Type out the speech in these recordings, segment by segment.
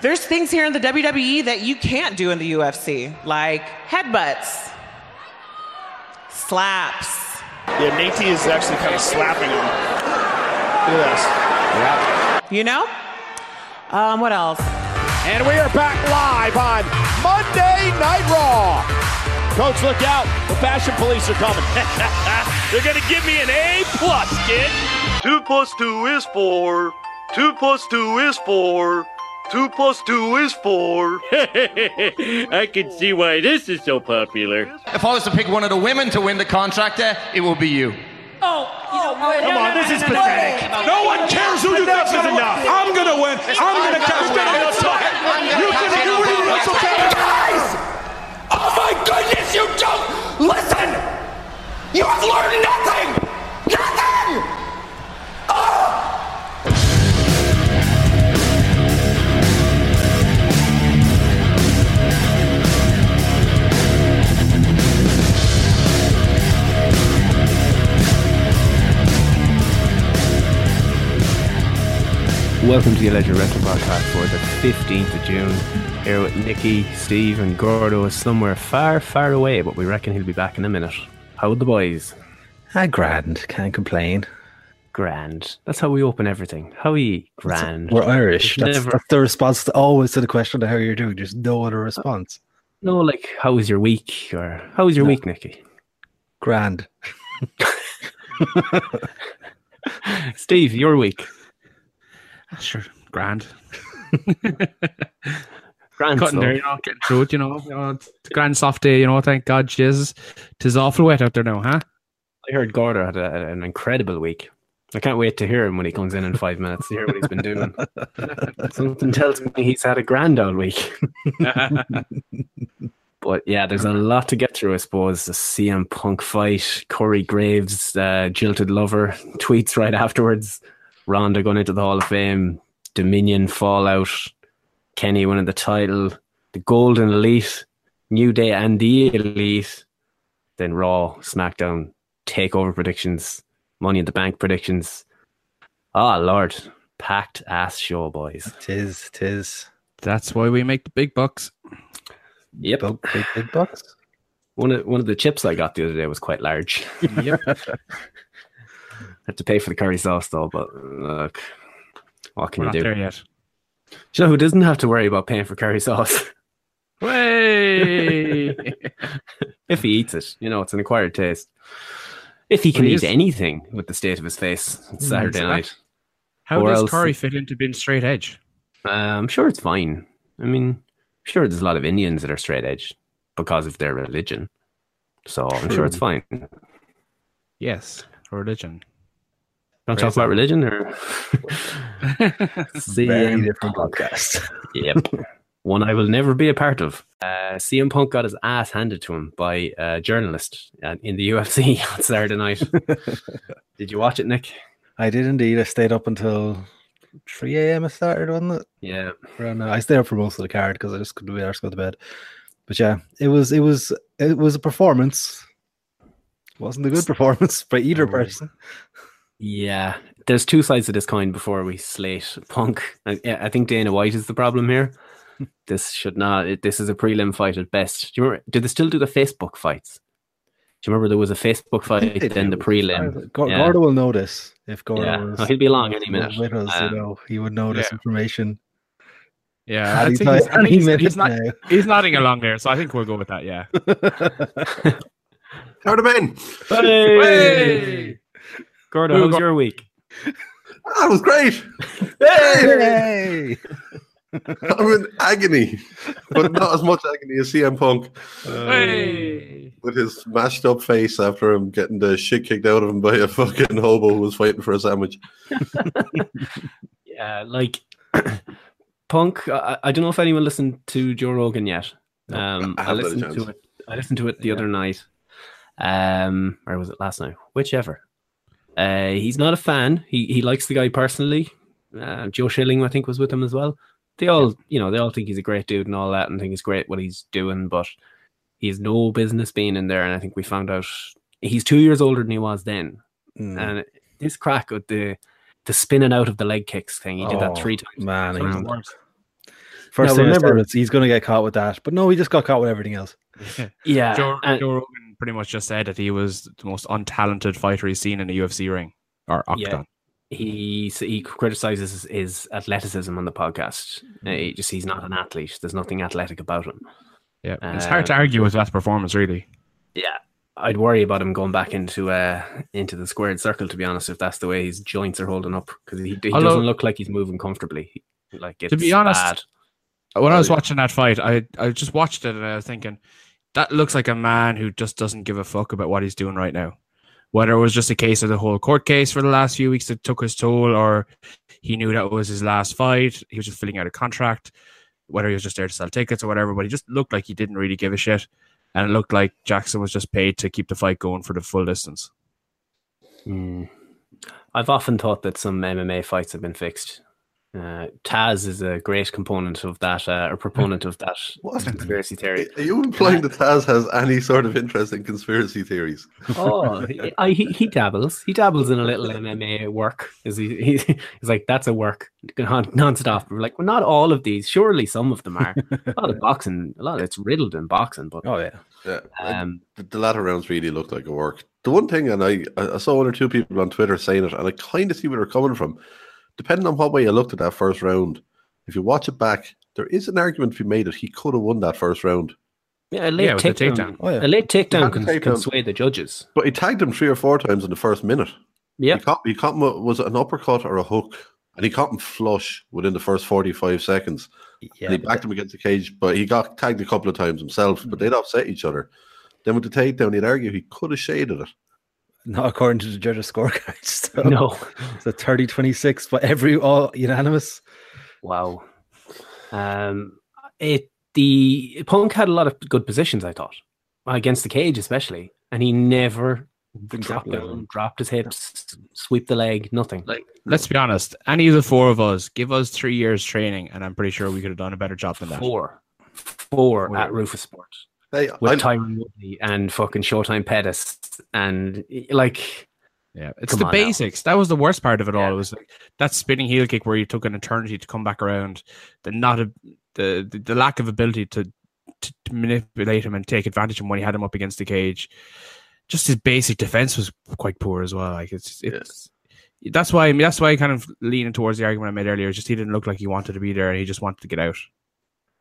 There's things here in the WWE that you can't do in the UFC, like headbutts, slaps. Yeah, Nate is actually kind of slapping him. Look at this. You know? Um, what else? And we are back live on Monday Night Raw. Coach, look out. The fashion police are coming. They're going to give me an A plus, kid. Two plus two is four. Two plus two is four. Two plus two is four. I can see why this is so popular. If I was to pick one of the women to win the contract there, it will be you. Oh, Come on, this is pathetic. No one cares who you think is enough. I'm gonna win. I'm gonna catch you. You can do what you want to say. Oh my goodness, you don't listen! You have learned nothing! Nothing! Welcome to the Alleged Wrestling Podcast for the 15th of June. Here with Nikki, Steve, and Gordo is somewhere far, far away, but we reckon he'll be back in a minute. How are the boys? Ah, grand. Can't complain. Grand. That's how we open everything. How are ye? Grand. We're Irish. There's That's, never- that's the response to, always to the question of how you're doing. There's no other response. no, like, how was your week? Or how was your week, Nikki? Grand. Steve, your week. Sure, grand. Grand. Cutting so- down, you know, getting through it, you know. You know it's a grand soft day, you know. Thank God, Jesus. Tis awful wet out there now, huh? I heard Gordo had a, an incredible week. I can't wait to hear him when he comes in in five minutes to hear what he's been doing. Something tells me he's had a grand all week. But yeah, there's a lot to get through, I suppose. The CM Punk fight, Corey Graves, uh, jilted lover tweets right afterwards, Ronda going into the Hall of Fame, Dominion fallout, Kenny winning the title, the Golden Elite, New Day and the Elite, then Raw, SmackDown, Takeover predictions, Money in the Bank predictions. Ah, Lord, packed ass show, boys. Tis, tis. That's why we make the big bucks. Yep. Big, big, big bucks. One of one of the chips I got the other day was quite large. Yep. had to pay for the curry sauce though, but look, what can We're you not do? there yet. Do you know who doesn't have to worry about paying for curry sauce Way. if he eats it? You know, it's an acquired taste. If he can Well, he eat is- anything with the state of his face on Saturday night, How Or does else- Corey fit into being straight edge? uh, I'm sure it's fine. I mean, I'm sure there's a lot of Indians that are straight edge because of their religion, so I'm sure it's fine. Don't Yes, religion. talk about religion or Very CM different podcast. Yep. One I will never be a part of. Uh, CM Punk got his ass handed to him by a journalist uh, in the UFC on Saturday night. Did you watch it, Nick? I did indeed. I stayed up until 3 a.m. I started, wasn't it? Yeah. Around that. I stayed up for most of the card because I just couldn't be arsed to go to bed. But yeah, it was it was it was a performance. Wasn't a good performance by either person. Yeah. There's two sides to this coin before we slate Punk. I, I think Dana White is the problem here. This should not. It, this is a prelim fight at best. Do you remember? Do they still do the Facebook fights? Do you remember there was a Facebook think fight, they then the do. prelim? Gor- Yeah. Gordo will notice if Gordo Yeah. is Oh, he'll be along any minute. with us. Um, you know, he would know this yeah. information. Yeah, I any think time- he's, I think any he's, minute he's not, now. he's nodding along there, so I think we'll go with that. Yeah. How the men? Hey! Gordo, Who how was got- your week? That Ah, was great. Yay! I'm in agony, but not as much agony as CM Punk with his mashed up face after him getting the shit kicked out of him by a fucking hobo who was fighting for a sandwich. Yeah, Uh, like Punk. I, I don't know if anyone listened to Joe Rogan yet. Um, I I, haven't had a listened to chance. it. I listened to it the other night. Um, or was it last night? Whichever. Uh, he's not a fan. He he likes the guy personally. Uh, Joe Schilling, I think, was with him as well. They all, you know, they all think he's a great dude and all that, and think it's great what he's doing. But he has no business being in there. And I think we found out he's two years older than he was then. Mm. And this crack with the the spinning out of the leg kicks thing, he did that Oh, three times. Man, Around. he, First Now, thing I remember- said was he's going to get caught with that, but no, he just got caught with everything else. Yeah, Joe, and- Joe Rogan pretty much just said that he was the most untalented fighter he's seen in the UFC ring or Yeah. octagon. he so he criticizes his, his athleticism on the podcast. Uh, He just he's not an athlete. There's nothing athletic about him. Yeah, it's hard to Um, argue with that performance, really. Yeah, I'd worry about him going back into uh into the squared circle. To be honest, if that's the way his joints are holding up, because he, he Although- doesn't look like he's moving comfortably. He- Like it's be honest, bad. When I was Well- watching that fight, I I just watched it and I was thinking that looks like a man who just doesn't give a fuck about what he's doing right now. Whether it was just a case of the whole court case for the last few weeks that took his toll, or he knew that was his last fight, he was just filling out a contract. Whether he was just there to sell tickets or whatever, but he just looked like he didn't really give a shit, and it looked like Jackson was just paid to keep the fight going for the full distance. Mm. I've often thought that some MMA fights have been fixed. Uh, Taz is a great component of that, uh, or proponent of that What? conspiracy theory. Are you implying that Taz has any sort of interest in conspiracy theories? oh, I, he, he dabbles. He dabbles in a little MMA work. Is he, he? He's like, that's a work non- nonstop. We're like, well, not all of these. Surely some of them are. a lot of boxing. A lot. It's riddled in boxing, but Oh yeah, Yeah. um, the, the latter rounds really looked like a work. The one thing, and I, I I saw one or two people on Twitter saying it, and I kind of see where they're coming from. Depending on what way you looked at that first round, if you watch it back, there is an argument to be made that he could have won that first round. yeah, a late Yeah, with the takedown. takedown. oh yeah. A late takedown had can, the can takedown. sway the judges. But he tagged him three or four times in the first minute. Yep. He caught, he caught him, with- was it an uppercut or a hook? And he caught him flush within the first 45 seconds. and yeah. he backed him against the cage, but he got tagged a couple of times himself, Hmm. but they'd offset each other. Then with the takedown, he'd argue he could have shaded it. Not according to the judges' scorecards. So. No. So 30 26, but every all unanimous. Wow. Um, it the Punk had a lot of good positions, I thought, against the cage especially, and he never dropped Exactly. down, dropped his hips, sweep the leg, nothing. Like, let's be honest, any of the four of us, give us three years training, and I'm pretty sure we could have done a better job than that. Four, four Four. at Rufus Sports They, with I- Tyron Woodley and fucking Showtime Pettis, and like Yeah, it's Come the on now. basics. That was the worst part of it Yeah. all. It was like that spinning heel kick where you took an eternity to come back around. The not a, the, the the lack of ability to, to to manipulate him and take advantage of him when he had him up against the cage. Just his basic defense was quite poor as well. Like it's it's that's why I mean, that's why I kind of leaning towards the argument I made earlier. It's Just he didn't look like he wanted to be there and he just wanted to get out.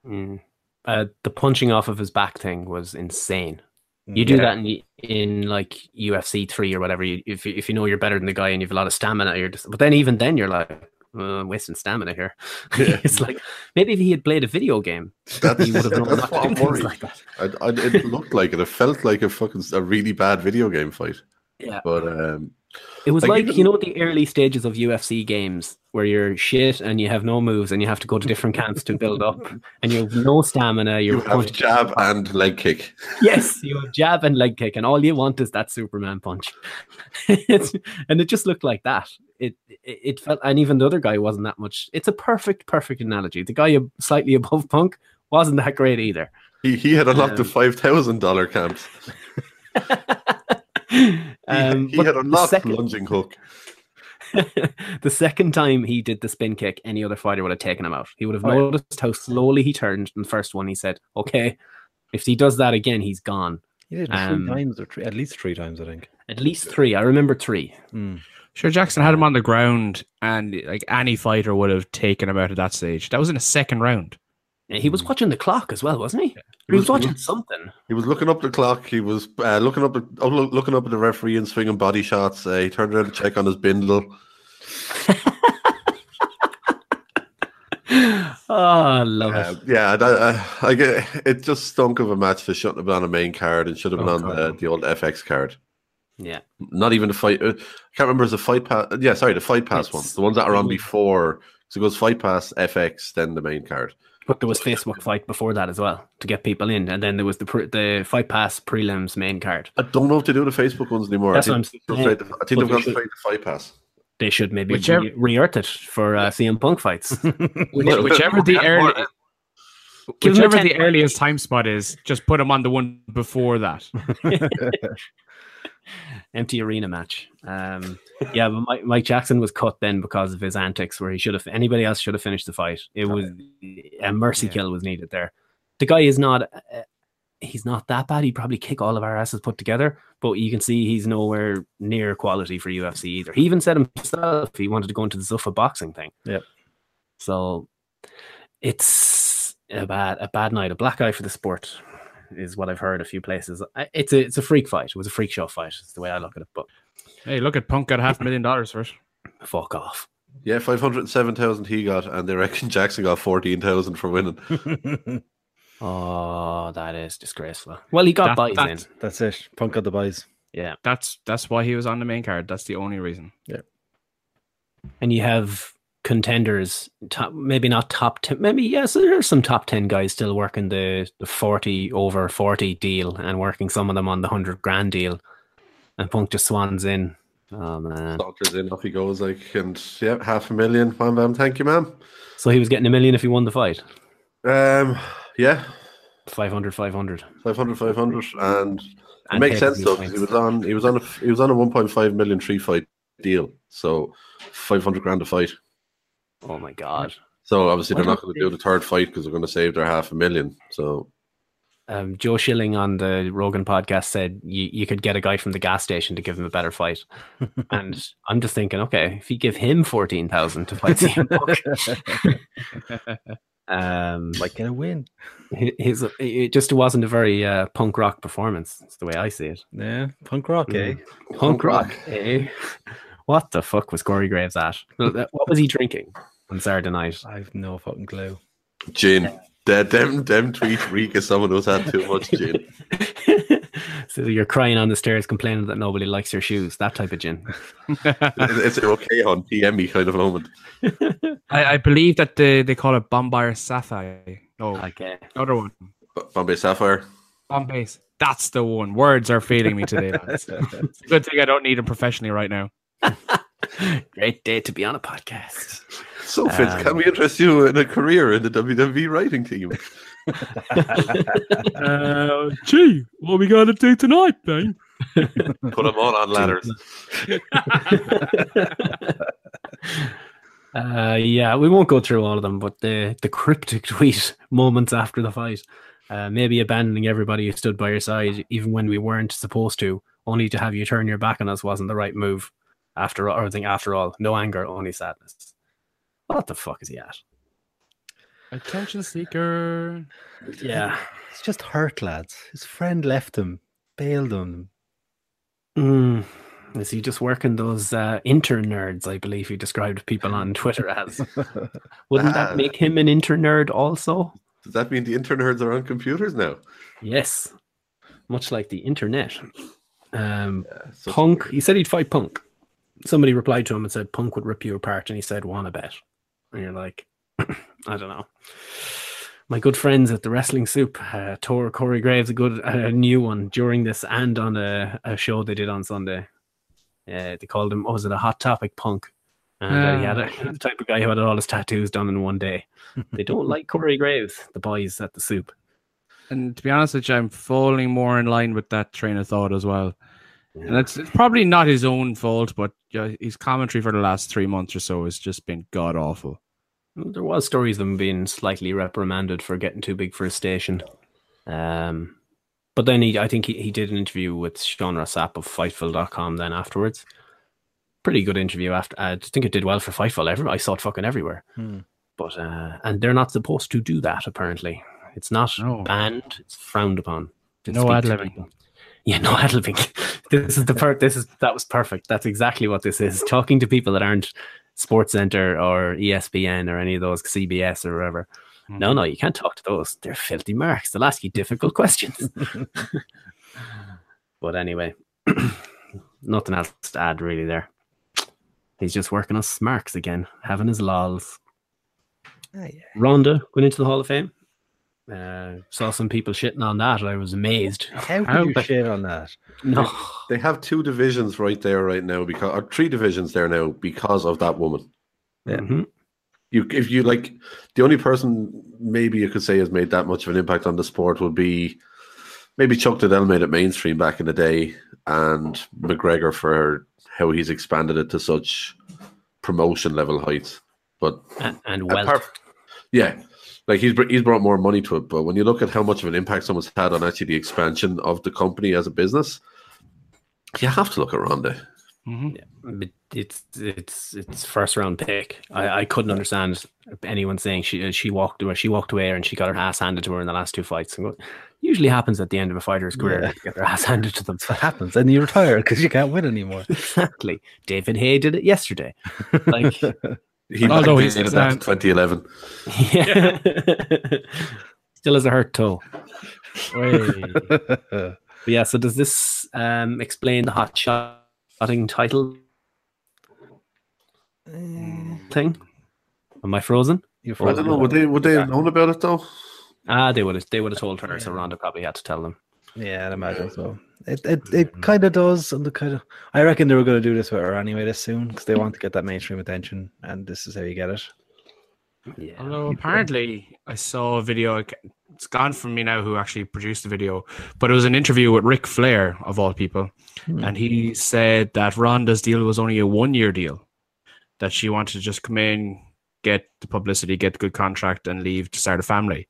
mm, uh, the punching off of his back thing was insane. You do that in, in like UFC three or whatever. You, if you- if you know you're better than the guy and you have a lot of stamina, you're just. But then even then you're like uh, wasting stamina here. it's like maybe if he had played a video game, That's, he would have known that's not what to I'm do things worried. like that. I, I, it looked like it. It felt like a fucking a really bad video game fight. Yeah. But um, It was Like, like, even- you know the early stages of UFC games where you're shit and you have no moves and you have to go to different camps to build up and you have no stamina. You're you have punching. jab and leg kick. yes, you have jab and leg kick, and all you want is that Superman punch. It's- and it just looked like that. It, it it felt, and even the other guy wasn't that much. It's a perfect, perfect analogy. The guy ab- slightly above Punk wasn't that great either. He, he had unlocked the Um, five thousand dollar camps. He, Um, he but had the unlocked second- lunging hook. the second time he did the spin kick, any other fighter would have taken him out. He would have Oh, yeah. noticed how slowly he turned in the first one. He said, "Okay, if he does that again, he's gone." He did it Um, three times or three, at least three times, I think. At least three. I remember three. Sure, Jackson had him on the ground, and like any fighter would have taken him out at that stage. That was in a second round. Yeah, He was Hmm. watching the clock as well, wasn't he? He He was was- watching something. He was looking up the clock. He was uh, looking up, at- oh, loo- looking up at the referee and swinging body shots. Uh, he turned around to check on his bindle. oh, I love Uh, it. yeah, that, uh, I get it. Just stunk of a match that shouldn't have been on a main card and should have been Oh, on the, God. the old FX card. Yeah. Not even the fight. Uh, I can't remember. Is a fight pass? Yeah, sorry, the fight pass It's- one. The ones that are on before. So it goes fight pass, FX, then the main card. But there was Facebook fight before that as well to get people in, and then there was the pre- the fight pass prelims main card. I don't know if they do the Facebook ones anymore. That's I what I'm think, saying. they've gone straight to- I think But they've they gone should- straight to fight pass. They should maybe Whichever- re- re-earth it for uh, CM Punk fights. Which- whichever the early, Give him a whichever 10 the earliest time spot is, just put him on the one before that. empty arena match. Um, yeah, but Mike, Mike Jackson was cut then because of his antics, where he should have anybody else should have finished the fight. It was a mercy kill was needed there. The guy is not uh, he's not that bad. He'd probably kick all of our asses put together, but you can see he's nowhere near quality for UFC either. He even said himself he wanted to go into the Zuffa boxing thing. Yep. So it's a bad a bad night, a black eye for the sport is what I've heard a few places. I- It's a it's a freak fight. It was a freak show fight. It's the way I look at it. But Hey, look at Punk got half a million dollars first. fuck off. Yeah, 507,000 he got, and they reckon Jackson got 14,000 for winning. Hmm. Oh, that is disgraceful. Well, he got buys in. that's, That's it. Punk got the buys. Yeah. that's that's why he was on the main card. That's the only reason. and you have contenders top maybe not top 10 maybe yeah so there are some top 10 guys still working the, the 40 over 40 deal and working some of them on the 100 grand deal and punk just swans in oh man Doctors in, off he goes, like, and yeah, half a million. Bam, bam, thank you, ma'am. so he was getting a million if he won the fight Um, yeah, 500 500 500, 500, and it And makes sense pay-per-view though because he was on he was on a he was on a 1.5 million three fight deal, so 500 grand a fight. oh my god So obviously they're not going to do the third fight because they're going to save their half a million. So um, joe schilling on the rogan podcast said you, you could get a guy from the gas station to give him a better fight and i'm just thinking okay if you give him 14000 to fight CM Punk, um Like, get a win. Hi- his it just wasn't a very uh, punk rock performance. It's the way I see it. Mm. Yeah. Punk rock, eh? Punk, rock, eh? What the fuck was Corey Graves at? What was he drinking on Saturday night? I've no fucking clue. gin, that them them tweet reek if someone who's had too much gin. so you're crying on the stairs, complaining that nobody likes your shoes. That type of gin. It- it's an okay on DM me kind of moment. I, I believe that they, they call it Bombay Sapphire. No, Okay. another one. B- Bombay Sapphire. Bombay. That's the one. Words are failing me today. Lads. It's a good thing I don't need them professionally right now. Great day to be on a podcast. So Fitz, Um, can we interest you in a career in the WWE writing team? Uh, gee, what are we going to do tonight, Ben? Put them all on ladders. Uh, yeah, we won't go through all of them, but the the cryptic tweet moments after the fight, uh, maybe abandoning everybody who stood by your side, even when we weren't supposed to, only to have you turn your back on us wasn't the right move. After all, or I think after all, no anger, only sadness. What the fuck is he at? Attention seeker. Yeah, It's just hurt, lads. His friend left him, bailed on him. mm, is he just working those uh, intern nerds? I believe he described people on Twitter as. Wouldn't Ah. Uh, that make him an intern nerd also? Does that mean the intern herds are on computers now? Yes, much like the internet. Um, So Punk, he said he'd fight Punk. Somebody replied to him and said Punk would rip you apart, and he said, "Wanna bet?" And you're like, I don't know. My good friends at the Wrestling Soup uh, tore Corey Graves a good a new one during this and on a, a show they did on Sunday. Uh, they called him, oh, was it a hot topic punk? And uh, he had a, the type of guy who had all his tattoos done in one day. They don't like Corey Graves, the boys at the Soup. And to be honest with you, I'm falling more in line with that train of thought as well. And it's, it's probably not his own fault, but yeah, his commentary for the last three months or so has just been god awful. Well, There was stories of him being slightly reprimanded for getting too big for his station. Um, but then he, I think he, he did an interview with Sean Rossap of Fightful.com then afterwards. Pretty good interview after. uh, I think it did well for Fightful. Every, I saw it fucking everywhere. Hmm. But uh, and they're not supposed to do that apparently. It's not No. banned. It's frowned upon. to No speak to ad-libbing. people. Yeah, no ad libbing. this is the part. This is that was perfect. That's exactly what this is. Talking to people that aren't Sports Center or E ESPN or any of those CBS or whatever. Mm-hmm. No, no, you can't talk to those. They're filthy marks. They'll ask you difficult questions. but anyway, nothing else to add really there. He's just working us smarks again, having his lols. Ronda going into the Hall of Fame. Uh, saw some people shitting on that. I was amazed. How How- could you shit on that? No, They have two divisions right there, right now, because or three divisions there now because of that woman. Yeah. Mhm. You, if you like, the only person maybe you could say has made that much of an impact on the sport would be maybe Chuck Liddell made it mainstream back in the day, and McGregor for how he's expanded it to such promotion level heights. But and, and wealth. yeah, like he's br- he's brought more money to it. But when you look at how much of an impact someone's had on actually the expansion of the company as a business, you have to look at Ronda. But it's it's it's first round pick. I, I couldn't understand anyone saying she she walked away, she walked away and she got her ass handed to her in the last two fights. And what usually happens at the end of a fighter's career, Yeah. they get their ass handed to them. That's what happens. And you retire because you can't win anymore. exactly. David Hay did it yesterday. Like He Although backdated he's- that to 2011. yeah. still has a hurt toe. But yeah, so does this um, explain the hot shot- shotting title thing? Am I frozen? Eh. You're I don't know. Would they would they have known about it though? Ah, they would have they would have told her, so Rhonda probably had to tell them. Yeah, I'd imagine so. It it, it kind of does, and kind of. I reckon they were going to do this with her anyway this soon because they want to get that mainstream attention, and this is how you get it. Yeah. Although apparently I saw a video. I ca- It's gone from me now who actually produced the video, but it was an interview with Ric Flair of all people, and he said that Ronda's deal was only a one-year deal, that she wanted to just come in, get the publicity, get the good contract, and leave to start a family.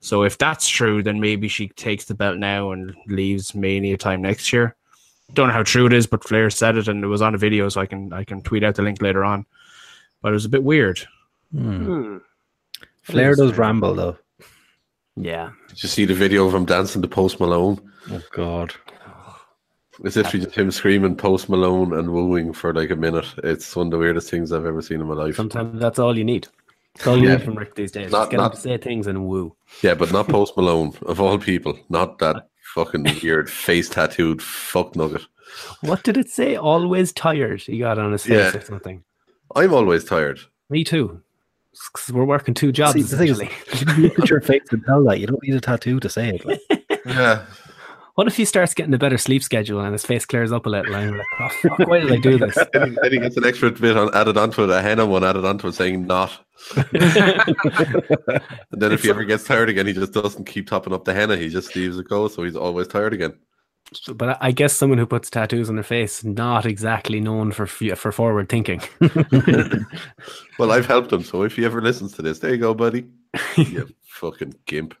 So if that's true, then maybe she takes the belt now and leaves Mania time next year. Don't know how true it is, but Flair said it, and it was on a video, so I can I can tweet out the link later on. But it was a bit weird. Flair does ramble though. Yeah. Did you see the video of him dancing to Post Malone? Oh God. It's literally just him screaming Post Malone and wooing for like a minute. It's one of the weirdest things I've ever seen in my life. Sometimes that's all you need. That's all you Yeah. need from Rick these days. Not- Just get him not- to say things and woo. Yeah, but not Post Malone of all people. Not that fucking weird face tattooed fuck nugget. What did it say? Always tired. He got on his face Yeah. or something. I'm always tired. Me too. 'Cause we're working two jobs. See, the thing is, essentially. you can look at your face and tell that you don't need a tattoo to say it. like, Yeah. What if he starts getting a better sleep schedule and his face clears up a little? And I'm like, oh, fuck, why did I do this? Then he- then he gets an extra bit on, added onto it, a henna one added onto it saying not. and then if he ever gets tired again, he just doesn't keep topping up the henna. He just leaves it go, so he's always tired again. But I- I guess someone who puts tattoos on their face not exactly known for f- for forward thinking. Well, I've helped him, so if he ever listens to this, there you go, buddy. you fucking gimp.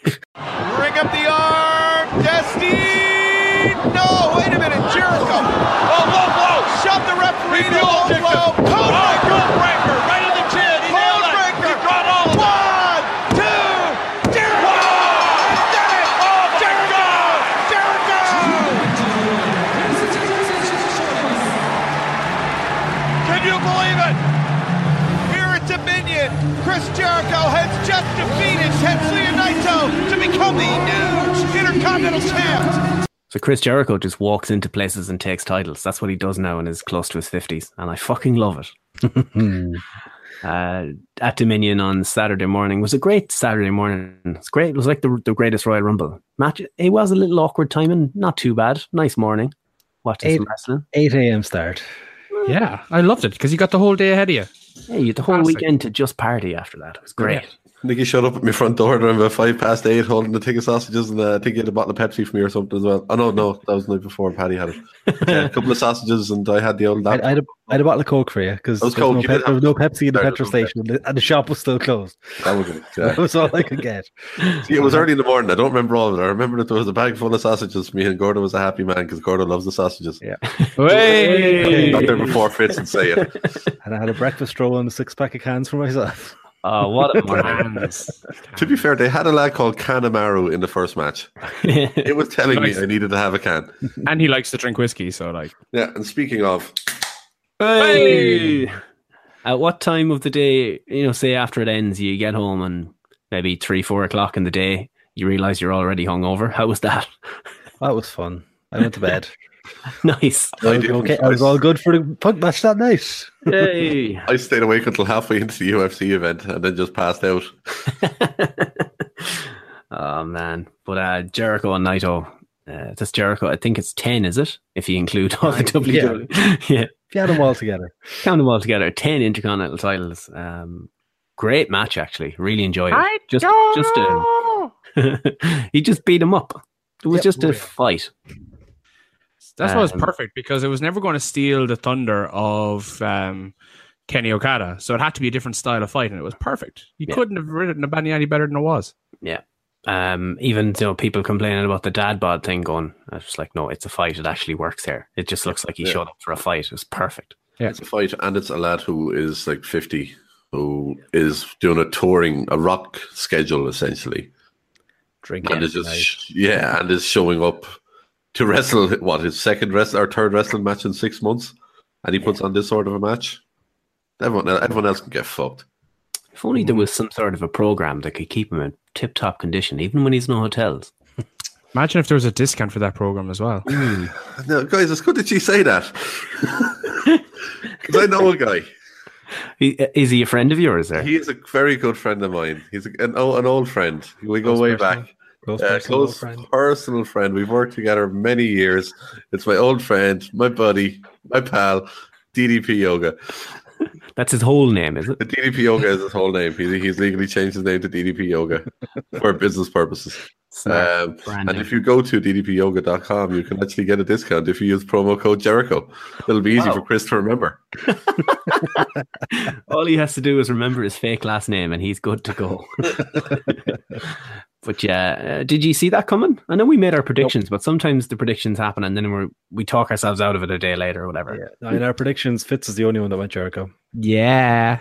Ring up the arm, Destiny. No, wait a minute, Jericho. Oh, low blow. Shove the referee. The low blow. Code breaker. breaker. Right on the chin. He nailed it. He brought all of One, two, Jericho. Did it. Jericho. Jericho. Can you believe it? Here at Dominion, Chris Jericho has just defeated Tetsuya Naito to become the new Intercontinental Champ. so Chris Jericho just walks into places and takes titles. That's what he does now and is close to his fifties, and I fucking love it. Hmm. uh, at Dominion on Saturday morning was a great Saturday morning. It's great. It was like the the greatest Royal Rumble match. It was a little awkward timing, not too bad. Nice morning. Watching some Eight- wrestling. 8 a.m. start. Yeah, I loved it because you got the whole day ahead of you. Yeah, you had the whole Classic. weekend to just party after that. It was great. Nicky showed up at my front door around about five past eight, holding the ticket sausages, and uh, I think he had a bottle of Pepsi for me or something as well. Oh no, no, that was the night before. Patty had it. Yeah, a couple of sausages, and I had the old I, I, laptop. had a, I had a bottle of Coke for you because That there, was Coke, was no you pe- did there was no have- Pepsi in the There was petrol no Pepsi. station, and the- and the shop was still closed. That was good. That Yeah. was all I could get. See, it was early in the morning. I don't remember all of it. I remember that there was a bag full of sausages. Me and Gordo was a happy man because Gordo loves the sausages. Yeah. Hey! Not there before Fitz and say it. And I had a breakfast roll and a six pack of cans for myself. Oh, what a morning. to be fair, they had a lad called Canamaru in the first match. It was telling Nice. me I needed to have a can. and he likes to drink whiskey, so like. Yeah, and speaking of, Hey! At what time of the day, you know, say after it ends, you get home and maybe three, four o'clock in the day, you realize you're already hungover. How was that? That was fun. I went to bed. nice. I, I was, didn't. okay. I was all good for the punk match that night. Hey. I stayed awake until halfway into the UFC event and then just passed out. oh man. But uh Jericho and Naito. Uh, that's Jericho. I think it's ten, is it? If you include all the WWE. yeah. If you had them all together, Count them all together. Ten intercontinental titles. Um, great match, actually. Really enjoyed it. just, just a, he just beat him up. It was Yep. just Oh, a yeah. fight. That's why it's Um, perfect because it was never going to steal the thunder of um, Kenny Okada. So it had to be a different style of fight, and it was perfect. You couldn't have written a Banyani better than it was. Yeah. Um, even you know, people complaining about the dad bod thing going, I was just like, no, it's a fight. It actually works here. It just looks like he Yeah. showed up for a fight. It was perfect. Yeah. It's a fight, and it's a lad who is like 50, who is doing a touring, a rock schedule essentially. Drinking. And is just, yeah, and is showing up to wrestle, what, his second wrestle or third wrestling match in six months? And he puts on this sort of a match? Everyone, el- everyone else can get fucked. If only there was some sort of a program that could keep him in tip top condition, even when he's in hotels. Imagine if there was a discount for that program as well. No, guys, it's good that you say that. 'Cause I know a guy. He- uh, Is he a friend of yours there? He is a very good friend of mine. He's a, an, o- an old friend. We go way back. Close Uh, personal close friend. personal friend. We've worked together many years. It's my old friend, my buddy, my pal, DDP Yoga. That's his whole name, is it? The DDP Yoga is his whole name. He, he's legally changed his name to DDP Yoga for business purposes. Um, and branding. if you go to ddpyoga.com, you can actually get a discount if you use promo code Jericho. It'll be easy for Chris to remember. All he has to do is remember his fake last name and he's good to go. but yeah, uh, did you see that coming? I know we made our predictions, but sometimes the predictions happen and then we we talk ourselves out of it a day later or whatever. In our predictions, Fitz is the only one that went Jericho. Yeah.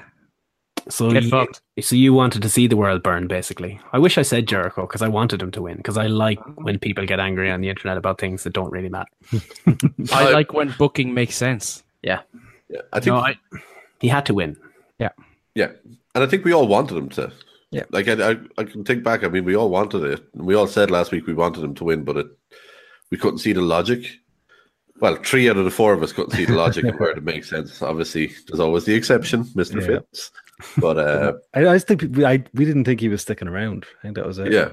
So Get you, fucked. so you wanted to see the world burn basically. I wish I said Jericho because I wanted him to win because I like Oh. when people get angry on the internet about things that don't really matter. I like when booking makes sense. Yeah. Yeah, I think No, I, He had to win. Yeah, and I think we all wanted him to. Yeah. like I, I, I can think back. I mean, we all wanted it. We all said last week we wanted him to win, but it, we couldn't see the logic. Well, three out of the four of us couldn't see the logic and where it makes sense. Obviously, there's always the exception, Mister Yeah. Phipps. But uh, I, I just think we, I, we didn't think he was sticking around. I think that was it. yeah,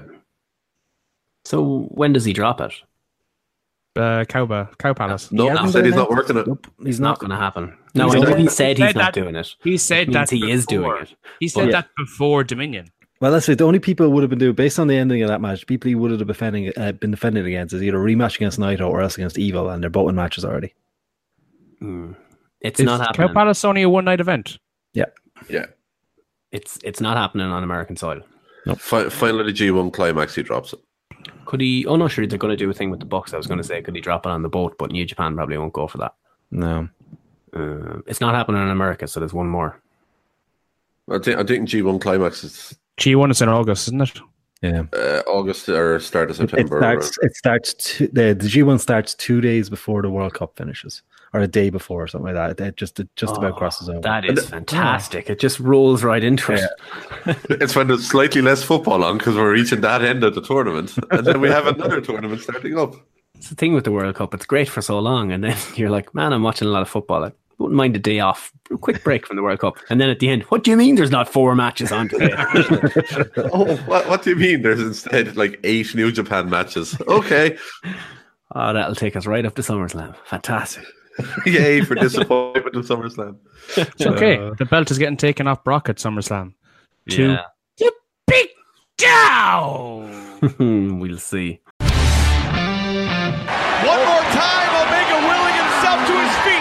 So when does he drop it? uh, Cowba, Cow Palace. no, hasn't he said been he's not working it. Nope. He's not going to happen. No, I He's know not- he said he he's said that- not doing it. He said Means that he is doing before. it. He said Yeah. that before Dominion. Well, that's it. The only people who would have been doing, based on the ending of that match, people he would have been defending, uh, been defending against is either a rematch against Naito or else against Evil, and they're both in matches already. Mm. It's Is not Cow happening. Palace only a one night event? Yeah, It's it's not happening on American soil. Fi- finally the G1 climax, he drops it. Could he? Oh no, sure they're going to do a thing with the box. I was going to say, could he drop it on the boat? But New Japan probably won't go for that. No. Uh, it's not happening in America, so there's one more. I think I think G1 climax is G1 is in August, isn't it? Yeah. uh, August or start of September. It starts, it starts two, the, the G1 starts two days before the World Cup finishes, or a day before, or something like that. It, it just it just about Oh, crosses over. That is fantastic. It just rolls right into it. It's when there's slightly less football on because we're reaching that end of the tournament, and then we have another tournament starting up. It's the thing with the World Cup. It's great for so long, and then you're like, man, I'm watching a lot of football. I wouldn't mind a day off, a quick break from the World Cup, and then at the end, what do you mean there's not four matches on today? Oh, what, what do you mean? There's instead like eight New Japan matches. Okay, oh, that'll take us right up to SummerSlam. Fantastic. yay for disappointment of SummerSlam. It's okay. the belt is getting taken off Brock at SummerSlam. Two. Yeah. Big down! we'll see. One more time, Omega willing himself to his feet.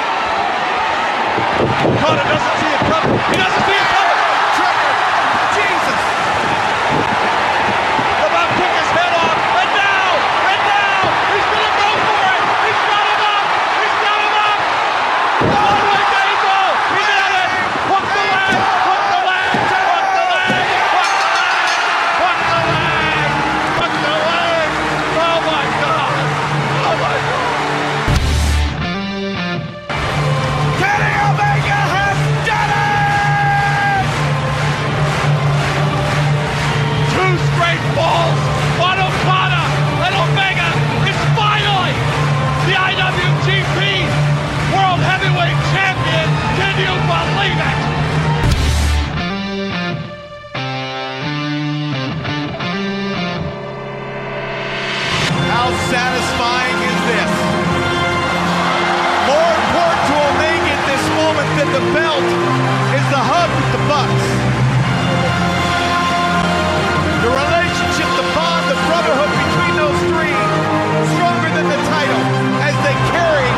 Connor doesn't see it coming. He doesn't see it coming. Trevor, Jesus. About to pick his head off, and now, and now, he's gonna go for it. He's got him up. He's got him up. Oh, my God, he go. He got it. Hook the leg. Hook the leg. Hook the leg. Hook the leg. Hook the leg. Hook the leg. Oh my God. Oh my God. Kenny Omega has done it! Two straight falls on Okada and Omega is finally the IWGP World Heavyweight Champion. Can you believe it? How satisfying is this? More important to Omega at this moment than the belt is the hug with the Bucks. The relationship, the bond, the brotherhood between those three, stronger than the title as they carry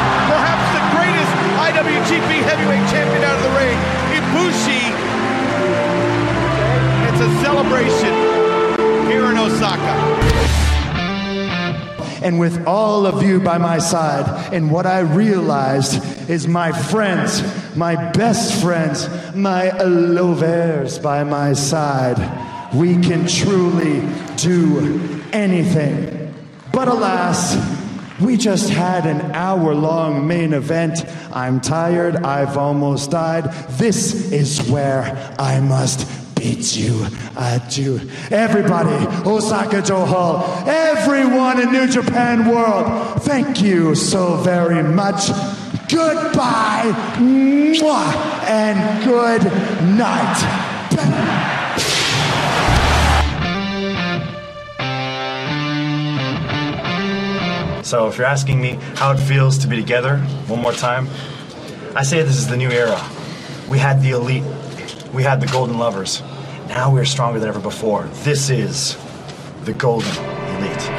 and with all of you by my side. And what I realized is my friends, my best friends, my lovers by my side. We can truly do anything. But alas, we just had an hour long main event. I'm tired. I've almost died. This is where I must beat you. Adieu. Everybody, Osaka Joe Hall, everyone in New Japan World, thank you so very much. Goodbye. Mwah, and good night. So if you're asking me how it feels to be together one more time, I say this is the new era. We had the elite, we had the golden lovers. Now we're stronger than ever before. This is the golden elite.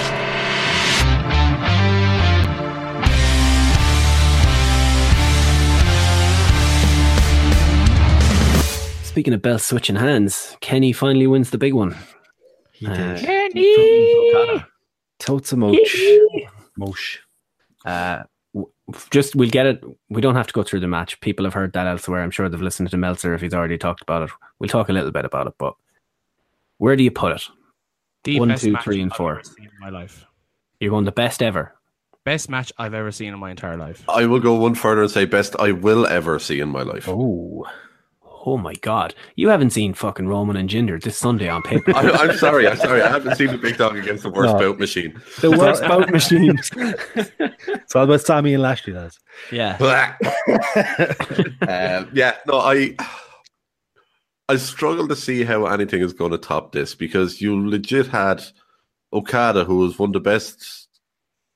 Speaking of belts switching hands, Kenny finally wins the big one. Uh, He did. Kenny! Totsumoch. Mosh. Uh, w- just we'll get it. We don't have to go through the match. People have heard that elsewhere. I'm sure they've listened to Meltzer if he's already talked about it. We'll talk a little bit about it, but where do you put it? The One, best two, match three, and I've four. in my life. You're going the best ever. Best match I've ever seen in my entire life. I will go one further and say best I will ever see in my life. Oh, oh my God! You haven't seen fucking Roman and Jinder this Sunday on paper. I, I'm sorry, I'm sorry. I haven't seen the big dog against the worst No. boat machine. The worst boat machine. it's all about Sammy and Lashley, lads. Yeah. um, yeah, no, I I struggle to see how anything is going to top this because you legit had Okada, who was one of the best.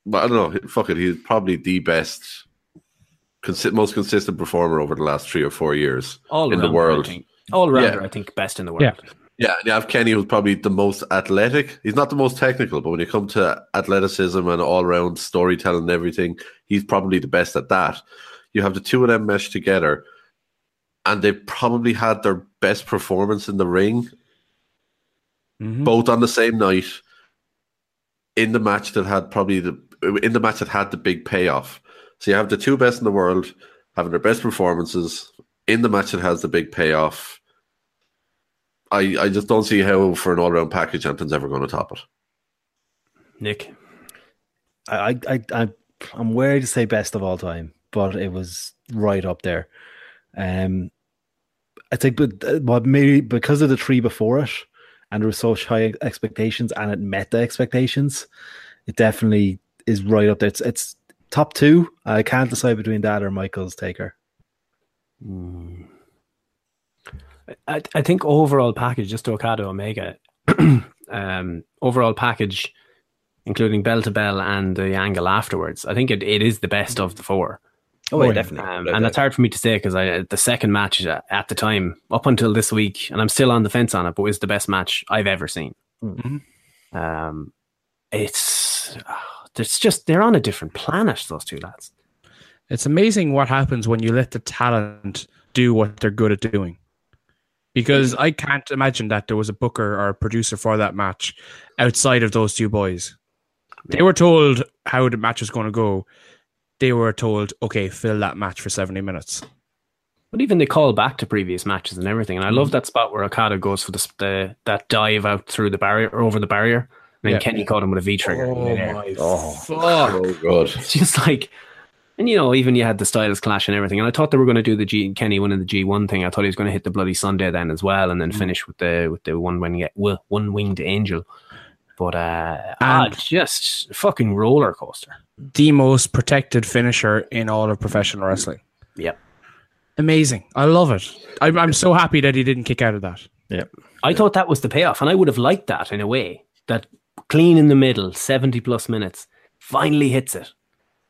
But I don't know. Fuck it, he's probably the best, consi- most consistent performer over the last three or four years All in the around, world. I think. All rounder, Yeah. I think, best in the world. Yeah. Yeah, and you have Kenny, who's probably the most athletic. He's not the most technical, but when you come to athleticism and all round storytelling and everything, he's probably the best at that. You have the two of them meshed together, and they probably had their best performance in the ring, Mm-hmm. both on the same night, in the match that had probably the in the match that had the big payoff. So you have the two best in the world having their best performances in the match that has the big payoff. I, I just don't see how for an all round package anything's ever going to top it. Nick. I, I, I, I- I'm wary to say best of all time, but it was right up there. Um, I think, but, uh, but maybe because of the three before it, and there were such high expectations, and it met the expectations, it definitely is right up there. It's, it's top two. I can't decide between that or Michael's Taker. I, I think overall package, just Okada Omega, um, overall package, including bell to bell and the angle afterwards, I think it, it is the best of the four. Oh, yeah, definitely. Um, and that's hard for me to say because I the second match uh, at the time, up until this week, and I'm still on the fence on it, but is the best match I've ever seen. Um, it's ah, it's just they're on a different planet. Those two lads. It's amazing what happens when you let the talent do what they're good at doing. Because I can't imagine that there was a booker or a producer for that match outside of those two boys. They were told how the match was going to go. They were told, okay, fill that match for 70 minutes. But even they call back to previous matches and everything. And I love that spot where Okada goes for the, sp- the that dive out through the barrier or over the barrier, and then Yeah. Kenny caught him with a V trigger. in midair. Fuck. Oh god. It's just like, and you know, even you had the Styles clash and everything. And I thought they were going to do the G Kenny winning the G one thing. I thought he was going to hit the bloody Sunday then as well, and then finish with the with the one wing one winged angel. But uh, ah, just fucking roller coaster. The most protected finisher in all of professional wrestling. Yep. Amazing. I love it. I'm, I'm so happy that he didn't kick out of that. Yeah. I thought that was the payoff, and I would have liked that in a way. That clean in the middle, seventy plus minutes, finally hits it,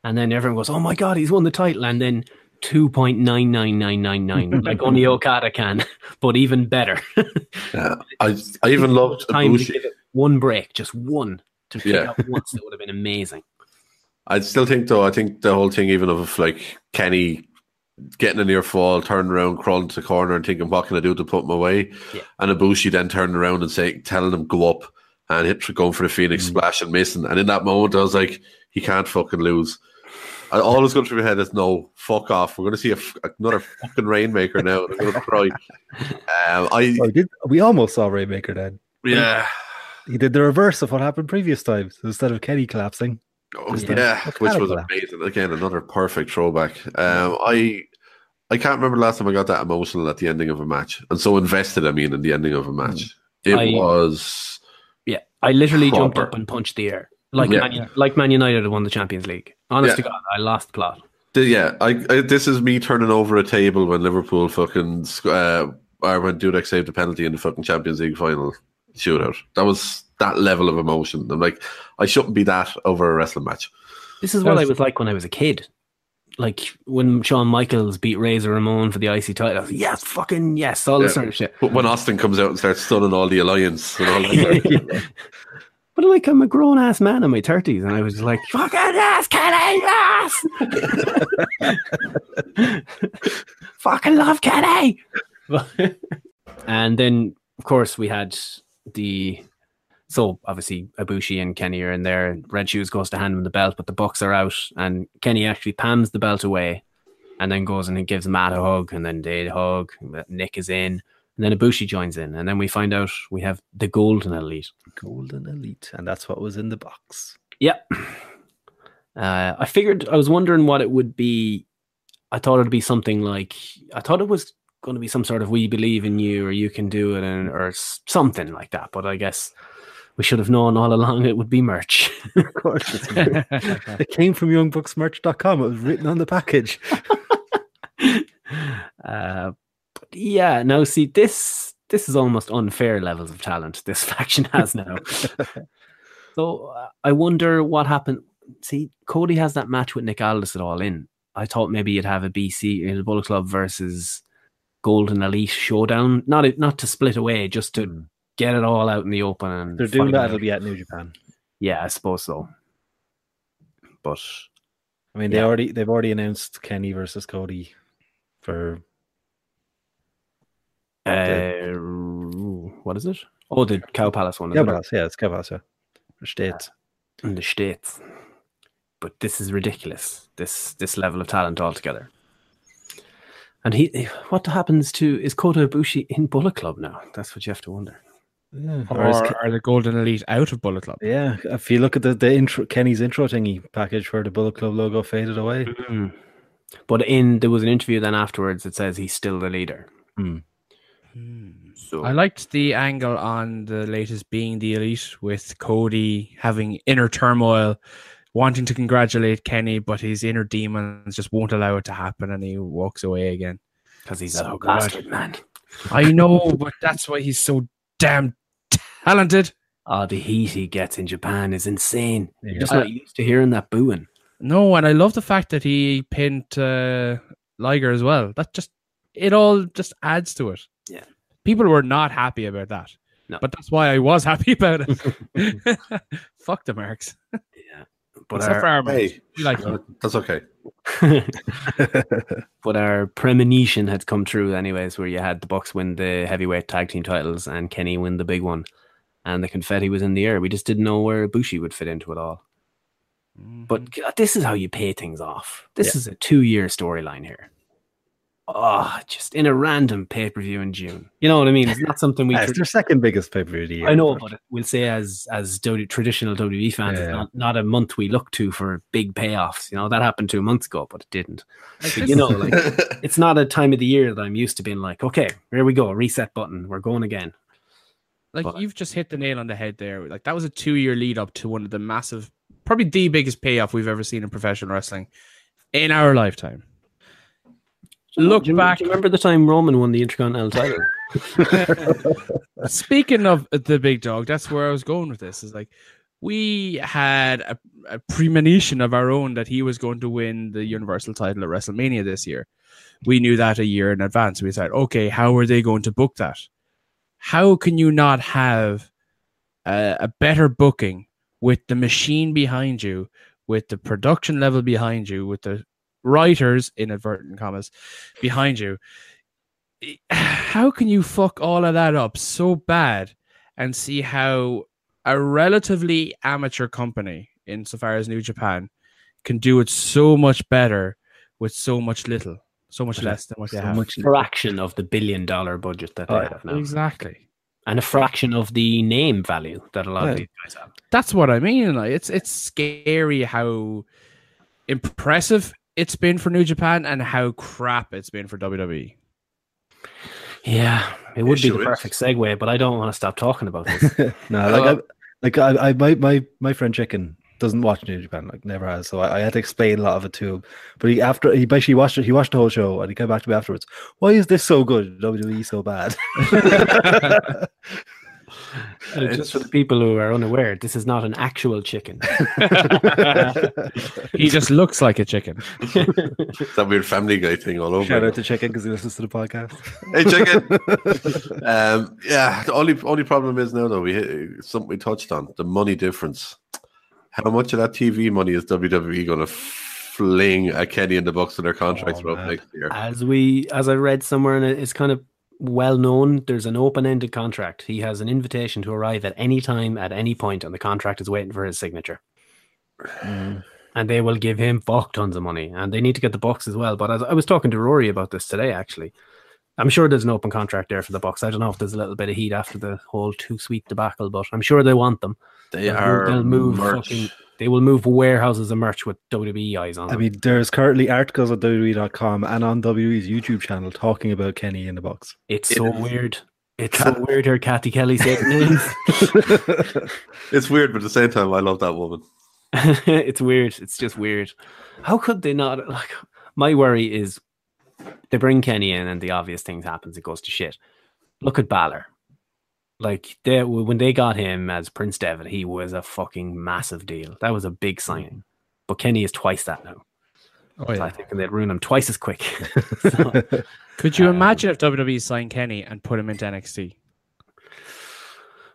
and then everyone goes, "Oh my god, he's won the title!" And then two point nine nine nine nine nine, like only Okada can, but even better. Yeah, I I even loved Time to Ibushi. give it one break, just one to pick Yeah. up once. That would have been amazing. I still think though, I think the whole thing even of like Kenny getting a near fall, turning around, crawling to the corner and thinking, What can I do to put him away? And Ibushi then turning around and saying telling him go up and hit for going for the Phoenix splash and missing. And in that moment, I was like, he can't fucking lose. And all that's going through my head is, no, fuck off. We're going to see a f another fucking Rainmaker now. and I'm going to cry. Um, I Oh, we did, we almost saw Rainmaker then. Yeah. He did the reverse of what happened previous times. Instead of Kenny collapsing, Oh, Just a- yeah, a which was caliber. amazing. Again, another perfect throwback. Um, I I can't remember the last time I got that emotional at the ending of a match, and so invested. I mean, in the ending of a match, it I- was Yeah, I literally jumped Proper. up and punched the air. Like, Yeah. Man, U- like Man United won the Champions League. Honest Yeah. to God, I lost plot. Th- yeah. I, I this is me turning over a table when Liverpool fucking sc- uh, or when Dudek saved a penalty in the fucking Champions League final shootout. That was that level of emotion. I'm like, I shouldn't be that over a wrestling match. This is what I was like when I was a kid. Like when Shawn Michaels beat Razor Ramon for the IC title. I was like, yes, fucking yes, all this Yeah. sort of shit. But when Austin comes out and starts stunning all the alliance and all that. But like, I'm a grown ass man in my 30s, and I was like, fucking yes, Kenny, yes! fucking love Kenny! and then, of course, we had the. So obviously, Abushi and Kenny are in there. and Red Shoes goes to hand him the belt, but the Bucks are out, and Kenny actually palms the belt away, and then goes and he gives Matt a hug, and then they hug. and Nick is in, and then Abushi joins in, and then we find out we have the Golden Elite. Golden Elite, and that's what was in the box. Yeah. Uh, I figured I was wondering what it would be. I thought it'd be something like I thought it was going to be some sort of "We believe in you" or "You can do it" and or s- something like that. But I guess we should have known all along it would be merch. Of course, it's good. it came from YoungBucksMerch.com. It was written on the package. Uh, but yeah, no, see this this is almost unfair levels of talent this faction has now. so uh, I wonder what happened. See, Cody has that match with Nick Aldis at all in. I thought maybe you'd have a BC in the Bullet Club versus Golden Elite showdown. Not it, not to split away, just to get it all out in the open. And Hmm. They're doing fight that. it. It'll be at New Japan. Yeah, I suppose so. But I mean, they already they've already announced Kenny versus Cody for Uh, what is it? Oh, the Cow Palace one. isn't it? Cowboys. Yeah, it's Cowboys. Yeah, for States. in the states. But this is ridiculous. This this level of talent altogether. And he, what happens to is Kota Ibushi in Bullet Club now? That's what you have to wonder. Yeah. Or, Or is Ke- are the Golden Elite out of Bullet Club? Yeah, if you look at the, the intro, Kenny's intro thingy package where the Bullet Club logo faded away. Mm-hmm. But in there was an interview then afterwards that says he's still the leader. Hmm. So I liked the angle on the latest being the elite with Cody having inner turmoil, wanting to congratulate Kenny, but his inner demons just won't allow it to happen, and he walks away again because he's a bastard, man. I know, but that's why he's so damn talented. Oh, the heat he gets in Japan is insane. You're just I- not used to hearing that booing. No, and I love the fact that he pinned uh, Liger as well. That just it all just adds to it. Yeah. People were not happy about that. No. But that's why I was happy about it. Fuck the marks. Yeah. But Except our- for our marks. Hey. We like Uh, That's okay. but our premonition had come true anyways where you had the bucks win the heavyweight tag team titles and kenny win the big one and the confetti was in the air we just didn't know where bushi would fit into it all but God, this is how you pay things off this Yeah. is a two-year storyline here oh just in a random pay-per-view in june you know what i mean it's not something we Ah, it's tra- their second biggest pay per view of the year. I know, but we'll say as as w, traditional WWE fans, it's Yeah. not, not a month we look to for big payoffs. You know that happened two months ago, but it didn't. Like But, this- you know, like, it's not a time of the year that I'm used to being like, okay, here we go, reset button, we're going again. Like you've just hit the nail on the head there. Like that was a two-year lead up to one of the massive, probably the biggest payoff we've ever seen in professional wrestling in our lifetime. Look back. remember the time Roman won the Intercontinental title? Speaking of the big dog, that's where I was going with this. Is like we had a, a premonition of our own that he was going to win the Universal title at WrestleMania this year. We knew that a year in advance. We said, okay, how are they going to book that? How can you not have a, a better booking with the machine behind you, with the production level behind you, with the writers, inadvertent commas, behind you? how can you fuck all of that up so bad and see how a relatively amateur company insofar as New Japan can do it so much better with so much little, so much less than what they a have. fraction of the billion dollar budget that they Oh, have now. Exactly. And a fraction of the name value that a lot Yeah. of these guys have. That's what I mean. Like, It's it's scary how impressive it's been for New Japan and how crap it's been for E. WWE. Yeah, it would be Issue the is- perfect segue, but I don't want to stop talking about this. No, like I, like I, I my, my my friend Chicken doesn't watch New Japan, like never has. So I, I had to explain a lot of it to him. But he after he basically watched it, he watched the whole show and he came back to me afterwards. Why is this so good? WWE so bad? Uh, Just for the people who are unaware, this is not an actual chicken. he just looks like a chicken. It's that weird Family Guy thing all over. Shout out to Chicken because he listens to the podcast. hey, chicken. um, yeah, the only only problem is now though we hit something we touched on the money difference. How much of that TV money is WWE going to fling at Kenny and the Bucks in their contracts for up next year? As we, as I read somewhere, and it- it's kind of well known, there's an open-ended contract. He has an invitation to arrive at any time, at any point, and the contract is waiting for his signature. And they will give him fuck tons of money, and they need to get the box as well. But as I was talking to Rory about this today, actually, I'm sure there's an open contract there for the box. I don't know if there's a little bit of heat after the whole two-week debacle, but I'm sure they want them. They They'll- are They'll move merch. fucking. They will move warehouses of merch with WWE eyes on. I them. mean, there's currently articles on WWE.com and on WWE's YouTube channel talking about Kenny in the box. It's so weird. It's so weird her Kathy Kelly said names. It's weird, but at the same time, I love that woman. it's weird. It's just weird. How could they not like my worry is they bring Kenny in and the obvious things happens, it goes to shit. Look at Balor. Like they when they got him as Prince Devitt, he was a fucking massive deal. That was a big signing. But Kenny is twice that now. Oh, So I think they'd ruin him twice as quick. Could Uh, you imagine if WWE signed Kenny and put him into NXT?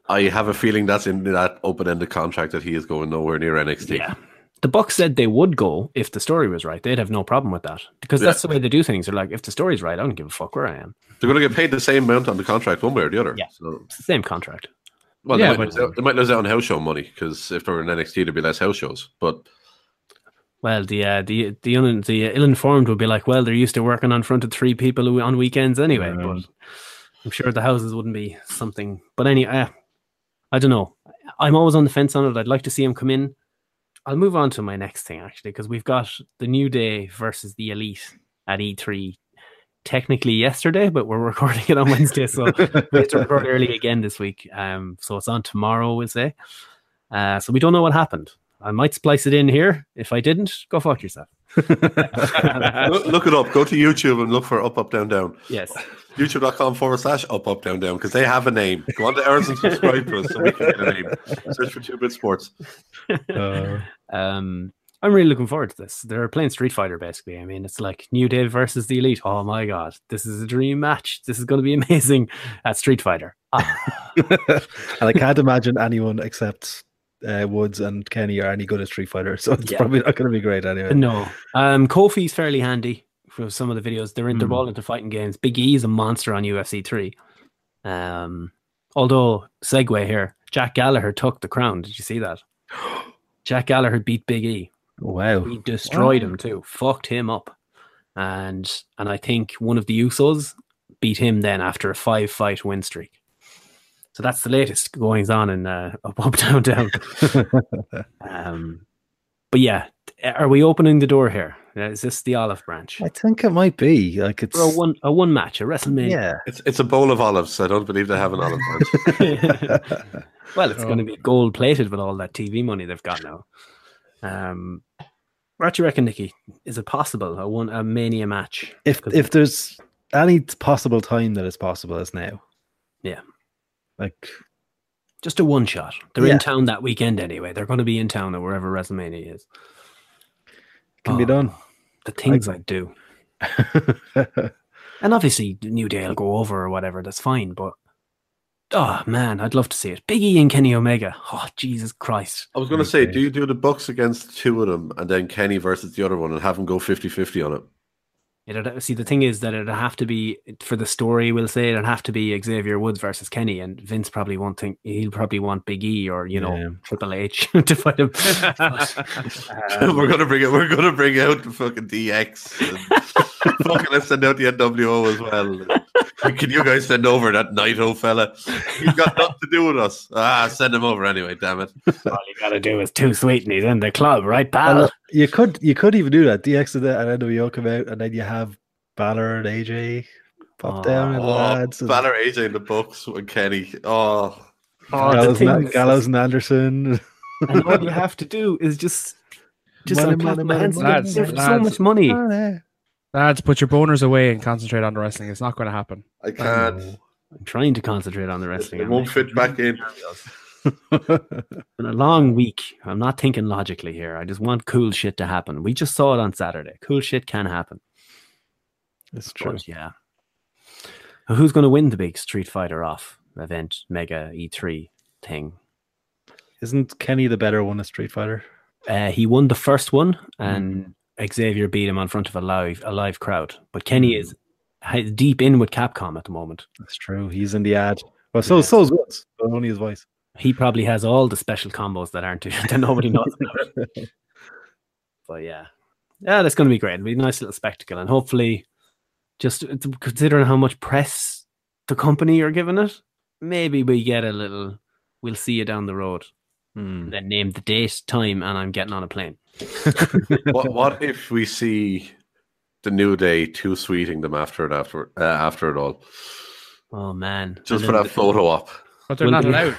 I have a feeling that's in that open-ended contract that he is going nowhere near NXT. Yeah. the Bucks said they would go if the story was right. They'd have no problem with that because Yeah. that's the way they do things. They're like, if the story's right, I don't give a fuck where I am. They're going to get paid the same amount on the contract, one way or the other. Yeah. So, It's the same contract. well, Yeah, they, might but- uh, lose out, they might lose out on house show money because if they were in NXT, there'd be less house shows. But Well, the uh, the the, un- the ill-informed would be like, well, they're used to working on front of three people who- on weekends anyway. But I'm sure the houses wouldn't be something. But anyway, uh, I don't know. I'm always on the fence on it. I'd like to see him come in. I'll move on to my next thing actually because we've got the New Day versus the Elite at E3. Technically yesterday, but we're recording it on Wednesday, so we have to record early again this week. Um, so it's on tomorrow, we'll say. Uh, so we don't know what happened. I might splice it in here. If I didn't, go fuck yourself. Uh, look, look it up. Go to YouTube and look for Up Up Down Down. Yes. YouTube.com forward slash Up Up Down Down because they have a name. Go on to ours and subscribe to us so we can get a name. Search for Two Bit Sports. um, I'm really looking forward to this. They're playing Street Fighter, basically. I mean, it's like New Day versus the Elite. Oh my god, this is a dream match. This is going to be amazing at Street Fighter. Ah. and I can't imagine anyone except uh, Woods and Kenny are any good at Street Fighter, so it's Yeah. probably not going to be great anyway. No, um, Kofi's fairly handy for some of the videos. They're in, they're Hmm. all into fighting games. Big E is a monster on UFC three. Um, although segue here, Jack Gallagher took the crown. Did you see that? Jack Gallagher beat Big E. Wow, He destroyed him too. Fucked him up. And and I think one of the Usos beat him then after a five fight win streak. So that's the latest goings on in uh, up up down down. um, but yeah, are we opening the door here? Uh, Is this the olive branch I think it might be like it's for a one a one match a WrestleMania? yeah. It's, it's a bowl of olives. I don't believe they have an olive branch. Well, it's Oh. going to be gold plated with all that TV money they've got now. Um, what do you reckon, Nikki? Is it possible a one a mania match? If if there's any possible time that it's possible, it's now. Yeah. Like Just a one shot. They're Yeah. in town that weekend anyway. They're going to be in town at wherever WrestleMania is. Oh, can be done. The things I, do. and obviously, New Day will go over or whatever. That's fine. But oh man, I'd love to see it. Big E and Kenny Omega. Oh Jesus Christ! I was going to say, do you do the Bucks against two of them and then Kenny versus the other one and have them go 50 50 on it? It'd uh, see the thing is that it'd have to be for the story. We'll say it'd have to be Xavier Woods versus Kenny, and Vince probably won't think he'll probably want Big E or you know Yeah. Triple H to fight him. we're gonna bring it. We're gonna bring out the fucking DX. and fucking let's send out the NWO as well. And Can you guys send over that Naito fella? He's got nothing to do with us. Ah, send him over anyway. Damn it. All you gotta do is too sweet, and he's in the club, right, pal? You could you could even do that. DX and then NWO come out, and then you have Balor and AJ pop down and Oh, lads. And Balor AJ in the books with Kenny. Oh, Gallows, and, Gallows and Anderson. and all you have to do is just just Money, I'm clapping my money, hands money, together. money. There's Lads, so lads. much money. Lads, put your boners away and concentrate on the wrestling. It's not going to happen. I can't. I'm trying to concentrate on the wrestling. It I'm won't fit back in. been a long week. I'm not thinking logically here. I just want cool shit to happen. We just saw it on Saturday. Cool shit can happen. It's true. yeah. Who's going to win the big Street Fighter off event, Mega E3 thing? Isn't Kenny the better one at Street Fighter? Hmm. Uh, he won the first one, and Xavier beat him on front of a live a live crowd. But Kenny is is deep in with Capcom at the moment. Hmm. That's true. He's in the ad. Well, so so's Woods, but only his voice. He probably has all the special combos that aren't that nobody knows about. but yeah, yeah, that's going to be great. It'll be a nice little spectacle, and hopefully, just it's- considering how much press the company are giving it, maybe we get a little. We'll see you down the road. Hmm. Then name the date, time, and I'm getting on a plane. what, what if we see the new day too sweeting them after it after uh, after it all? Oh man! Just for And that then the- photo op. But they're Will not they- allowed.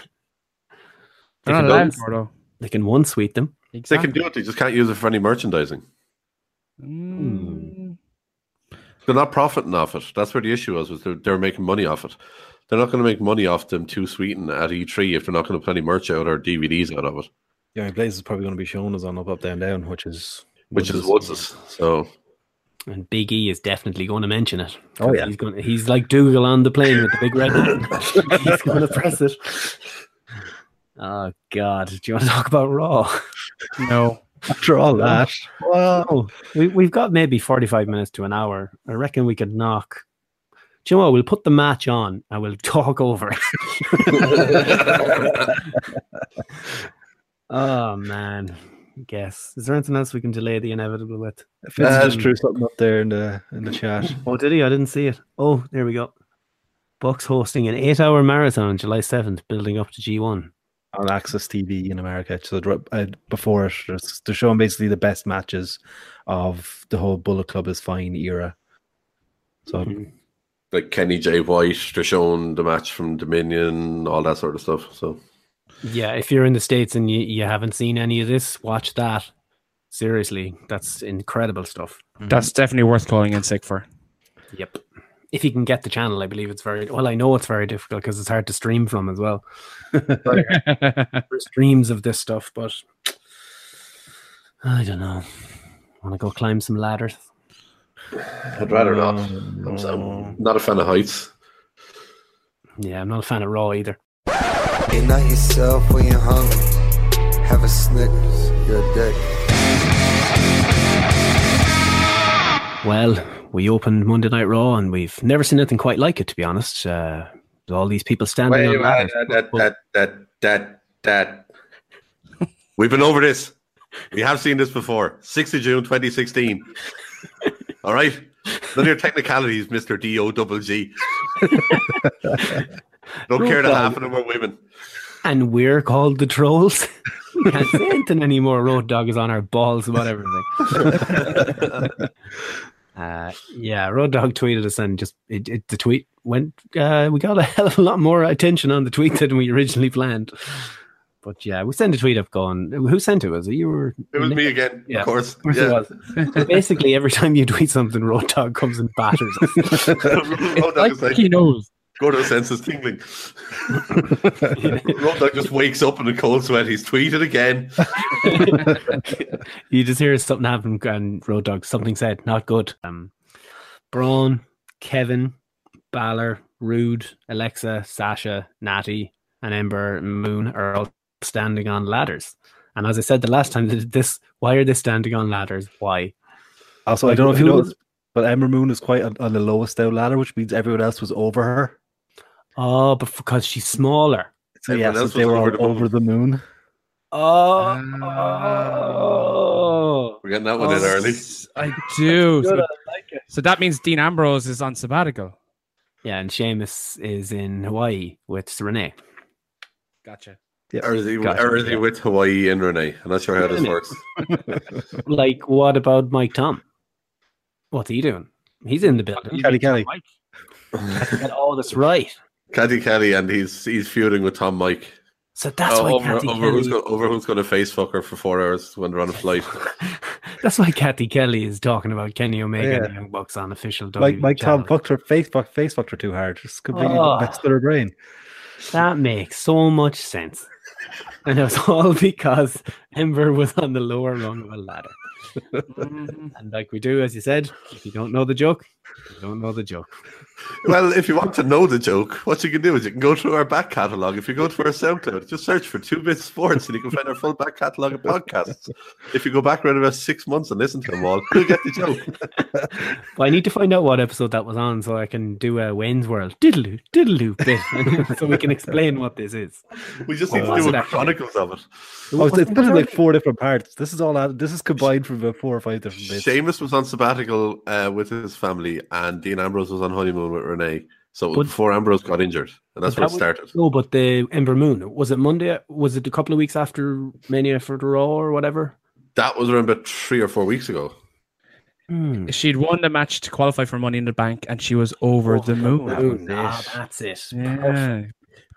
They They're can not do allowed, it. Gordo. They can one sweet them. They can do it. They just can't use it for any merchandising. They're not profiting off it. That's where the issue is. Was they're, they're making money off it. They're not going to make money off them too sweeten at E3 if they're not going to put any merch out or DVDs out of it, Yeah, Blaze is probably going to be shown as on Up Up Down Down, which is which is Woods. So And Big E is definitely going to mention it. Oh, yeah. he's going. He's like Dougal on the plane with the big red. button. he's going to press it. Oh God! Do you want to talk about Raw? No. After all that, Wow. We, we've got maybe 45 minutes to an hour. I reckon we could knock. Do you know what? We'll put the match on and we'll talk over it. oh, man. Guess. Is there anything else we can delay the inevitable with? Um, Vince just threw something up there in the in the chat. Oh, did he? I didn't see it. Oh, there we go. Bucks hosting an eight hour marathon July 7th, building up to G1. on Access TV in America. So they're up- uh, before it, they're s- they're showing basically the best matches of the whole Bullet Club is fine era. So like Kenny J White, they're showing the match from Dominion, all that sort of stuff. So Yeah, if you're in the States and you, you haven't seen any of this, watch that. Seriously, that's incredible stuff. That's definitely worth calling in sick for. Yep. If you can get the channel, I believe it's very well. I know it's very difficult because it's hard to stream from as well. There's streams of this stuff, but I don't know. Want to go climb some ladders? I'd rather not. I'm, I'm not a fan of heights. Yeah, I'm not a fan of Raw either. You're not yourself when you're hungry. Have a Snickers, you're a dick. Well, we opened Monday Night Raw, and we've never seen anything quite like it, to be honest. Uh, with all these people standing Wait, on ladders. that, that, that, that, that, that. We've been over this. We have seen this before. 6th of June 2016. All right. None of your technicalities, Mr. D O double G. Don't care that half of them are women. And we're called the trolls. we can't say anything anymore. Road Dog is on our balls about everything. uh, yeah, Road Dog tweeted us, and just it, it, the tweet went. Uh, we got a hell of a lot more attention on the tweet than we originally planned. But yeah, we sent a tweet up going, who sent it? Was it you were? It was me again, Yeah, of course. of course it Yeah. was. So basically, every time you tweet something, Road Dog comes and batters us. Road Dog is like, he knows. Go to senses tingling. Road Dog just wakes up in a cold sweat. He's tweeted again. you just hear something happen and Road Dog, something said, not good. Um, Braun, Kevin, Balor, Rude, Alexa, Sasha, Natty, and Ember Moon are all standing on ladders. And as I said the last time, th- this why are they standing on ladders? Why? also I don't know if you Who know was- But Ember Moon was quite on, on the lowest down ladder, which means everyone else was over her. Oh, but because she's smaller. So yeah, since they were all over, the moon. Oh, We're getting that one in early. I do. Good, so, I so that means Dean Ambrose is on sabbatical. Yeah, and Seamus is in Hawaii with Renee. Gotcha. Or is he, Gotcha, or is he yeah. with Hawaii and Renee? I'm not sure how this Really? works. like, what about Mike Tom? What's he doing? He's in the building. Kelly Kelly. Get all this right. Caddy Kelly, and he's he's feuding with Tom Mike. So that's why Oh, over, Cathy over who's Kelly- going over who's going to face fuck her for four hours when they're on a flight. That's why Kathy Kelly is talking about Kenny Omega Yeah. and Young Bucks on official WWE. Like Mike channel. Tom fucked her face fucked, face fucked her too hard. Just completely Oh. messed with her brain. That makes so much sense. And it was all because Ember was on the lower rung of a ladder. and like we do, as you said, if you don't know the joke, you don't know the joke. well, if you want to know the joke, what you can do is you can go through our back catalogue. If you go to our SoundCloud, just search for Two Bit Sports, and you can find our full back catalogue of podcasts. If you go back around about six months and listen to them all, you'll get the joke. But I need to find out what episode that was on so I can do a Wayne's World diddle diddle bit so we can explain what this is. We just What need to was do it a actually? chronicles of it. Oh, it's, was it's been in like four different parts. This is all added. This is combined from about four or five different bits. Seamus was on sabbatical uh, with his family, and Dean Ambrose was on honeymoon with Renee. So it was But- before Ambrose got injured, and that's where it That was- started. No, but the Ember Moon was it Monday? Was it a couple of weeks after Mania for the Raw or whatever? That was around about three or four weeks ago. Hmm. She'd won the match to qualify for Money in the Bank, and she was over the moon. Moon. Ah, that's it. Yeah.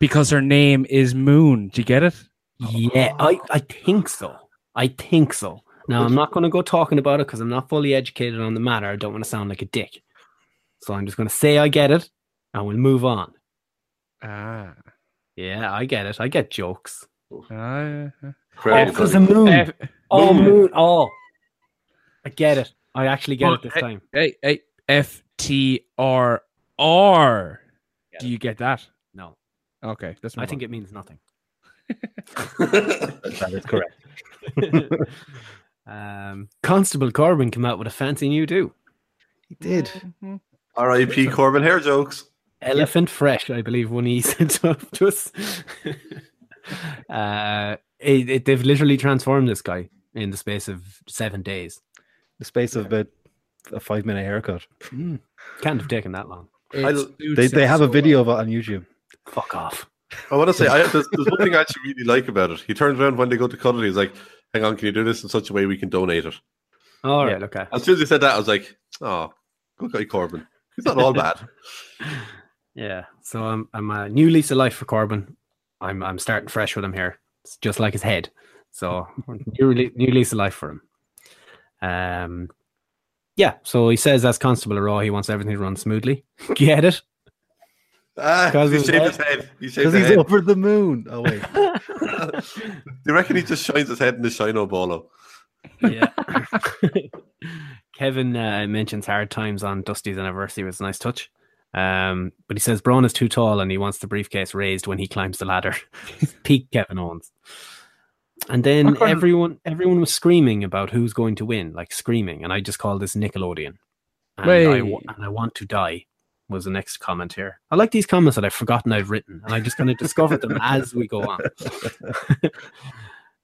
Because her name is Moon. Do you get it? Yeah, I, I think so. I think so. Now I'm not going to go talking about it because I'm not fully educated on the matter. I don't want to sound like a dick, so I'm just going to say I get it, and we'll move on. Ah. Yeah, I get it. I get jokes. Ah, yeah. Oh, because the moon. oh, moon. Oh, I get it. I actually get it this time. Hey, hey, F T R R. Do you get that? No. Okay, that's I think it means nothing. That is correct. um, Constable Corbin came out with a fancy new do. He did. R.I.P. Corbin hair jokes. Elephant Fresh, I believe, when he sent up to us. uh, it, it, they've literally transformed this guy in the space of seven days. The space of about a five minute haircut. Mm, can't have taken that long. I l- They, they have a video of it on YouTube. Fuck off. I want to say I, there's, there's one thing I actually really like about it. He turns around when they go to cut it. He's like, "Hang on, can you do this in such a way we can donate it?" All right, okay. As soon as he said that, I was like, "Oh, good guy Corbin. He's not all bad." Yeah. So I'm I'm a new lease of life for Corbin. I'm I'm starting fresh with him here. It's just like his head. So new rele- new lease of life for him. Um yeah, so he says as Constable of Raw, he wants everything to run smoothly. Get it? Ah, Because he of shaved that? his head. He shaved Because his he's head. over the moon. Oh wait. Do you reckon he just shines his head in the shino bolo? Yeah. Kevin uh, mentions hard times on Dusty's anniversary was a nice touch. Um, but he says Braun is too tall and he wants the briefcase raised when he climbs the ladder. Peak Kevin Owens. And then everyone everyone was screaming about who's going to win, like screaming. And I just call this Nickelodeon. And I, wa- Wait. and I want to die was the next comment here. I like these comments that I've forgotten I've written, and I just kind of discovered them as we go on.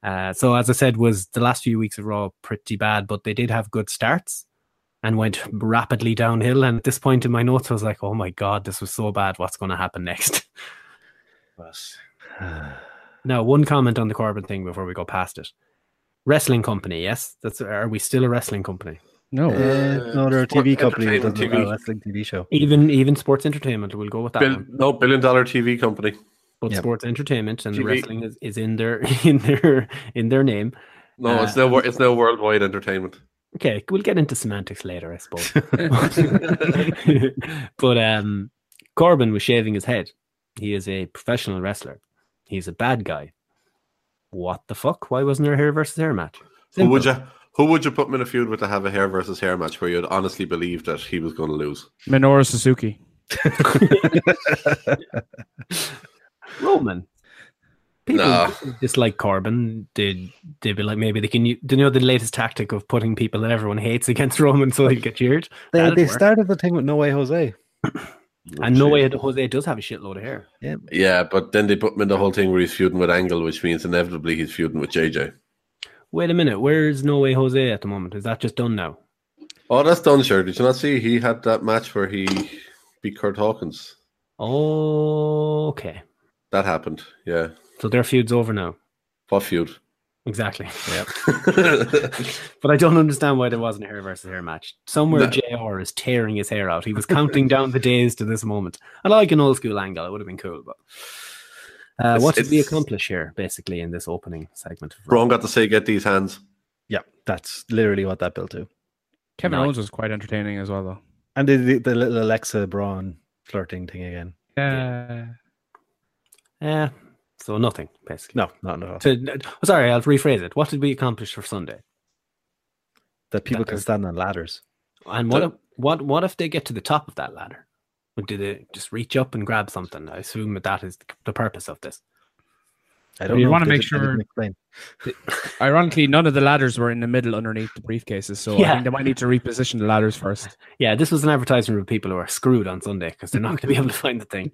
Uh, so as I said, was the last few weeks of Raw pretty bad, but they did have good starts and went rapidly downhill. And at this point in my notes, I was like, "Oh my god, this was so bad. What's going to happen next?" now, one comment on the Corbin thing before we go past it: wrestling company. Yes, that's. Are we still a wrestling company? No. Uh, no, they're a Sport TV company that entertainment doesn't TV. have a wrestling TV show. Even even sports entertainment. We'll go with that Bill, one. no billion dollar TV company. But sports entertainment and the TV. wrestling is, is in their in their in their name. No, Uh, Ah. it's no wor- it's no worldwide entertainment. Okay, we'll get into semantics later, I suppose. but um, Corbin was shaving his head. He is a professional wrestler. He's a bad guy. What the fuck? Why wasn't there a hair versus hair match? Who would Simple. you? Who would you put him in a feud with to have a hair versus hair match where you'd honestly believe that he was going to lose? Minoru Suzuki. Roman. people Nah. dislike Corbyn. They they'd be like maybe they can u- they know the latest tactic of putting people that everyone hates against Roman so they'll get cheered. They, That'd they work. started the thing with No Way Jose. and no way Jose does have a shitload of hair. Yeah. Yeah, but then they put him in the whole thing where he's feuding with Angle, which means inevitably he's feuding with JJ. Wait a minute, where's No Way Jose at the moment? Is that just done now? Oh, that's done, sure. Did you not see he had that match where he beat Kurt Hawkins? Okay. That happened, yeah. So their feud's over now. What feud? Exactly. Yeah. but I don't understand why there wasn't a hair versus hair match. Somewhere No. JR is tearing his hair out. He was counting down the days to this moment. I like an old school angle. It would have been cool, but uh, It's- what did we it's- accomplish here, basically, in this opening segment? Braun got to say, get these hands. Yeah, that's literally what that built to. Kevin Nice. Owens was quite entertaining as well, though. And the, the, the little Alexa Braun flirting thing again. Yeah. Yeah. Eh, So nothing, basically. No, not at all. To, sorry, I'll rephrase it. What did we accomplish for Sunday? That people can stand on ladders. And what if, what what if they get to the top of that ladder? Or Do they just reach up and grab something? I assume that that is the purpose of this. I you want to make sure. Ironically, none of the ladders were in the middle underneath the briefcases, so I Yeah. think they might need to reposition the ladders first. Yeah, this was an advertisement for people who are screwed on Sunday because they're not going to be able to find the thing.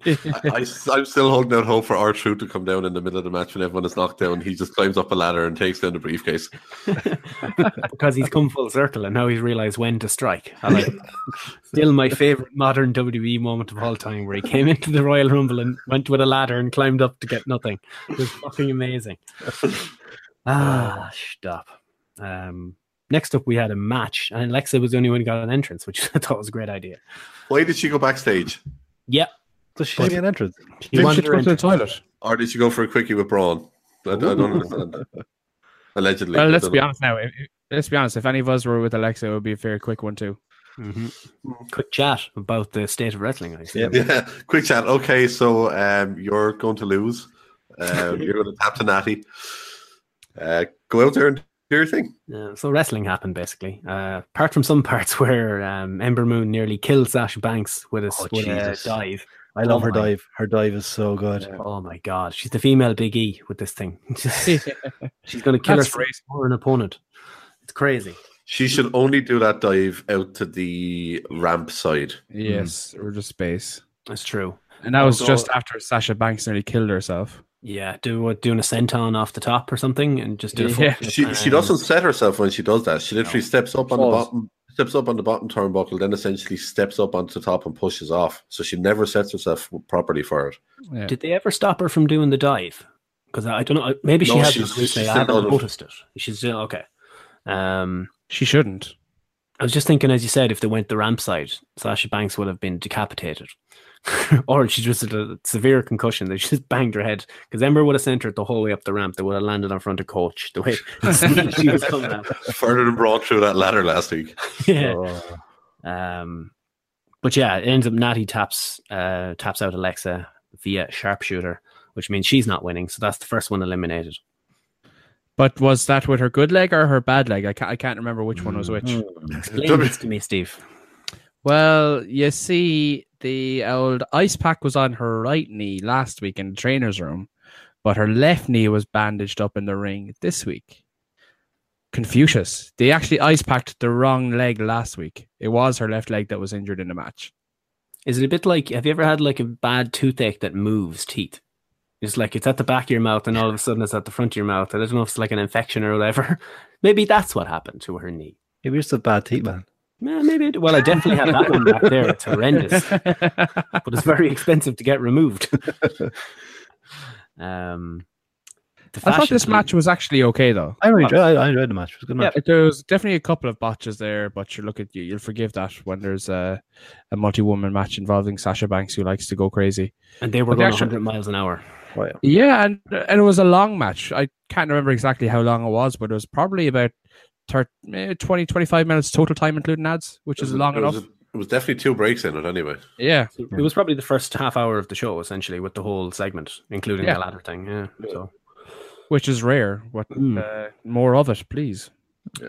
I, am still holding out hope for R Truth to come down in the middle of the match when everyone is knocked down. He just climbs up a ladder and takes down the briefcase. because he's come full circle and now he's realized when to strike. I like, still my favorite modern WWE moment of all time where he came into the Royal Rumble and went with a ladder and climbed up to get nothing. It was fucking amazing. Ah, stop. Um, next up, we had a match, and Alexa was the only one who got an entrance, which I thought was a great idea. Why did she go backstage? Yep. So she gave me an entrance. He wanted her entrance. toilet. Or did she go for a quickie with Braun? I, I don't Ooh. understand. Allegedly. Well, I let's don't be know. honest now. If, if- let's be honest. If any of us were with Alexa, it would be a very quick one too. mm-hmm. Quick chat about the state of wrestling. I assume. Yeah, quick chat. Okay, so um, you're going to lose. Um, you're going to tap to Natty. Uh, go out there and do your thing. Uh, so wrestling happened basically. Uh, apart from some parts where um, Ember Moon nearly killed Sasha Banks with a, Oh, with a Jesus. dive. I love Oh her my- dive. Her dive is so good. Oh my god, she's the female Big E with this thing. she's going to kill That's her or an opponent. It's crazy. She should only do that dive out to the ramp side. Yes, or just space. That's true. And that was Although- just after Sasha Banks nearly killed herself. Yeah, do what doing a senton off the top or something, and just do. Yeah. A She she doesn't set herself when she does that. She literally steps up on the Falls. bottom, steps up on the bottom turnbuckle, then essentially steps up onto the top and pushes off. So she never sets herself properly for it. Um, Did they ever stop her from doing the dive? Because I I don't know. Maybe she No, has. she's- done it recently, she's I still haven't done it. noticed it. She's still okay. Um, she shouldn't. I was just thinking, as you said, if they went the ramp side, Sasha Banks would have been decapitated, or she just had a severe concussion. They just banged her head because Ember would have sent her the whole way up the ramp. They would have landed in front of Coach the way she was coming out. Further than brought through that ladder last week. Oh. Yeah. Um, but yeah, it ends up Natty taps uh, taps out Alexa via sharpshooter, which means she's not winning. So that's the first one eliminated. But was that with her good leg or her bad leg? I can't, I can't remember which one was which. Explain this to me, Steve. Well, you see, the old ice pack was on her right knee last week in the trainer's room, but her left knee was bandaged up in the ring this week. Confucius. They actually ice packed the wrong leg last week. It was her left leg that was injured in the match. Is it a bit like have you ever had like a bad toothache that moves teeth? It's like it's at the back of your mouth and all of a sudden it's at the front of your mouth. I don't know if it's like an infection or whatever. Maybe that's what happened to her knee. Maybe you're just a bad teeth man. Yeah, maybe. It, well, I definitely have that one back there. It's horrendous, but it's very expensive to get removed. Um, I the thought fashion this police- match was actually okay, though. I really enjoyed, I, I enjoyed the match. It was a good match. Yeah, there was definitely a couple of botches there, but you look at you, you'll forgive that when there's a, a multi-woman match involving Sasha Banks who likes to go crazy. and they But were the going actual- 100 miles an hour. Yeah, and and it was a long match. I can't remember exactly how long it was, but it was probably about 30, eh, 20, 25 minutes total time, including ads, which is It was- long it was- enough. it was definitely two breaks in it anyway. Yeah, it was probably the first half hour of the show essentially, with the whole segment, including Yeah. the ladder thing. Yeah, so Hmm. Which is rare. What uh, more of it, please? Uh,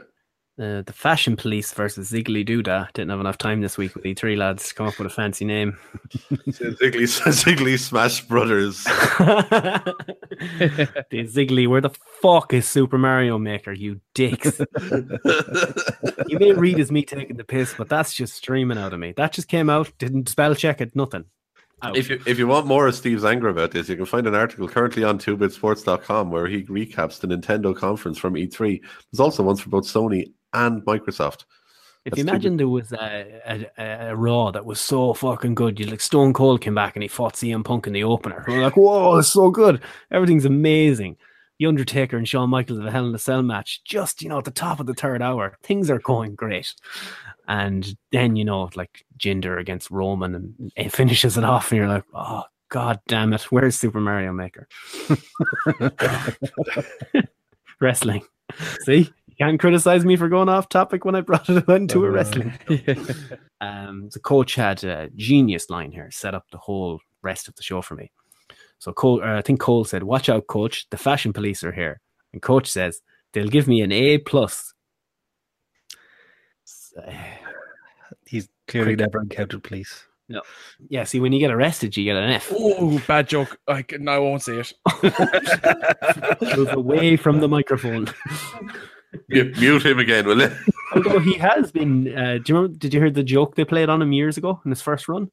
the Fashion Police versus Ziggly Doodah. Didn't have enough time this week with the three lads. to Come up with a fancy name. Ziggly, Ziggly Smash Brothers. the Ziggly, where the fuck is Super Mario Maker, you dicks? you may read as me taking the piss, but that's just streaming out of me. That just came out, didn't spell check it, nothing. Out. If you if you want more of Steve's anger about this, you can find an article currently on 2bitsports.com where he recaps the Nintendo conference from E3. There's also ones for both Sony and Microsoft. If That's you 2bit. imagine there was a, a, a, a Raw that was so fucking good, you like Stone Cold came back and he fought CM Punk in the opener. We We're like, whoa, it's so good. Everything's amazing. The Undertaker and Shawn Michaels at a Hell in a Cell match, just, you know, at the top of the third hour, things are going great. And then, you know, like Jinder against Roman and it finishes it off, and you're like, oh, god damn it, where's Super Mario Maker? Wrestling. See? You can't criticize me for going off topic when I brought it Oh, into a wrestling. um, the coach had a genius line here, set up the whole rest of the show for me. So Cole, uh, I think Cole said, "Watch out, coach! The fashion police are here." And coach says, "They'll give me an A plus." He's clearly never encountered police. No. Yeah. See, when you get arrested, you get an F. Oh, bad joke. I can, no, I won't say it. Move away from the microphone. Mute mute him again, will you? Although he has been, uh, do you remember? Did you hear the joke they played on him years ago in his first run?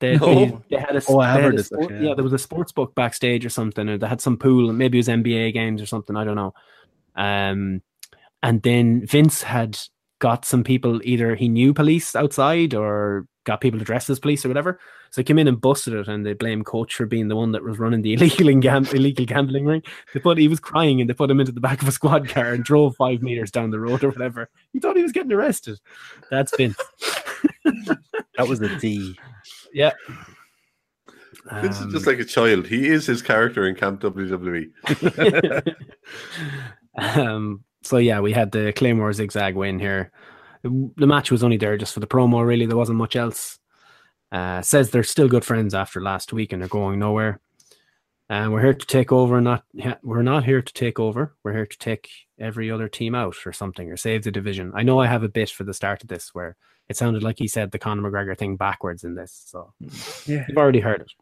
They, No. they, they had a, Oh, I have they had heard a this sport- actually, yeah. yeah. there was a sports book backstage or something, or they had some pool, and maybe it was NBA games or something. I don't know. Um, and then Vince had got some people either he knew police outside or got people to dress as police or whatever. So they came in and busted it, and they blamed coach for being the one that was running the illegal and gam- illegal gambling ring. They put he was crying, and they put him into the back of a squad car and drove five meters down the road or whatever. He thought he was getting arrested. That's Vince. That was a D. Yeah. Um, Vince is just like a child. He is his character in Camp E. WWE. Um, so yeah, we had the Claymore zigzag win here. The the match was only there just for the promo, really. There wasn't much else. Uh, says they're still good friends after last week and they're going nowhere. And we're here to take over, not ha- we're not here to take over. We're here to take every other team out or something or save the division. I know I have a bit for the start of this where it sounded like he said the Conor McGregor thing backwards in this. So Yeah. You've already heard it.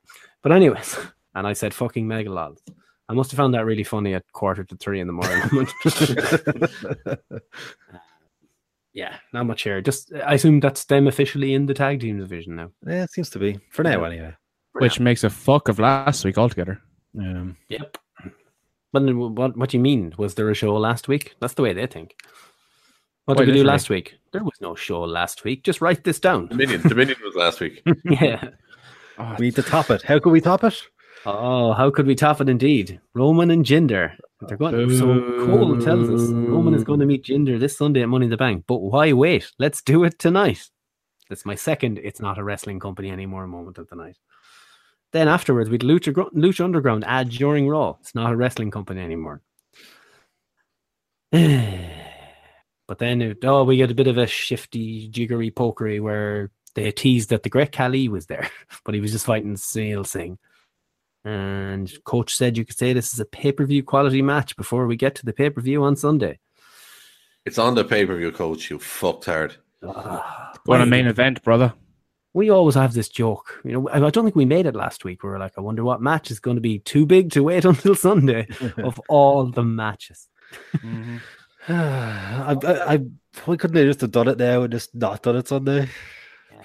But anyways, and I said fucking mega lol. I must have found that really funny at quarter to three in the morning. yeah, not much here. Just I assume that's them officially in the tag team division now. Yeah, it seems to be for now, anyway. Which makes a fuck of last week altogether. Yeah. Yep. But then what what do you mean? Was there a show last week? That's the way they think. What Quite did we do literally. last week? There was no show last week. Just write this down. Dominion. Dominion was last week. yeah. we need to top it. How could we top it? Oh, how could we top it indeed? Roman and Jinder. They're going so Cole tells us Roman is going to meet Jinder this Sunday at Money in the Bank. But why wait? Let's do it tonight. That's my second it's not a wrestling company anymore moment of the night. Then afterwards we'd Lucha, Gro- Lucha Underground ad during Raw. It's not a wrestling company anymore. But then, it- oh, we get a bit of a shifty, jiggery pokery where they teased that the great Kali was there, but he was just fighting Snail Singh. And coach said you could say this is a pay per view quality match before we get to the pay per view on Sunday. It's on the pay per view, coach. You fucked hard. Ah. What a main event, brother. We always have this joke, you know. I I don't think we made it last week. We were like, I wonder what match is going to be too big to wait until Sunday of all the matches. I, I, I Mm-hmm. why couldn't they just have done it now and just not done it Sunday?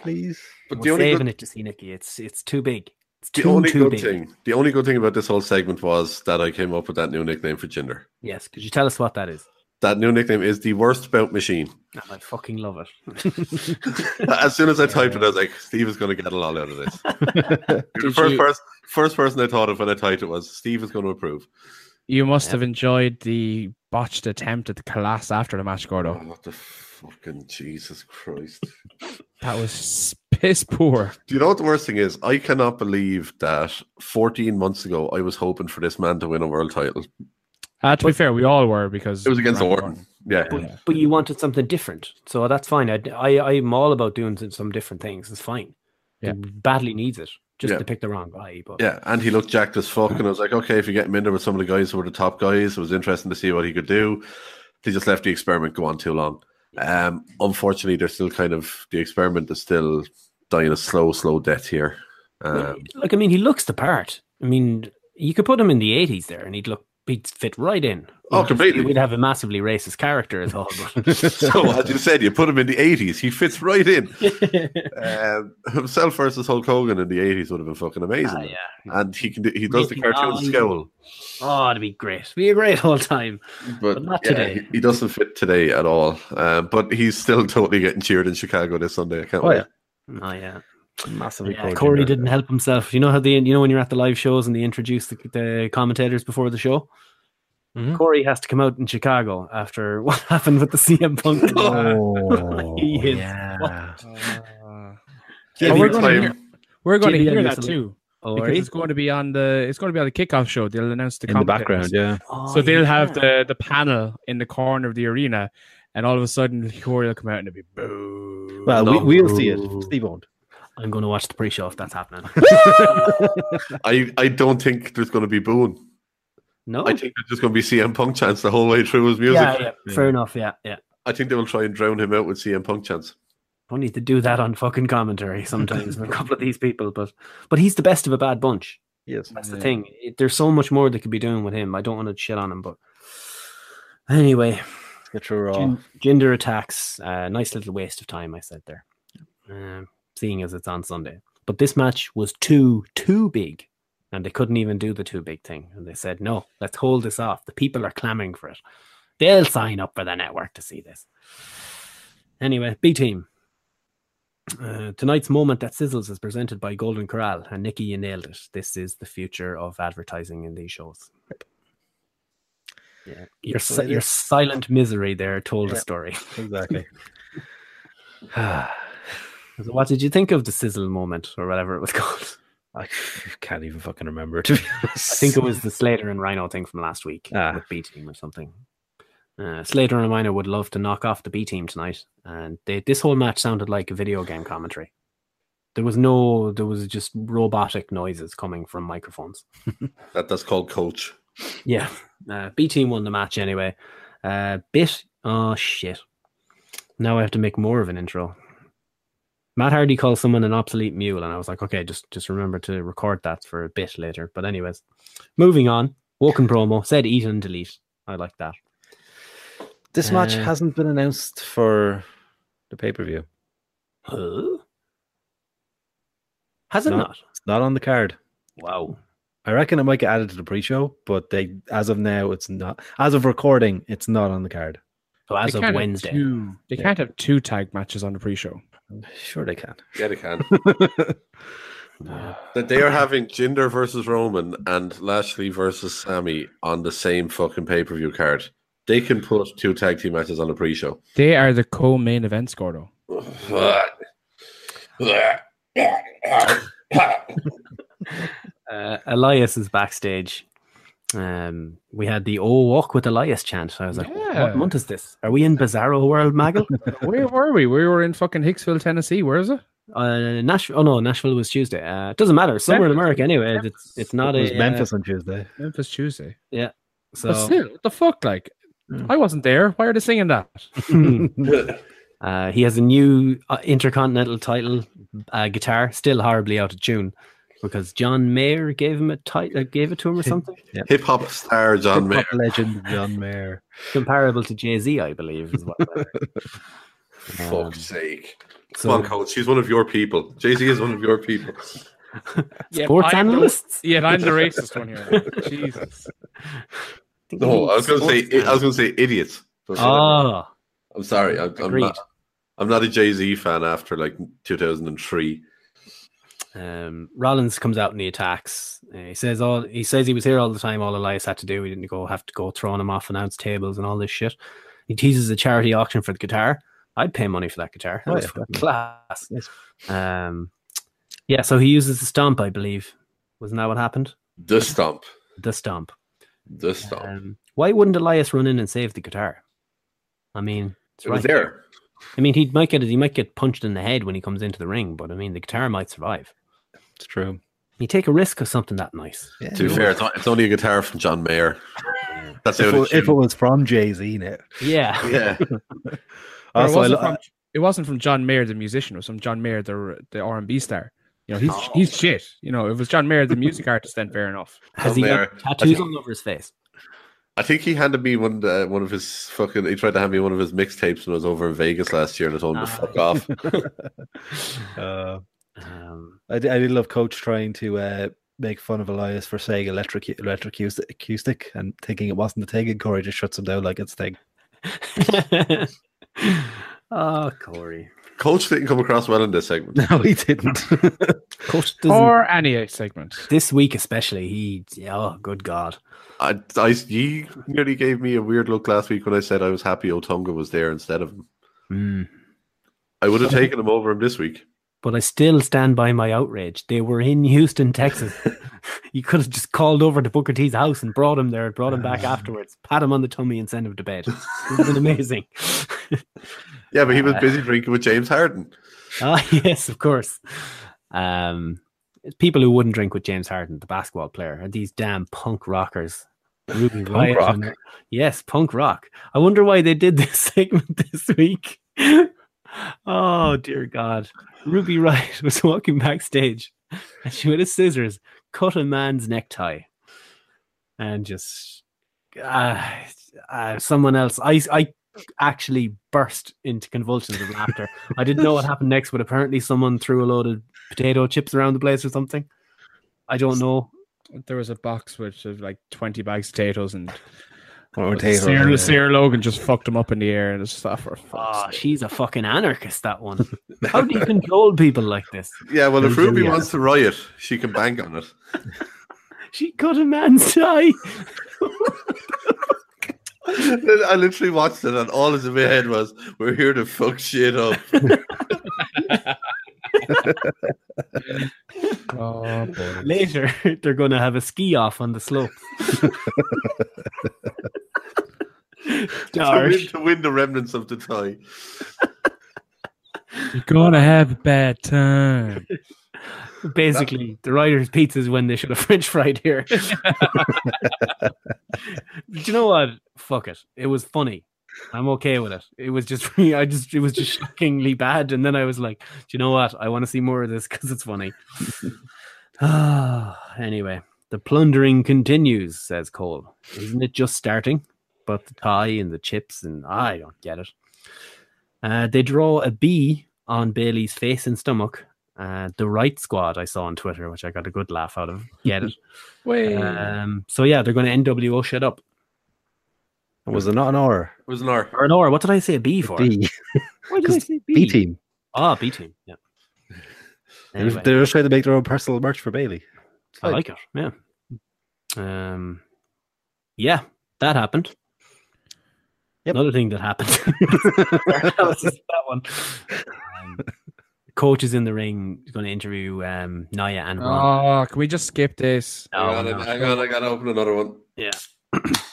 Please. But We're saving it to see Nikki. It's it's too big. It's The too only too good big. thing, the only good thing about this whole segment was that I came up with that new nickname for Jinder. Yes. Could you tell us what that is? That new nickname is the worst bout machine. Oh, I fucking love it. As soon as I typed it, I was like, "Steve is going to get a lot out of this." the Did first you- person, first person I thought of when I typed it was Steve is going to approve. You must have enjoyed the botched attempt at the collapse after the match, Gordo. Oh, What the fucking Jesus Christ! That was piss poor. Do you know what the worst thing is? I cannot believe that 14 months ago I was hoping for this man to win a world title. Uh, to be fair, we all were because It was against Randy Orton. Yeah. But, but you wanted something different, so that's fine. I, I am all about doing some- some different things. It's fine. Yeah. It badly needs it just Yeah. to pick the wrong guy. But Yeah, and he looked jacked as fuck, and I was like, okay, if you get him in there with some of the guys who were the top guys, it was interesting to see what he could do. They just left the experiment go on too long. Um, unfortunately, they're still kind of the experiment is still dying a slow, slow death here. Um, Like, I mean, he looks the part. I mean, you could put him in the 80s there and he'd look, he'd fit right in. Oh, completely. We'd have a massively racist character as all. so, as you said, you put him in the 80s, he fits right in. um, himself versus Hulk Hogan in the 80s would have been fucking amazing. Ah, And he can do, he does the Really? cartoon Um, scowl. Oh, it'd be great. It'd be a great whole time. But, not yeah, today. He, he doesn't fit today at all. Um, but he's still totally getting cheered in Chicago this Sunday. I can't Oh, wait. yeah. Hmm. Oh yeah. Massively Yeah, Corey didn't help himself. You know how they, you know when you're at the live shows and they introduce the, the commentators before the show. Mm-hmm. Corey has to come out in Chicago after what happened with the CM Punk. he is fucked. Oh, we're going to hear, we're gonna JBL hear is that a- too. Oh, are because you? it's going to be on the it's going to be on the kickoff show. They'll announce the In the commentators. background, yeah. Oh, so they'll have yeah. the the panel in the corner of the arena, and all of a sudden Corey will come out and it'll be boo. Well, No. we, we'll see it. Steve won't. I'm going to watch the pre-show if that's happening. I, I don't think there's going to be booing. No, I think there's just going to be CM Punk chants the whole way through his music. Oh. yeah, yeah, fair enough. Yeah, yeah. I think they will try and drown him out with CM Punk chants. I need to do that on fucking commentary sometimes with a couple of these people, but but he's the best of a bad bunch. Yes, that's the thing. It- there's so much more they could be doing with him. I don't want to shit on him, but anyway, get your raw. gender attacks. Uh, nice little waste of time, I said there. Um, seeing as it's on Sunday, but this match was too too big, and they couldn't even do the too big thing. And they said, no, let's hold this off. The people are clamoring for it. They'll sign up for the network to see this. Anyway, B team. Uh, tonight's moment that sizzles is presented by Golden Corral, and Nikki, you nailed it. This is the future of advertising in these shows. Yeah, your si- your silent misery there told a Yeah, story. Exactly. So what did you think of the sizzle moment or whatever it was called? I can't even fucking remember to be honest. Ah. I think it was the Slater and Rhino thing from last week with B Team or something. Uh, Slater and Rhino would love to knock off the B Team tonight, and they, this whole match sounded like a video game commentary. There was no, there was just robotic noises coming from microphones. That, that's called coach. Yeah, uh, B Team won the match anyway. Uh, bit, oh shit! Now I have to make more of an intro. Matt Hardy called someone an obsolete mule, and I was like, okay, just just remember to record that for a bit later. But anyways, moving on. Woken promo said eat and delete. I like that. This match Uh, hasn't been announced for the pay per view. Huh? Has it not? It's not on the card. Wow. I reckon it might get added to the pre-show, but they, as of now, it's not. As of recording, it's not on the card. So They can't have two- they Yeah. can't have two tag matches on the pre-show. Sure, they can. Yeah, they can. that they are having Jinder versus Roman and Lashley versus Sammy on the same fucking pay per view card. They can put two tag team matches on the pre show. They are the co-main event score though. Uh, Elias is backstage. Um, we had the "Oh Walk with Elias" chant. I was like, Yeah. "What month is this? Are we in Bizarro World, Maggle?" Where were we? We were in fucking Hicksville, Tennessee. Where is it? uh, Nashville. Oh no, Nashville was Tuesday. Uh, it doesn't matter. Somewhere in America, anyway. It's it's not it was a Memphis Uh, on Tuesday. Memphis Tuesday. yeah. But So still, what the fuck? Like, I wasn't there. Why are they singing that? Mm-hmm. uh, he has a new uh, intercontinental title uh, guitar, still horribly out of tune because John Mayer gave him a title, uh, gave it to him or something. Hip hop star John Mayer. Hip-hop legend John Mayer. Comparable to Jay Z, I Um, believe. Is what Fuck's sake. so- Come on, coach. She's one of your people. Jay Z is one of your people. Yeah, Sports I'm the- analysts. yeah, I'm the racist one here. Jesus. No, I was going to say I was going to say idiots. But- Oh, I'm sorry. I'm, I'm Agreed. not. I'm not a Jay Z fan after like 2003. Um, Rollins comes out and he attacks. Uh, He says all he says he was here all the time. All Elias had to do, he didn't go have to go throwing him off announce tables and all this shit. He teases a charity auction for the guitar. I'd pay money for that guitar. That Oh, was yeah, fucking definitely. class. Um, yeah. So he uses the stomp, I believe. Wasn't that what happened? The stomp. The stomp. Um, The stomp. Why wouldn't Elias run in and save the guitar? I mean, it's it right was there. I mean, he might get he might get punched in the head when he comes into the ring, but I mean, the guitar might survive. It's true. You take a risk of something that nice. To be fair, it's, not, it's only a guitar from John Mayer. That's If how it, if it was from Jay Z, now Yeah. Yeah. But Also, I it, wasn't lo- from, it wasn't from John Mayer, the musician. It was from John Mayer, the the R and B star. You know, he's he's shit. You know, if it was John Mayer, the music artist, then fair enough. Has he got Mayer. tattoos on over his face? I think he handed me one uh, one of his fucking. He tried to hand me one of his mixtapes when I was over in Vegas last year, and I told Ah. him to fuck off. Uh, Um, I, did, I did love Coach trying to uh, make fun of Elias for saying electric electric acous- acoustic and thinking it wasn't the thing, and Corey just shuts him down like it's a thing. Oh, Corey. Coach didn't come across well in this segment. No, he didn't. Coach Or any segment. This week, especially, he. Oh, good God. I, I, you nearly gave me a weird look last week when I said I was happy Otunga was there instead of him. Hmm. I would have taken him over him this week. But I still stand by my outrage. They were in Houston, Texas. you could have just called over to Booker T's house and brought him there, brought him back afterwards, pat him on the tummy, and send him to bed. It would have been amazing. Yeah, but he was Uh, busy drinking with James Harden. Ah, yes, of course. Um, it's people who wouldn't drink with James Harden, the basketball player, are these damn punk rockers. Ruben Punk Riot rock? and- yes, punk rock. I wonder why they did this segment this week. oh dear God! Ruby Riot was walking backstage, and she with a scissors cut a man's necktie, and just ah, ah, someone else. I I actually burst into convulsions of laughter. I didn't know what happened next, but apparently someone threw a load of potato chips around the place or something. I don't know. There was a box with of like twenty bags of potatoes and. Or Sarah, Sarah Logan just fucked him up in the air and it's just for Oh, Ah. she's a fucking anarchist, that one. How do you control people like this? Yeah, well, if Ruby Yeah. wants to riot, she can bank on it. She cut a man's eye. I literally watched it, and all that's in my head was, "We're here to fuck shit up." Oh, Later, they're going to have a ski off on the slope. to, win, Darsh. to win the remnants of the tie. You're gonna have a bad time. Basically, the writer's pizza is when they should have French fried here. Do you know what? Fuck it. It was funny. I'm okay with it. It was just, I just, it was just shockingly bad. And then I was like, do you know what? I want to see more of this because it's funny. Ah, anyway, the plundering continues, says Cole. Isn't it just starting? But the tie and the chips, and I don't get it. Uh, they draw a B on Bailey's face and stomach. Uh, the right squad I saw on Twitter, which I got a good laugh out of. Get it? Way. um, so yeah, they're going to NWO shit up. Was it not an hour? It was an R. Or an R. What did I say? A B for? B. Why did I say B? B team. Ah, B team. Yeah. They were- Anyway. They were trying to make their own personal merch for Bailey. I like it. Yeah. Um, yeah, that happened. Another thing that happened. that was just that one. Um, coach is in the ring, going to interview um, Naya and Ron. Oh, Oh, can we just skip this? No, hang, on, no. hang on, I gotta open another one. Yeah.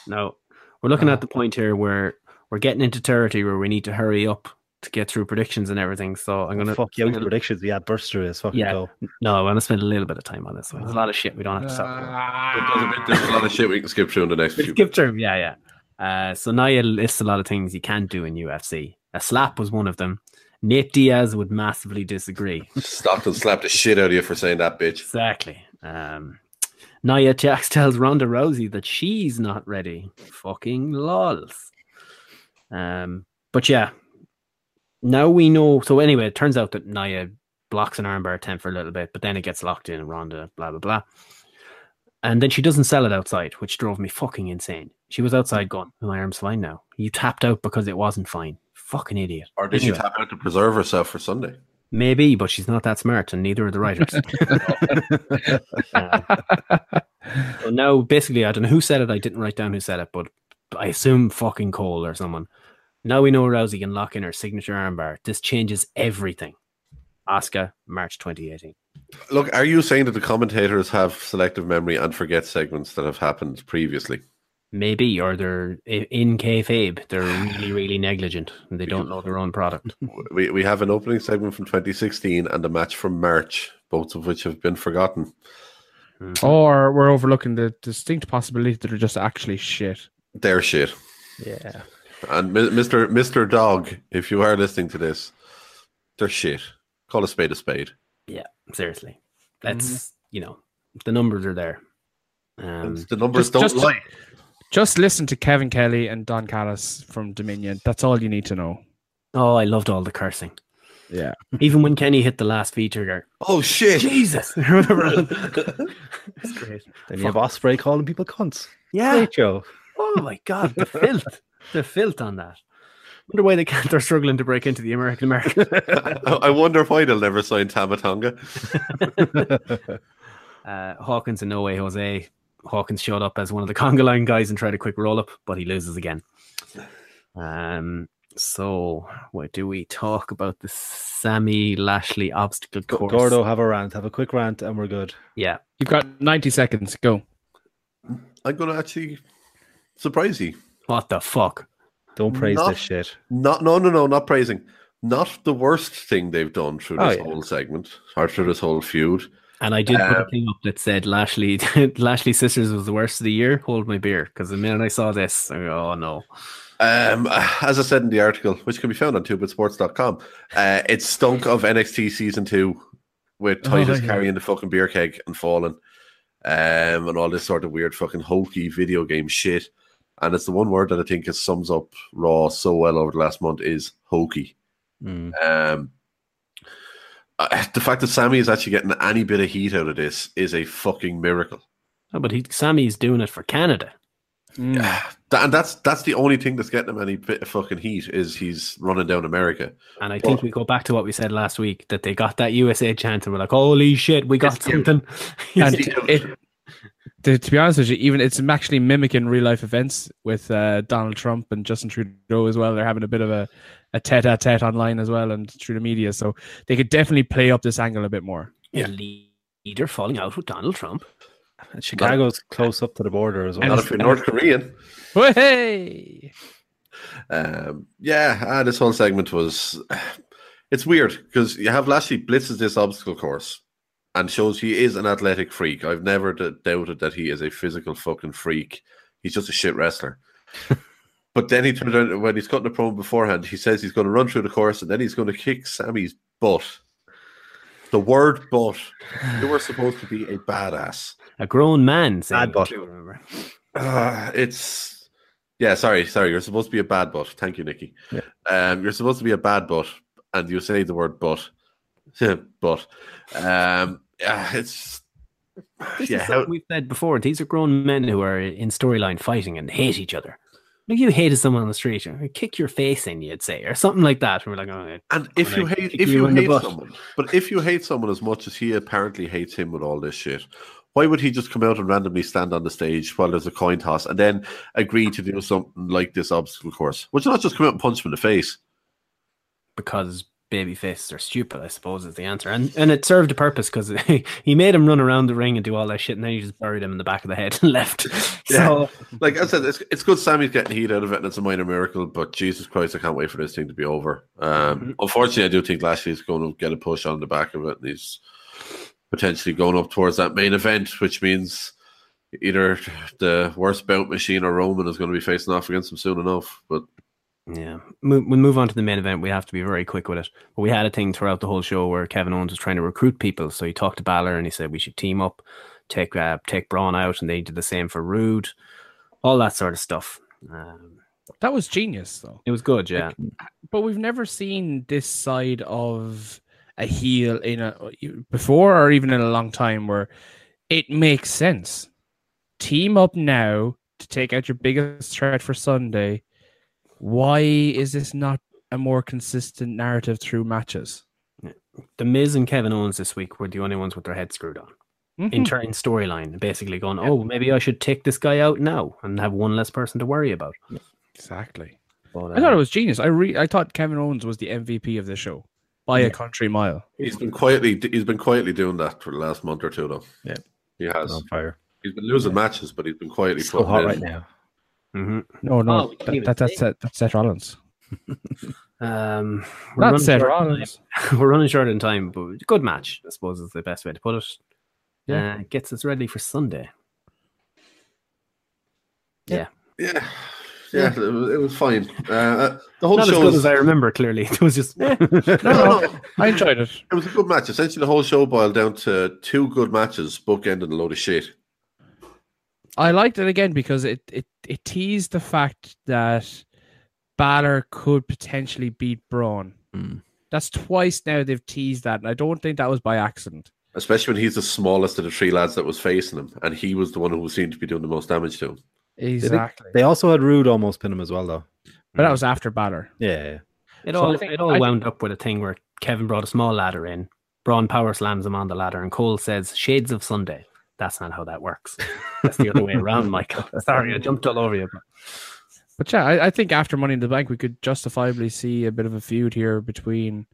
no, we're Oh, looking at the point here where we're getting into territory where we need to hurry up to get through predictions and everything. So I'm gonna Fuck yeah, I'm we gonna- predictions. We had burst through this. Fucking Yeah. go. Uh, No, I want to spend a little bit of time on this one. There's a lot of shit we don't have to stop. There's a, bit, there's a lot of shit we can skip through in the next few. Skip term, yeah, yeah. Uh, so Nia lists a lot of things you can't do in UFC. A slap was one of them. Nate Diaz would massively disagree. Stockton slapped the shit out of you for saying that, bitch. Exactly. Um, Nia Jax tells Ronda Rousey that she's not ready. Fucking lols. Um, but yeah, now we know. So anyway, it turns out that Nia blocks an armbar attempt for a little bit, but then it gets locked in. Ronda, blah blah blah. And then she doesn't sell it outside, which drove me fucking insane. She was outside going, My arm's fine now. You tapped out because it wasn't fine. Fucking idiot. Or did she Anyway. tap out to preserve herself for Sunday? Maybe, but she's not that smart, and neither are the writers. Uh, so now, basically, I don't know who said it. I didn't write down who said it, but I assume fucking Cole or someone. Now we know Rousey can lock in her signature armbar. This changes everything. Asuka, March 2018. Look, are you saying that the commentators have selective memory and forget segments that have happened previously? Maybe, or they're i- in kayfabe. They're really, really negligent, and they don't know their own product. We we have an opening segment from 2016 and a match from March, both of which have been forgotten. Ah. Or we're overlooking the distinct possibility that they're just actually shit. Their shit. Yeah. And Mi- Mr. Mr. Dog, if you are listening to this, they're shit. Call a spade a spade. Yeah, seriously. That's you know the numbers are there. Um, the numbers don't lie. Just listen to Kevin Kelly and Don Callis from Dominion. That's all you need to know. Oh, I loved all the cursing. Yeah. Even when Kenny hit the last feature there. Oh shit! Jesus. Remember? That's great. Then you have Osprey calling people cunts. Yeah. Great show. oh my god, the filth. The filth on that. Wonder why they can't they're struggling to break into the American market. I I wonder why they'll never sign Tamatonga. uh, Hawkins in no way Jose. Hawkins showed up as one of the conga line guys and tried a quick roll up, but he loses again. Um, so what do we talk about the Sammy Lashley obstacle course? Gordo, have a rant. Have a quick rant, and we're good. Yeah. You've got 90 seconds. Go. I'm gonna actually surprise you. What the fuck? Don't praise Not- this shit. Not no no no not praising. Not the worst thing they've done through Oh, this yeah. whole segment or through this whole feud. And I did put Um, a thing up that said Lashley Lashley Sisters was the worst of the year. Hold my beer, because the minute I saw this, I go, oh no. Um, as I said in the article, which can be found on 2bitsports.com, uh, it stunk of NXT season two with Oh, Titus yeah. carrying the fucking beer keg and falling, um, and all this sort of weird fucking hokey video game shit. And it's the one word that I think it sums up Raw so well over the last month is hokey. Um, uh, the fact that Sammy is actually getting any bit of heat out of this is a fucking miracle. Oh, but he, Sammy's doing it for Canada. That, and that's that's the only thing that's getting him any bit of fucking heat is he's running down America. And I think we go back to what we said last week that they got that USA chant and we're like, holy shit, we got something. And it, to, to be honest with you, even it's actually mimicking real life events with uh, Donald Trump and Justin Trudeau as well. They're having a bit of a, a tete a tete online as well and through the media. So they could definitely play up this angle a bit more. yeah. leader falling out with Donald Trump. And Chicago's close up to the border as well. Not if you're North Korean. Hey. Um, yeah, ah, this whole segment was. It's weird because you have Lashley blitzes this obstacle course and shows he is an athletic freak. I've never d- doubted that he is a physical fucking freak. He's just a shit wrestler. but then he turned around when he's cutting the promo beforehand. He says he's going to run through the course and then he's going to kick Sammy's butt. The word "butt." You were supposed to be a badass. A grown man. Saying, butt. too, remember. Uh, it's yeah. Sorry, sorry. You're supposed to be a bad butt. Thank you, Nikki. Um, you're supposed to be a bad butt, and you say the word "butt," but um, yeah, it's This yeah. is How, something we've said before. These are grown men who are in storyline fighting and hate each other. Like you hated someone on the street, you know, kick your face in, you'd say, or something like that. We're like, oh, and if you hate if you, hate someone, but if you hate someone as much as he apparently hates him with all this shit, why would he just come out and randomly stand on the stage while there's a coin toss and then agree to do something like this obstacle course? Would you not just come out and punch him in the face? because baby faces are stupid, I suppose, is the answer. And and it served a purpose because he made him run around the ring and do all that shit, and then he just buried him in the back of the head and left. Yeah. So like I said, it's, it's good Sammy's getting heat out of it, and it's a minor miracle. But Jesus Christ, I can't wait for this thing to be over. Um, Mm-hmm. Unfortunately, I do think Lashley's going to get a push on the back of it, and he's potentially going up towards that main event, which means either the worst bout machine or Roman is going to be facing off against him soon enough. But yeah, Mo- we move on to the main event. We have to be very quick with it. But we had a thing throughout the whole show where Kevin Owens was trying to recruit people. So he talked to Balor and he said we should team up, take uh, take Braun out, and they did the same for Rude, all that sort of stuff. Um, That was genius, though. it was good, yeah. But we've never seen this side of a heel in a before or even in a long time where it makes sense. Team up now to take out your biggest threat for Sunday. Why is this not a more consistent narrative through matches? The Miz and Kevin Owens this week were the only ones with their heads screwed on. In Mhm. turn, storyline basically going, oh, maybe I should take this guy out now and have one less person to worry about. Exactly. But, I thought uh, it was genius. I re- I thought Kevin Owens was the MVP of the show by a country mile. he's been quietly he's been quietly doing that for the last month or two, though. Yeah, he has. on fire. He's been losing matches, but he's been quietly So putting hot in. right now. No, no, Oh, we that- can't even that- that's say. Seth- that's Seth Rollins. Um, Not running Seth short- Rollins. we're running short on time, but it's a good match, I suppose, is the best way to put it. Yeah. Uh, gets us ready for Sunday. Yeah. Yeah. yeah, it was, it was fine. Uh, the whole Not as show good was, as I remember. Clearly, it was just Eh. I enjoyed it. It was a good match. Essentially, the whole show boiled down to two good matches, bookending a load of shit. I liked it again because it it it teased the fact that Balor could potentially beat Braun. That's twice now they've teased that, and I don't think that was by accident. Especially when he's the smallest of the three lads that was facing him, and he was the one who seemed to be doing the most damage to him. Exactly. They also had Rude almost pin him as well, though. But that was after Balor. Yeah. It So all I think- it all I- wound up with a thing where Kevin brought a small ladder in. Braun power slams him on the ladder, and Cole says, "Shades of Sunday." That's not how that works. That's the other way around, Michael. Sorry, I jumped all over you. but- But yeah, I, I think after Money in the Bank, we could justifiably see a bit of a feud here between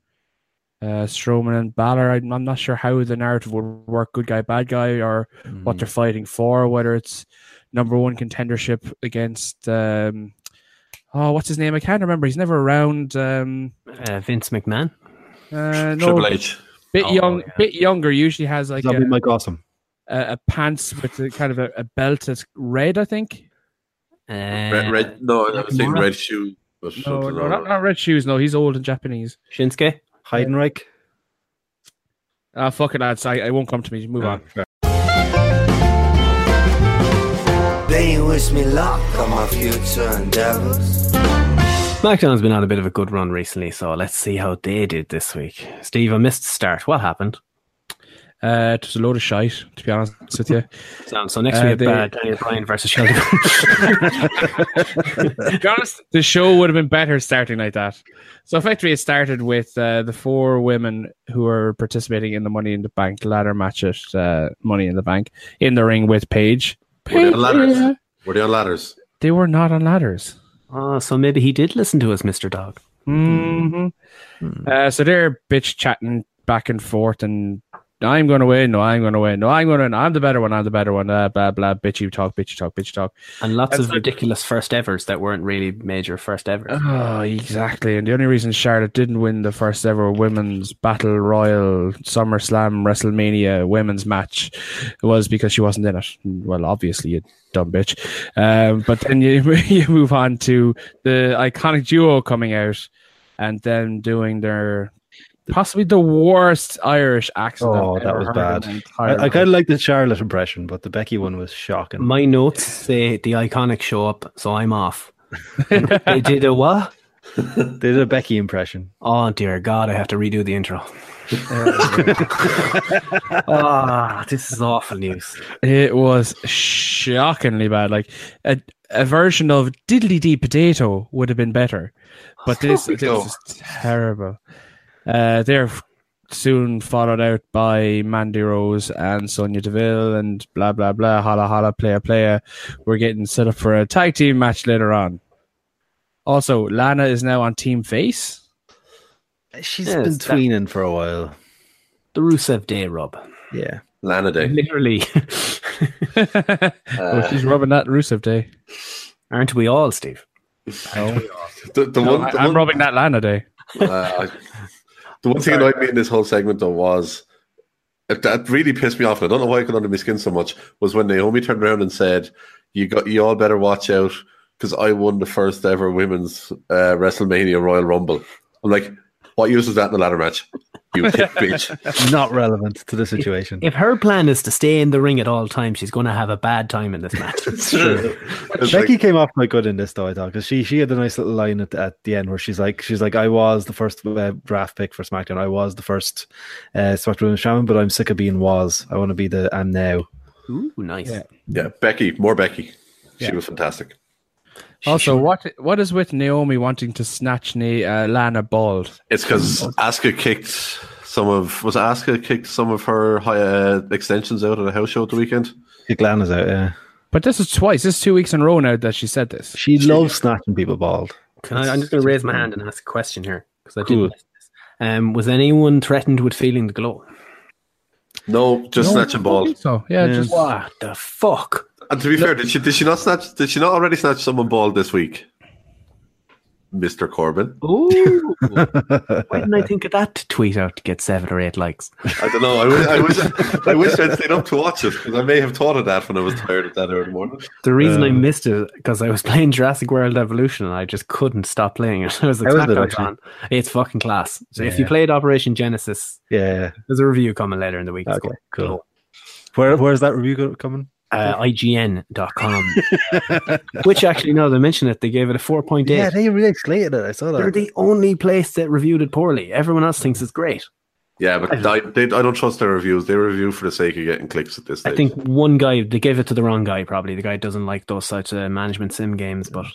uh, Strowman and Balor. I'm, I'm not sure how the narrative would work, good guy, bad guy, or what they're fighting for, whether it's number one contendership against, um, oh, what's his name? I can't remember. He's never around. Um, Uh, Vince McMahon. uh, no, Triple H. Bit, Oh, young, bit younger usually has like That'd a, be Mike Awesome. a, a pants with a, kind of a, a belt that's red, I think. Uh, red, red, no, I was saying Nakamura? red shoe. But Oh, No, no, not, not red shoes. No, he's old and Japanese. Shinsuke Heidenreich. Ah, fuck it, lads. I, it won't come to me. Move on. They wish me luck on my future endeavors. SmackDown's been on a bit of a good run recently, so let's see how they did this week. Steve, I missed the start. What happened? Uh, just a load of shite, to be honest with you. So, so next Uh, we have they- uh, Daniel Bryan versus Sheldon. to be honest, the show would have been better starting like that. So effectively, it started with uh, the four women who are participating in the Money in the Bank ladder match at uh, Money in the Bank in the ring with Paige. Were they on Paige, yeah. ladders? Were they on ladders? They were not on ladders. oh, so maybe he did listen to us, Mister Dog. hmm Uh, so they're bitch chatting back and forth, and I'm going to win. No, I'm going to win. No, I'm going to win. I'm the better one. I'm the better one. Uh, blah blah. Bitchy talk. Bitchy talk. Bitchy talk. And lots That's of like- ridiculous first evers that weren't really major first evers. Oh, exactly. And the only reason Charlotte didn't win the first ever women's battle royal SummerSlam WrestleMania women's match was because she wasn't in it. Well, obviously, you dumb bitch. Um, but then you, you move on to the iconic duo coming out and then doing their possibly the worst Irish accent. Oh, I've that ever was heard in bad. my entire I, I life. kind of like the Charlotte impression, but the Becky one was shocking. My notes say the iconic show up, so I'm off. they did a what? They did a Becky impression. Oh dear God, I have to redo the intro. Ah, this is awful news. It was shockingly bad. Like a, a version of diddly dee potato would have been better, but Oh this this Potato. is terrible. Uh, they're f- soon followed out by Mandy Rose and Sonia Deville and blah blah blah. Holla holla, player player. We're getting set up for a tag team match later on. Also, Lana is now on Team Face. She's Yes, been that- tweening for a while. The Rusev Day Rob. Yeah. Lana Day. Literally. Uh, oh, she's rubbing that Rusev Day. Aren't we all, Steve? The, the No, one, I, the I'm one, rubbing that Lana Day. uh, the one thing that annoyed me in this whole segment though was uh, that really pissed me off, and I don't know why it got under my skin so much. Was when Naomi turned around and said, "You got you all better watch out because I won the first ever women's uh, WrestleMania Royal Rumble." I'm like, what use is that in a ladder match? You tit bitch. Not relevant to the situation. If her plan is to stay in the ring at all times, she's going to have a bad time in this match. It's Becky like- came off quite good in this though, I thought, because she she had a nice little line at the, at the end where she's like, she's like, I was the first uh, draft pick for SmackDown. I was the first uh, SmackDown Women's Champion, but I'm sick of being was. I want to be the am now. Ooh, nice. yeah, Becky, more Becky. She Yeah. was fantastic. Also, what what is with Naomi wanting to snatch Na- uh, Lana bald? It's because Asuka kicked some of was it Asuka kicked some of her high, uh, extensions out at a house show at the weekend. Kick Lana's out, yeah. But this is twice. This is two weeks in a row now that she said this. She loves snatching people bald. Can I, I'm just going to raise my hand and ask a question here because I did Cool. miss this. Um, was anyone threatened with feeling the glow? No, just snatching ball. So yeah, Yeah. just What the fuck? And to be fair, did she did she not snatch? Did she not already snatch someone bald this week? Mr. Corbyn. Ooh. Why didn't I think of that to tweet out to get seven or eight likes? I don't know. I wish, I wish, I wish I'd stayed up to watch it because I may have thought of that when I was tired at that hour in the morning. The reason I Um, missed it because I was playing Jurassic World Evolution and I just couldn't stop playing it. I was like, How is "Smack it that actually?" on." It's fucking class. So if you Yeah. played Operation Genesis, Yeah. there's a review coming later in the week. Okay, cool. Where where's that review go- coming? Uh, IGN.com, which actually, no, they mentioned it. They gave it a 4.8. Yeah, they really slated it. I saw that. They're the only place that reviewed it poorly. Everyone else thinks it's great. Yeah, but I, they, I don't trust their reviews. They review for the sake of getting clicks at this stage. I think one guy they gave it to the wrong guy. Probably the guy doesn't like those such uh, management sim games. But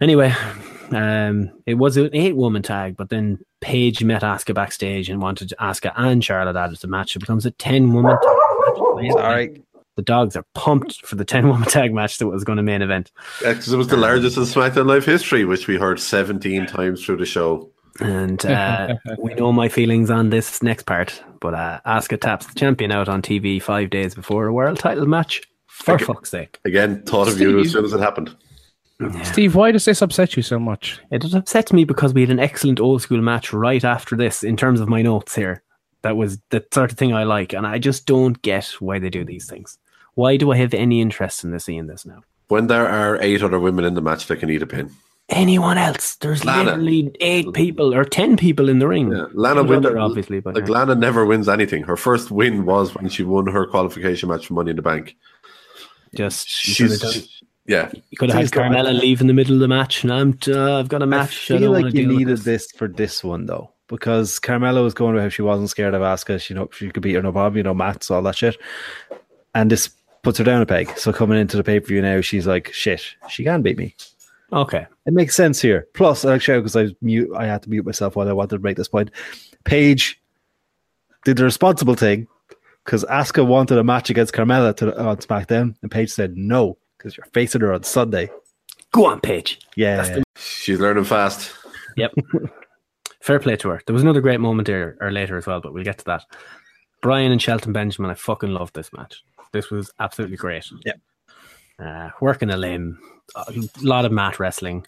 anyway, um, it was an eight-woman tag, but then Paige met Asuka backstage and wanted Asuka and Charlotte out of the match. It becomes a ten-woman. tag Sorry, the dogs are pumped for the ten-woman tag match that was going to main event. Because it was the largest in SmackDown Live history, which we heard 17 times through the show. And uh, we know my feelings on this next part, but uh, Asuka taps the champion out on TV five days before a world title match. For Okay. fuck's sake! Again, thought of you as soon as it happened. Steve, why does this upset you so much? It just upsets me because we had an excellent old school match right after this in terms of my notes here. That was the sort of thing I like, and I just don't get why they do these things. Why do I have any interest in this seeing this now? When there are eight other women in the match that can eat a pin. Anyone else? There's Lana. literally eight people or ten people in the ring. Lana Another, win, obviously, but like Lana never wins anything. Her first win was when she won her qualification match for Money in the Bank. Just she's could've done- yeah. you could have Please had don't. Carmella leave in the middle of the match, and I'm uh, I've got a match. I, I feel don't like wanna you deal with needed this for this one though, because Carmelo was going about how she wasn't scared of Asuka. She know she could beat her no problem, you know, Matt's all that shit. And this puts her down a peg. So coming into the pay per view now, she's like, shit, she can beat me. Okay. It makes sense here. Plus, I'll show because I mute. I had to mute myself while I wanted to make this point. Paige did the responsible thing because Asuka wanted a match against Carmella to, on SmackDown, and Paige said no because you're facing her on Sunday. Go on, Paige. Yeah, She's learning fast. Yep. Fair play to her. There was another great moment there or later as well, but we'll get to that. Brian and Shelton Benjamin, I fucking love this match. This was absolutely great. Yep. Uh, working a limb, a lot of mat wrestling.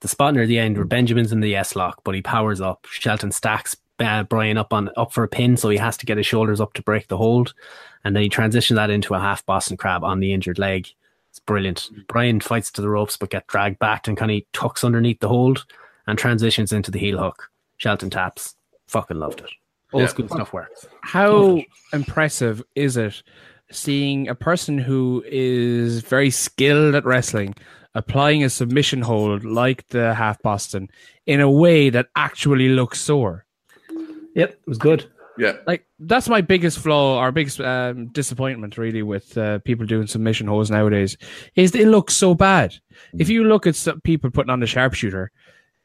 The spot near the end where Benjamin's in the S lock, but he powers up. Shelton stacks uh, Brian up on up for a pin, so he has to get his shoulders up to break the hold, and then he transitioned that into a half Boston crab on the injured leg. It's brilliant. Brian fights to the ropes but get dragged back and kind of tucks underneath the hold and transitions into the heel hook. Shelton taps. Fucking loved it. Old Yeah. school stuff works. How impressive is it seeing a person who is very skilled at wrestling applying a submission hold like the half Boston in a way that actually looks sore? Yep, it was good. Yeah. Like that's my biggest flaw, our biggest um, disappointment, really, with uh, people doing submission holds nowadays, is they look so bad. If you look at some people putting on the sharpshooter,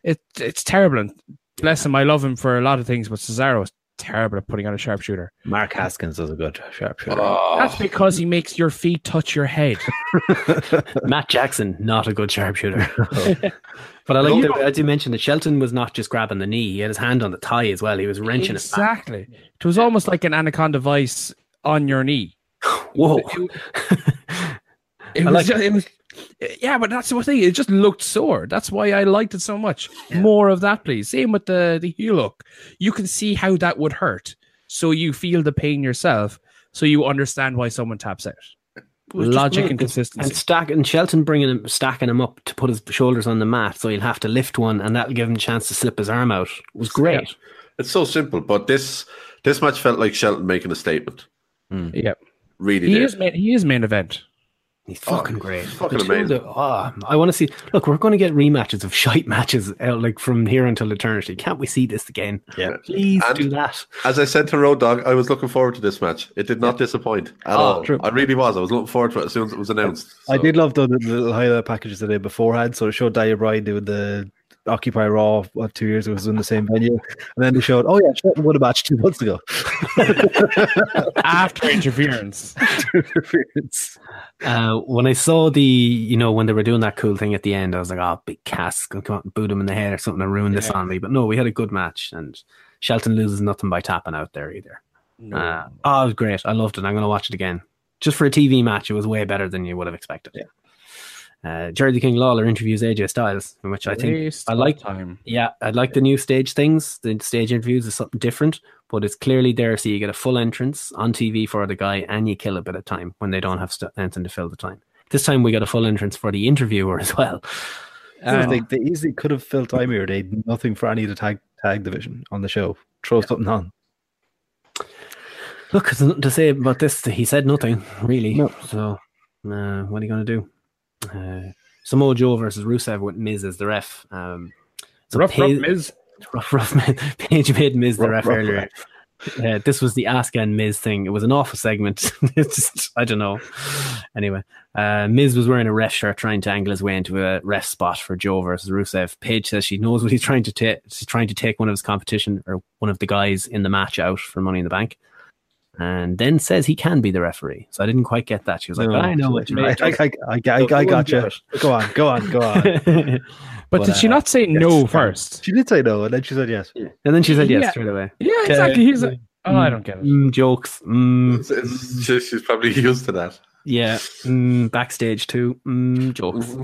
it it's terrible. And bless him, I love him for a lot of things, but Cesaro is terrible at putting on a sharpshooter. Mark Haskins does a good sharpshooter. Ah, That's because he makes your feet touch your head. Matt Jackson, not a good sharpshooter. but I like, that as you mentioned, that Shelton was not just grabbing the knee; he had his hand on the thigh as well. He was wrenching it back. exactly. It was almost like an anaconda vice on your knee. Whoa! It I was, like just, it was, yeah, but that's the thing. It just looked sore. That's why I liked it so much. More of that, please. Same with the the heel look. You can see how that would hurt, so you feel the pain yourself, so you understand why someone taps out. was just Logic brilliant. and consistency. And stack and Shelton bringing him, stacking him up to put his shoulders on the mat, so he'll have to lift one, and that'll give him a chance to slip his arm out. It was great. It's so simple, but this this match felt like Shelton making a statement. Yeah, really He did. is main, he is main event. He's fucking great. fucking The two of amazing. the- ah, I want to see. Look, we're going to get rematches of shite matches out like from here until eternity. Can't we see this again? Yeah. Please do that. As I said to Road Dog, I was looking forward to this match. It did not disappoint at Oh, all. true. I really was. I was looking forward to it as soon as it was announced. I did love the, the little highlight packages that they did beforehand. So it showed Daya Bryan doing the Occupy Raw what, two years ago, it was in the same venue. And then they showed, oh yeah, Shelton won a match two months ago. After interference. Uh, when I saw the, you know, when they were doing that cool thing at the end, I was like, oh, big Cass, gonna come out and boot him in the head or something and ruin this Yeah. on me. But no, we had a good match, and Shelton loses nothing by tapping out there either. Uh, oh, it was great. I loved it. I'm going to watch it again. Just for a TV match, it was way better than you would have expected. Uh, Jerry the King Lawler interviews AJ Styles, in which I think Waste I like. time. Yeah, I like the new stage things. The stage interviews is something different, but it's clearly there, so you get a full entrance on TV for the guy, and you kill a bit of time when they don't have st- anything to fill the time. This time we got a full entrance for the interviewer as well. Um, they, they easily could have filled time here. They had nothing for any of the tag tag division on the show. Throw something on. Look, there's nothing to say about this. He said nothing, really. So, uh, what are you going to do? Uh, Samoa Joe versus Rusev with Miz as the ref. Um, Rough, rough Miz. Rough, rough Miz. Paige made Miz the Rough, ref rough earlier. Uh, this was the Ask and Miz thing. It was an awful segment. it's just, I don't know. Anyway, uh, Miz was wearing a ref shirt, trying to angle his way into a ref spot for Joe versus Rusev. Paige says she knows what he's trying to take. She's trying to take one of his competition or one of the guys in the match out for Money in the Bank and then says he can be the referee. So I didn't quite get that. She was like, No. "But I know what you I, mean." Oh, I, I, I, I, I got you. Go on, go on, go on. but, But did she not say no first? She did say no, and then she said yes. And then she said yes Yeah. straight away. Yeah, exactly. He's like, oh, I don't get it. Mm, jokes. Mm, It's- it's- she's, she's probably used to that. yeah. Mm, backstage too. Mm, jokes.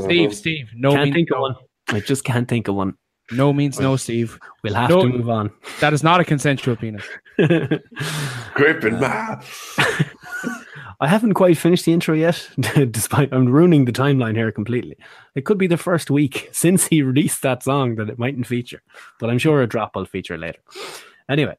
Steve, Steve, no can't means think no. of one. I just can't think of one. No means no, Steve. We'll have No- to move on. That is not a consensual penis. Gripping man. I haven't quite finished the intro yet, despite I'm ruining the timeline here completely. It could be the first week since he released that song that it mightn't feature, but I'm sure a drop will feature later. Anyway,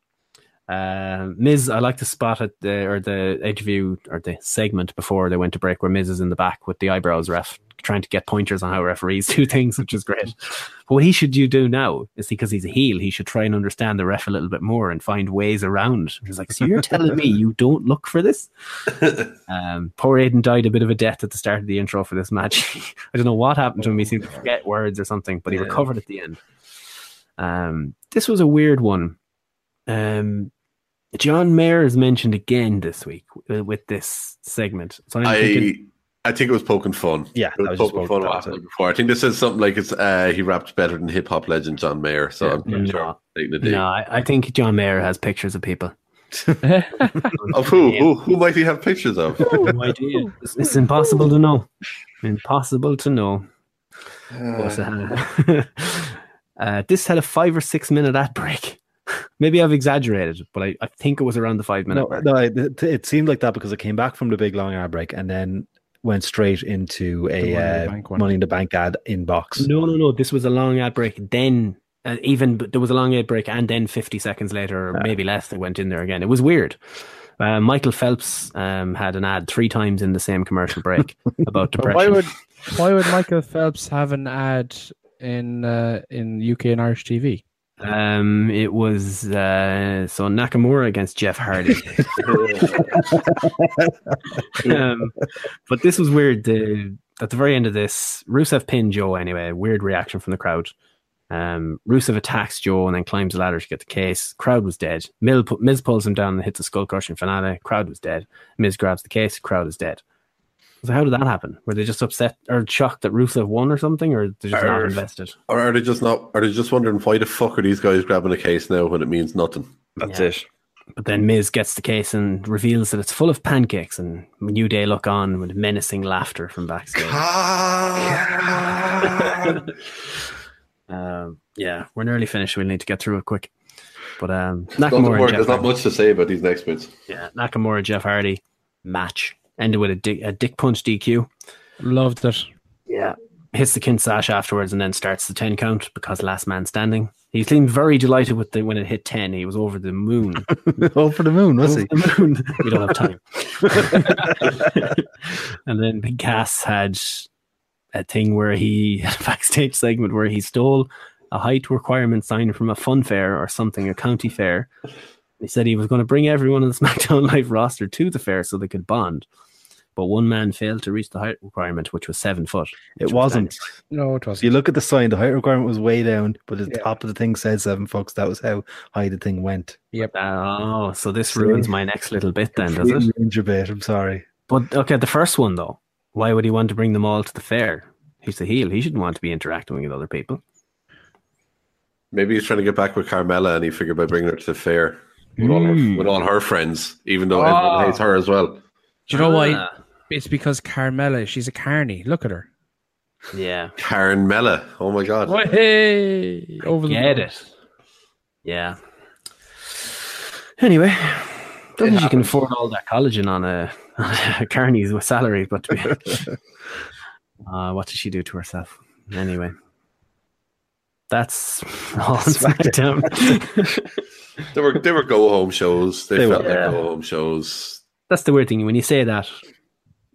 uh, Miz, I like the spot at the or the interview or the segment before they went to break where Miz is in the back with the eyebrows ref trying to get pointers on how referees do things, which is great. But what he should you do now is because he's a heel, he should try and understand the ref a little bit more and find ways around. He's like, so you're telling me you don't look for this? Um, poor Aiden died a bit of a death at the start of the intro for this match. I don't know what happened to him. He seemed to forget words or something, but he Yeah. recovered at the end. Um, this was a weird one. Um, John Mayer is mentioned again this week uh, with this segment. So I'm I thinking, I think it was poking fun. Yeah, it was, that was just poking poking fun. what fun. happened before. I think this is something like it's uh, he rapped better than hip hop legend John Mayer. So I'm, I'm no. sure I'm taking the dig. no, I, I think John Mayer has pictures of people. Of Oh, who? Who who might he have pictures of? No idea. It's, it's impossible to know. Impossible to know. But, uh, uh, this had a five or six minute ad break. Maybe I've exaggerated, but I, I think it was around the five minute No, mark. no, it, it seemed like that because it came back from the big long hour break and then went straight into a Money in the uh, Bank one. money in the bank ad inbox. No, no, no. This was a long ad break. Then, uh, even but there was a long ad break, and then 50 seconds later, or maybe less, they went in there again. It was weird. Uh, Michael Phelps um, had an ad three times in the same commercial break about depression. Why would why would Michael Phelps have an ad in uh, in UK and Irish TV? Um, it was uh, so Nakamura against Jeff Hardy. um, but this was weird. The, at the very end of this, Rusev pinned Joe anyway. Weird reaction from the crowd. Um, Rusev attacks Joe and then climbs the ladder to get the case. Crowd was dead. Mill pu- Miz pulls him down and hits a skull crushing finale. Crowd was dead. Miz grabs the case. Crowd is dead. So how did that happen? Were they just upset or shocked that Rusev won or something, or they're just not Or- invested? Or are they just not? Are they just wondering why the fuck are these guys grabbing a case now when it means nothing? That's Yeah. it. But then Miz gets the case and reveals that it's full of pancakes, and New Day look on with menacing laughter from backstage. um, yeah, we're nearly finished. We'll need to get through it quick. But um, Doesn't Nakamura, work. and Jeff There's not Hardy, much to say about these next bits. yeah, Nakamura, Jeff Hardy match ended with a dick, a dick punch DQ. Loved it. Yeah, hits the Kinsash afterwards, and then starts the ten count because last man standing. He seemed very delighted with the when it hit ten. He was over the moon. Over the moon, was he? Over the moon. we don't have time. and then Big Cass had a thing where he had a backstage segment where he stole a height requirement sign from a fun fair or something, a county fair. He said he was going to bring everyone on the SmackDown Live roster to the fair so they could bond. But one man failed to reach the height requirement, which was seven foot. It wasn't. No, it wasn't. You look at the sign, the height requirement was way down, but the top of the thing said seven folks. That was how high the thing went. Yep. Oh, so this ruins my next little bit then, does it? Completely ruined your bit, I'm sorry. But okay, the first one though, why would he want to bring them all to the fair? He's the heel. He shouldn't want to be interacting with other people. Maybe he's trying to get back with Carmela, and he figured by bringing her to the Mm. fair with, all, her, with all her friends, even though Ah. everyone hates her as well. Do you know why? It's because Carmela, she's a carny. Look at her. Yeah. Karen Mella. Oh my god. Hey, over the Get it. Yeah. Anyway, don't think you can afford all that collagen on a, on a Carney's salary, but uh, what did she do to herself? Anyway, that's all on SmackDown. They were they were go home shows. They, They felt were. like Yeah. go home shows. that's the weird thing when you say that.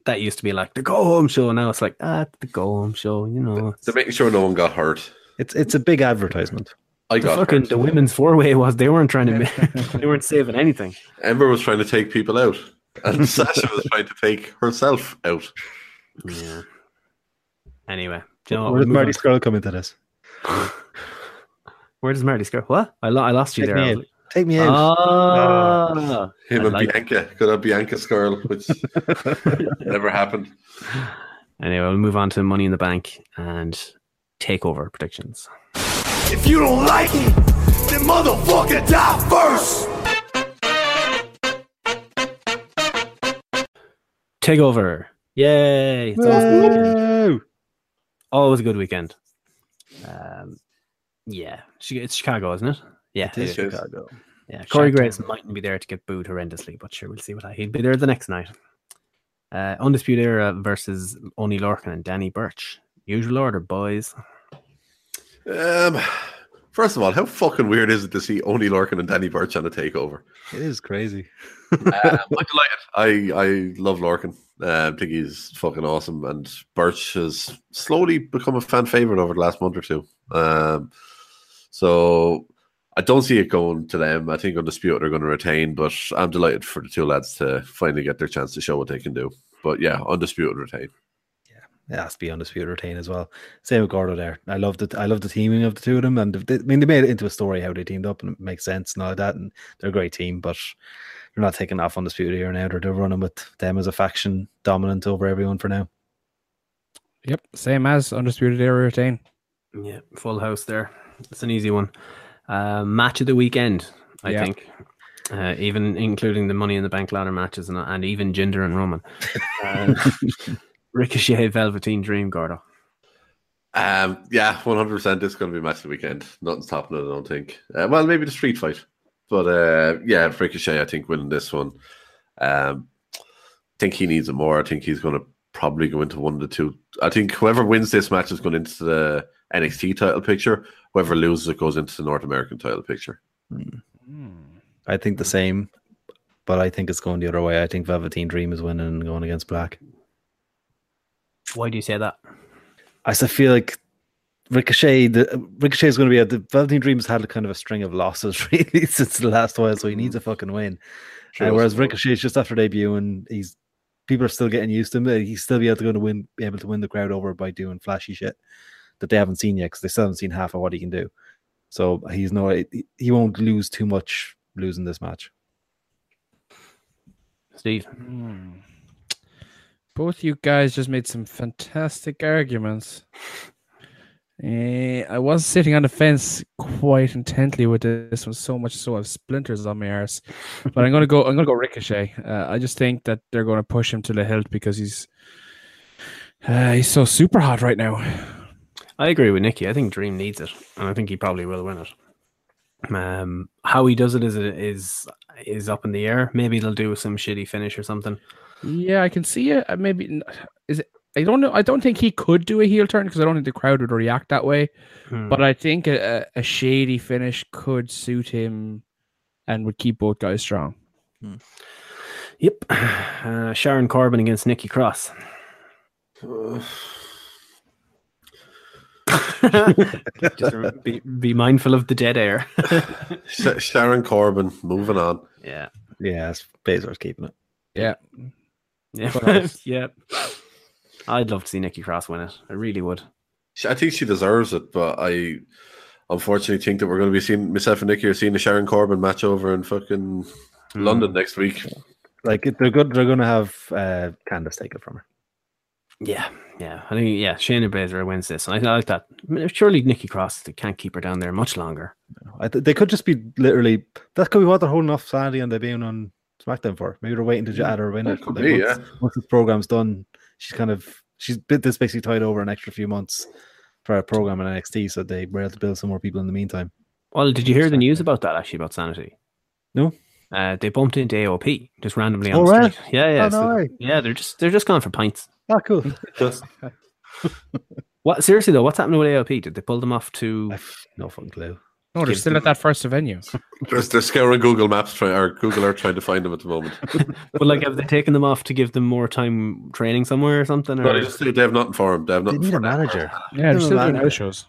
That used to be like the go home show. Now it's like ah, the go home show. You know, They're making sure no one got hurt. It's it's a big advertisement. I the got fucking hurt. the women's four way was they weren't trying to ma- they weren't saving anything. Ember was trying to take people out, and Sasha was trying to take herself out. Yeah. Anyway, do you know what? Where did We'll move Marty on. Skrull come into this? Where does Marty go? What? I, lo- I lost you Take there. me I in. was Take me like, in. Ah. Him I and like it. Bianca got a Bianca Skirl, which never happened. Anyway, we'll move on to Money in the Bank and takeover predictions. If you don't like it, then motherfucker die first. Takeover. Yay. It's always, a good weekend. always a good weekend. Um, yeah. Chi- It's Chicago, isn't it? Yeah. It is Chicago. Yeah. Corey Chi-town. Graves mightn't be there to get booed horrendously, but sure, we'll see what I. He'll be there the next night. Uh, Undisputed Era versus Oni Lorcan and Danny Birch. Usual order, boys. Um, first of all, how fucking weird is it to see Oni Larkin and Danny Burch on a takeover? It is crazy. Uh, I'm delighted. I, I love Larkin. Uh, I think he's fucking awesome. And Birch has slowly become a fan favorite over the last month or two. Um, so I don't see it going to them. I think Undisputed are going to retain, but I'm delighted for the two lads to finally get their chance to show what they can do. But yeah, Undisputed retain. It has to be undisputed retain as well. Same with Gordo there. I love the I love the teaming of the two of them, and they, I mean they made it into a story how they teamed up, and it makes sense and all that. And they're a great team, but they're not taking off undisputed here now. They're, they're running with them as a faction dominant over everyone for now. Yep, same as Undisputed Era retain. Yeah, full house there. It's an easy one. Uh, match of the weekend, I Yeah. think. Uh, even including the Money in the Bank ladder matches and, and even Jinder and Roman. Uh, Ricochet, Velveteen Dream, Gordo. Um, yeah, one hundred percent. It's going to be a match of the weekend. Nothing's topping it, I don't think. Uh, well, maybe the street fight, but uh, yeah, Ricochet, I think winning this one. Um, I think he needs it more. I think he's going to probably go into one of the two. I think whoever wins this match is going into the NXT title picture. Whoever loses it goes into the North American title picture. I think the same, but I think it's going the other way. I think Velveteen Dream is winning and going against Black. Why do you say that? I still feel like Ricochet, the Ricochet is going to be at the Velveteen Dream's had kind of a string of losses really since the last while, so he needs Mm. a fucking win. True, Uh, I whereas Ricochet's just after debut and he's people are still getting used to him. uh, He's still be able to go to win, be able to win the crowd over by doing flashy shit that they haven't seen yet because they still haven't seen half of what he can do. So he's no, he- he won't lose too much losing this match. Steve. Both you guys just made some fantastic arguments. Eh, I was sitting on the fence quite intently with this one, so much so I have splinters on my arse. But I'm gonna go. I'm gonna go Ricochet. Uh, I just think that they're gonna push him to the hilt because he's uh, he's so super hot right now. I agree with Nikki. I think Dream needs it, and I think he probably will win it. Um, how he does it is is is up in the air. Maybe they'll do some shitty finish or something. Yeah, I can see it. Uh, Maybe n- is it? I don't know. I don't think he could do a heel turn because I don't think the crowd would react that way. Hmm. But I think a, a a shady finish could suit him, and would keep both guys strong. Yep. Uh, Sharon Corbin against Nikki Cross. Just rem- be, be mindful of the dead air. Sh- Sharon Corbin, moving on. Yeah. Yeah, it's Bezos keeping it. Yeah. Yeah. Cross. yeah. I'd love to see Nikki Cross win it. I really would. She- I think she deserves it, but I unfortunately think that we're going to be seeing myself and Nikki are seeing the Sharon Corbin match over in fucking Hmm. London next week. Like if they're good. They're going to have uh, Candace take it from her. Yeah. Yeah. I think, yeah, Shayna Baszler wins this. And I, I like that. I mean, surely Nikki Cross they can't keep her down there much longer. I th- they could just be literally that could be what they're holding off Saturday and they being on SmackDown for? Maybe they're waiting to ju- add her win. That it. could Like, be, once, yeah. once this program's done, she's kind of she's bit this basically tied over an extra few months for a program in NXT, so they were able to build some more people in the meantime. Well, did you hear the news about that actually about Sanity? No. Uh, they bumped into AOP just randomly Oh, on the really? street. Yeah, yeah, Oh, no way. yeah. They're just they're just going for pints. Oh, cool. What seriously though? What's happening with AOP? Did they pull them off to? no fucking clue. No, Oh, they're Give still at that first venue. They're, they're scouring Google Maps trying or Google Earth trying to find them at the moment. But like, have they taken them off to give them more time training somewhere or something? No, Or they just say they have nothing for them. They have nothing need for a manager. Yeah, they're still doing house shows.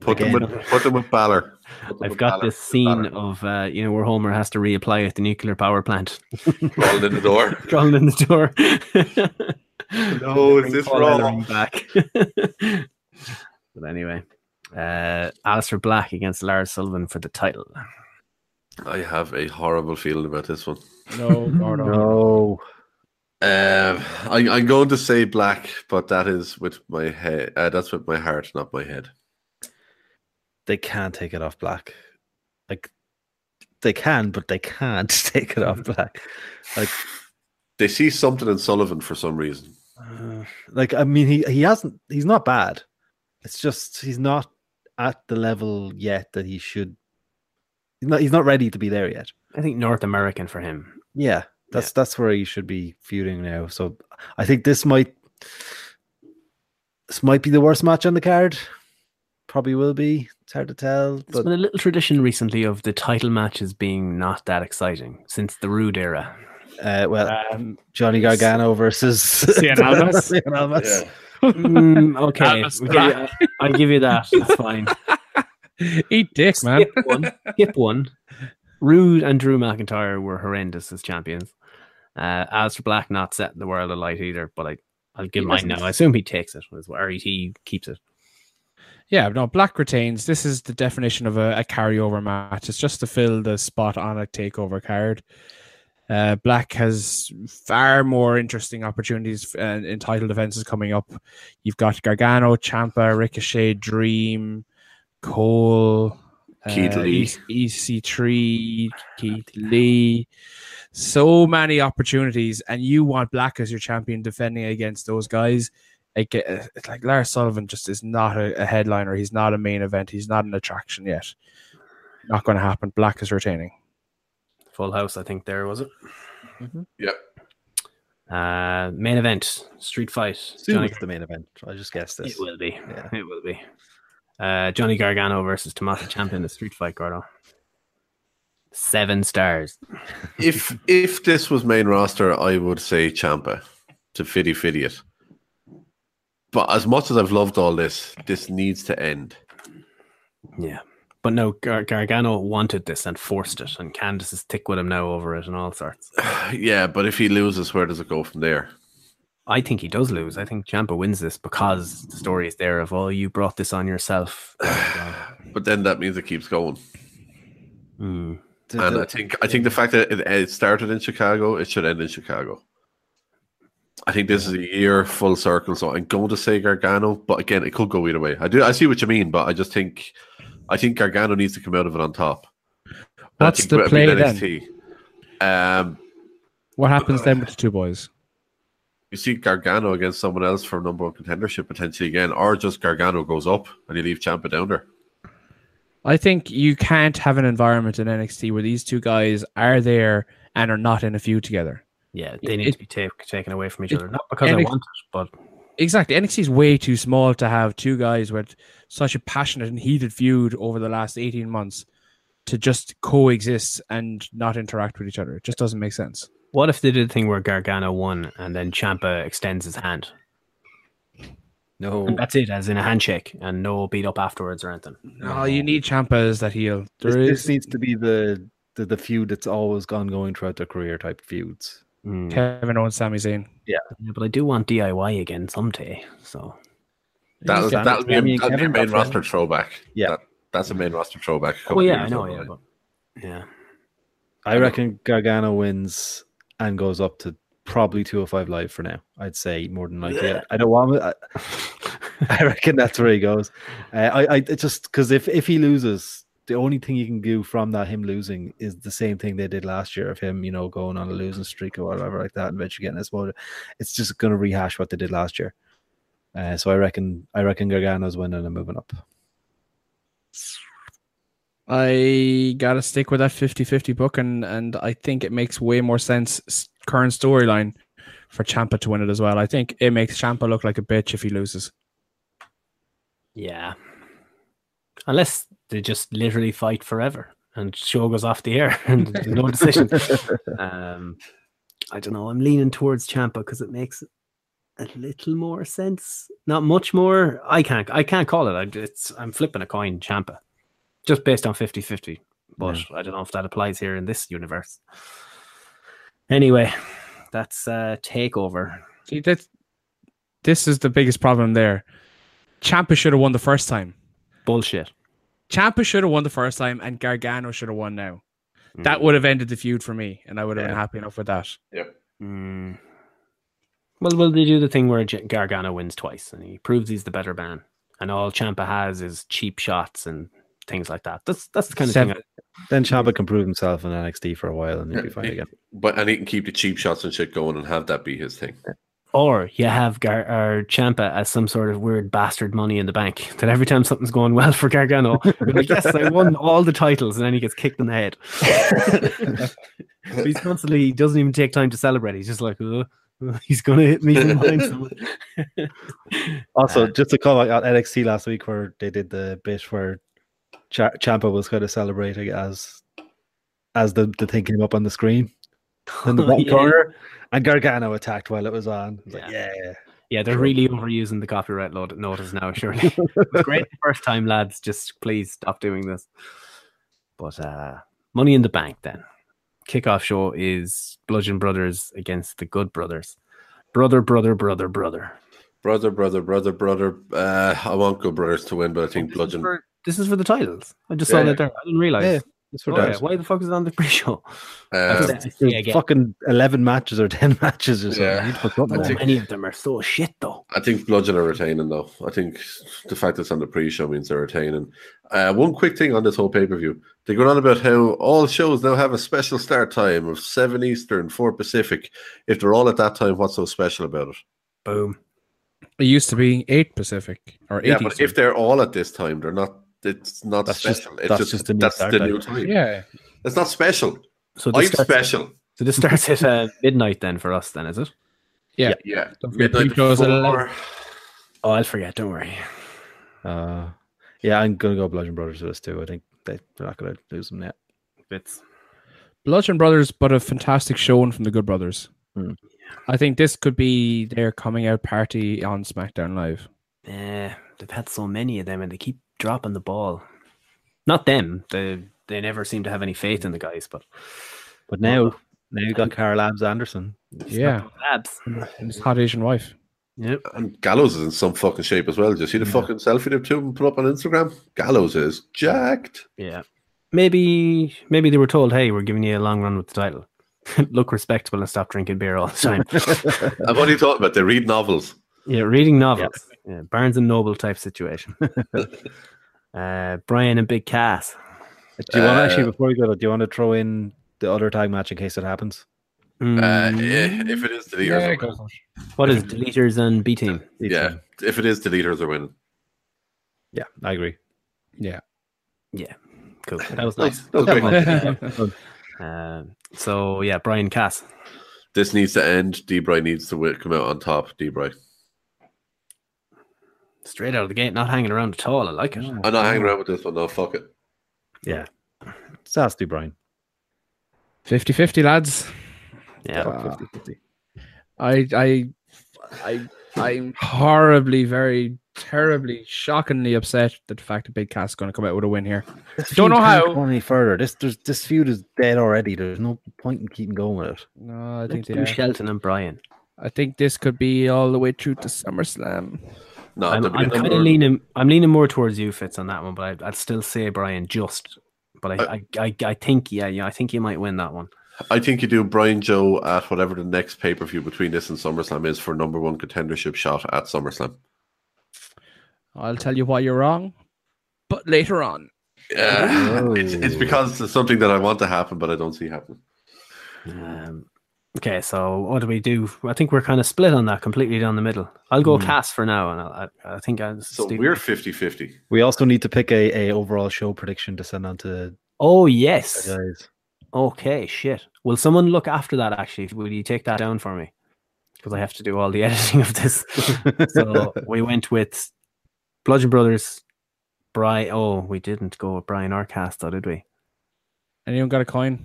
Put them Again. with put them with Balor. Put them I've with got Balor. this scene of uh, you know where Homer has to reapply at the nuclear power plant, Crawled in the door. crawling in the door. No, is this Paul Ellery wrong? Back. but anyway, uh, Alistair Black against Lars Sullivan for the title. I have a horrible feeling about this one. No, no, No. Um, I, I'm going to say black, but that is with my head. Uh, that's with my heart, not my head. They can't take it off black. Like they can, but they can't take it off black. Like They see something in Sullivan for some reason. Uh, like I mean, he he hasn't. He's not bad. It's just he's not at the level yet that he should. He's not. He's not ready to be there yet. I think North American for him. Yeah, that's that's where he should be feuding now. So I think this might this might be the worst match on the card. Probably will be. It's hard to tell. There's But been a little tradition recently of the title matches being not that exciting since the Rude era. uh, well, Johnny Gargano versus Cien Almas? Cien Almas. Mm, okay, Almas we give you- uh, I'll give you that. That's fine. Eat dick, man. Skip one. Skip one. Rude and Drew McIntyre were horrendous as champions. Uh, Alistair Black not setting the world alight either, but I, I'll give He mine now. doesn't. I assume he takes it, is what- or he keeps it. Yeah, no, black retains. This is the definition of a, a carryover match. It's just to fill the spot on a takeover card. Uh, black has far more interesting opportunities and in title defenses coming up. You've got Gargano, Champa, Ricochet, Dream, Cole, uh, E Keith Lee. EC3, Keith Lee. So many opportunities, and you want Black as your champion defending against those guys. It ge- It's like Lars Sullivan just is not a, a headliner. He's not a main event. He's not an attraction yet. Not going to happen. Black is retaining. Full house, I think there was it. Yep. Uh, main event, street fight. Soon it's the main event. I just guessed this. It will be. It will be. Uh, Johnny Gargano versus Tommaso Ciampa in the street fight, Gordo. Seven stars. If if this was main roster, I would say Champa to fitty fitty it. But as much as I've loved all this, this needs to end. Yeah. But no, Gar- Gargano wanted this and forced it, and Candace is tick with him now over it and all sorts. Yeah, but if he loses, where does it go from there? I think he does lose. I think Champa wins this because the story is there of, oh, you brought this on yourself. But then that means it keeps going. Hmm. And uh, I think I think the fact that it, it started in Chicago, it should end in Chicago. I think this is a year full circle, so I'm going to say Gargano, but again, it could go either way. I do I see what you mean, but I just think I think Gargano needs to come out of it on top. And I What's think the it'll be play then? NXT. Um, What happens then with the two boys? you see Gargano against someone else for number one contendership potentially again, or just Gargano goes up and you leave Champa down there. I think you can't have an environment in NXT where these two guys are there and are not in a feud together. Yeah, they need to be ta- taken away from each it- other. Not because I NXT want it, but Exactly. NXT is way too small to have two guys with such a passionate and heated feud over the last 18 months to just coexist and not interact with each other. It just doesn't make sense. what if they did a thing where Gargano won and then Champa extends his hand? No. And that's it, as in a handshake and no beat up afterwards or anything. No, you need Champa as that heel. This, There this is needs to be the, the the feud that's always ongoing throughout their career type feuds. Kevin Owens, Sami Zayn. Yeah. Hmm. but I do want DIY again someday. So That'll, Yeah. that'll, be, a, I mean, that'll be a Kevin main got roster throwback. Yeah. That, that's a main roster throwback. a Oh couple yeah, I years know, down the yeah, line. but yeah. I reckon Gargano wins and goes up to probably 205 live for now. I'd say more than likely. I- I don't want it. I, I reckon that's where he goes. Uh, I, I it just because if if he loses, the only thing you can do from that him losing is the same thing they did last year of him, you know, going on a losing streak or whatever like that, and eventually getting this one. It's just going to rehash what they did last year. Uh, so I reckon, I reckon Gargano's winning and moving up. I gotta stick with that 50-50 book, and and I think it makes way more sense s- current storyline for Champa to win it as well. I think it makes Champa look like a bitch if he loses. Yeah. Unless they just literally fight forever and show goes off the air and there's no decision. um, I don't know. I'm leaning towards Champa because it makes a little more sense. Not much more. I can't. I can't call it. I, it's. I'm flipping a coin, Champa, just based on 50-50. But I don't know if that applies here in this universe. Anyway, that's uh, takeover. See, that's this is the biggest problem there. Champa should have won the first time. Bullshit. Champa should have won the first time, and Gargano should have won now. Hmm. That would have ended the feud for me, and I would have been happy enough with that. Yep. Mm. Well, will they do the thing where J- Gargano wins twice and he proves he's the better man, and all Champa has is cheap shots and things like that. That's that's the kind of Seven. thing. I, Hmm. Then Champa can prove himself in NXT for a while and he'll be fine again. But and he can keep the cheap shots and shit going and have that be his thing. or you have Gar- or Champa as some sort of weird bastard money in the bank that every time something's going well for Gargano, you're like, yes, I won all the titles, and then he gets kicked in the head. But he's constantly he doesn't even take time to celebrate. He's just like, "Uh, uh, he's gonna hit me from behind someone. Also, Uh, just to call out on NXT last week where they did the bit where Cha- Champa was kind of celebrating as as the, the thing came up on the screen in the Oh, bottom yeah. corner, and Gargano attacked while it was on. I was like, yeah. Yeah, they're really overusing the copyright lo- notice now, surely. it was great the first time, lads. Just please stop doing this. But uh, Money in the Bank, then. Kickoff show is Bludgeon Brothers against the Good Brothers. Brother, brother, brother, brother. Brother, brother, brother, brother. Uh, I want Good Brothers to win, but I think Bludgeon. For- This is for the titles. I just Yeah. saw that there. I didn't realize. Yeah, it's for Oh, yeah, titles. Why the fuck is it on the pre show? Uh, Yeah, again. Fucking 11 matches or 10 matches or something. Yeah. You need to put something I on. think- Many of them are so shit, though. I think Bludgeon are retaining though. I think the fact it's on the pre-show means they're retaining. Uh, one quick thing on this whole pay-per-view: they're going on about how all shows now have a special start time of seven Eastern, four Pacific. If they're all at that time, what's so special about it? Boom. It used to be eight Pacific or eight. yeah, but Eastern. if they're all at this time, they're not. It's not That's just- special. it's just, that's just the new that's start the time. new time. Yeah. it's not special. So I'm this starts at- special. So this starts at uh, midnight then for us, then, is it? yeah, Yeah, Don't forget midnight Pete goes at four. 11. Oh, I'll forget. Don't worry. Uh, yeah, I'm going to go Bludgeon Brothers with this too. I think they, they're not going to lose them yet. Bits. Bludgeon Brothers, but a fantastic showing from the Good Brothers. Hmm. I think this could be their coming out party on SmackDown Live. Yeah, Eh, they've had so many of them, and they keep dropping the ball. Not them. They they never seem to have any faith in the guys, but But now, now you've got Carl Abs Anderson. Yeah, abs. and his hot Asian wife. Yep. And Gallows is in some fucking shape as well. Did you see the fucking selfie the two of them put up on Instagram? Gallows is jacked. Yeah. Maybe maybe they were told, "Hey, we're giving you a long run with the title. Look respectable and stop drinking beer all the time." I've only thought about they read novels. yeah, reading novels. Yeah. Barnes and Noble type situation. uh, Brian and Big Cass. Do you want to actually, Uh, before we go, to- do you want to throw in the other tag match in case it happens? Uh, Mm, eh, if it is deleters, are winning. what is deleters and B team? yeah. If it is deleters, are winning. Yeah, I agree. Yeah. Yeah, cool. That was nice. Nice. That Um, so yeah, Brian Cass. This needs to end. Debray needs to wi- come out on top. Debray. straight out of the gate, not hanging around at all. I like it. I'm not hanging around with this one. No, fuck it. Yeah, Just ask do Brian. 50 50, lads. yeah. Fuck 50-50. I, I, I, I'm horribly, very, terribly, shockingly upset that the fact that Big Cass is going to come out with a win here. This Don't know feud can't how. go any further. This there's, this feud is dead already. There's no point in keeping going with it. No, I think Let's they do are. Shelton and Brian. I think this could be all the way through to SummerSlam. No, I'm, there'll be I'm another- kind of leaning. I'm leaning more towards you, Fitz, on that one. But I, I'd still say Brian just. But Uh, I, I, I, I think yeah, yeah, I think you might win that one. I think you do Brian Joe at whatever the next pay per view between this and SummerSlam is for number one contendership shot at SummerSlam. I'll tell you why you're wrong, but later on. Yeah, Oh. it's, it's because it's something that I want to happen, but I don't see happening. Um, okay, so what do we do? I think we're kind of split on that, completely down the middle. I'll go Hmm. Cass for now, and I'll, I, I think I. So we're 50-50. We also need to pick a, a overall show prediction to send on to Oh yes. the guys. Okay, shit. Will someone look after that? Actually, will you take that down for me? Because I have to do all the editing of this. so we went with Bludgeon Brothers. Brian. Oh, we didn't go with Brian Arcast, though, did we? Anyone got a coin?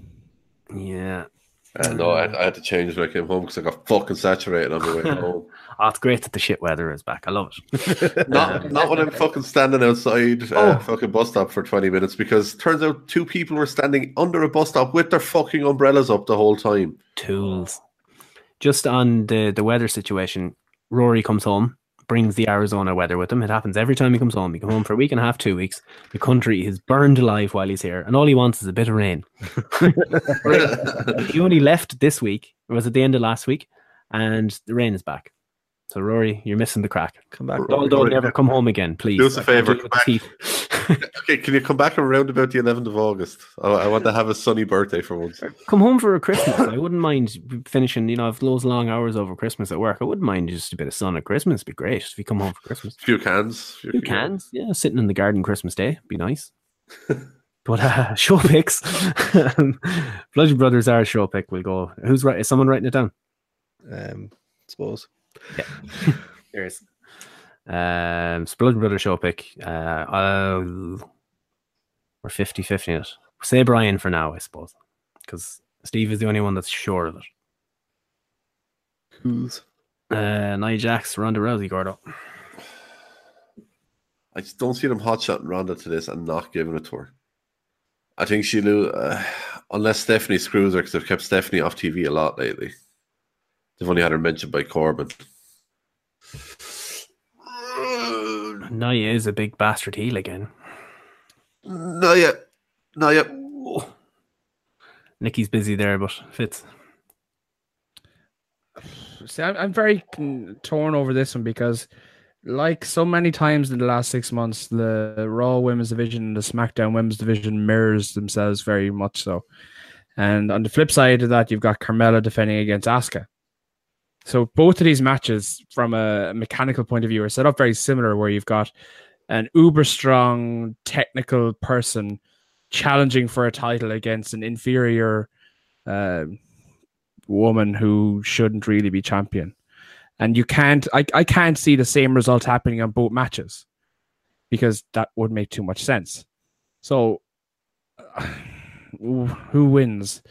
Yeah. Uh, no, I, I had to change when I came home because I got fucking saturated on the way home. Oh, it's great that the shit weather is back. I love it. Not, not when I'm fucking standing outside uh, fucking bus stop for 20 minutes because turns out two people were standing under a bus stop with their fucking umbrellas up the whole time. Tools. Just on the, the weather situation, Rory comes home, brings the Arizona weather with him. It happens every time he comes home. He comes home for a week and a half, two weeks. The country is burned alive while he's here, and all he wants is a bit of rain. he only left this week, it was at the end of last week, and the rain is back. So, Rory, you're missing the crack. Come back. Don't, Rory. never come home again, please. Do us a I can't favor, do it come with Okay, can you come back around about the 11th of August? I, I want to have a sunny birthday for once. Come home for a Christmas. I wouldn't mind finishing, you know, I've loads of long hours over Christmas at work. I wouldn't mind just a bit of sun at Christmas. It'd be great if you come home for Christmas. few cans. Few, few cans. Yeah, sitting in the garden Christmas Day. Be nice. but uh, show picks. Bludgeon Brothers are a show pick. We'll go. Who's right? Is someone writing it down? Um, suppose. Yeah. there is. Um, so Bludgeon Brothers show pick. Uh, uh, we're 50 50 it. Say Brian for now, I suppose, because Steve is the only one that's sure of it. Who's? Uh, Nia Jax, Ronda Rousey, Gordo. I just don't see them hotshotting Ronda to this and not giving it to her. I think she will uh, unless Stephanie screws her because they've kept Stephanie off TV a lot lately. They've only had her mentioned by Corbin. Nia is a big bastard heel again. No, yeah, no, yeah. Nikki's busy there, but fits. See, I'm, I'm very con- torn over this one because, like so many times in the last six months, the Raw Women's Division and the SmackDown Women's Division mirrors themselves very much so. And on the flip side of that, you've got Carmella defending against Asuka. So both of these matches, from a mechanical point of view, are set up very similar, where you've got an uber strong technical person challenging for a title against an inferior uh, woman who shouldn't really be champion. And you can't, I, I can't see the same result happening on both matches because that would make too much sense. So, uh, who wins?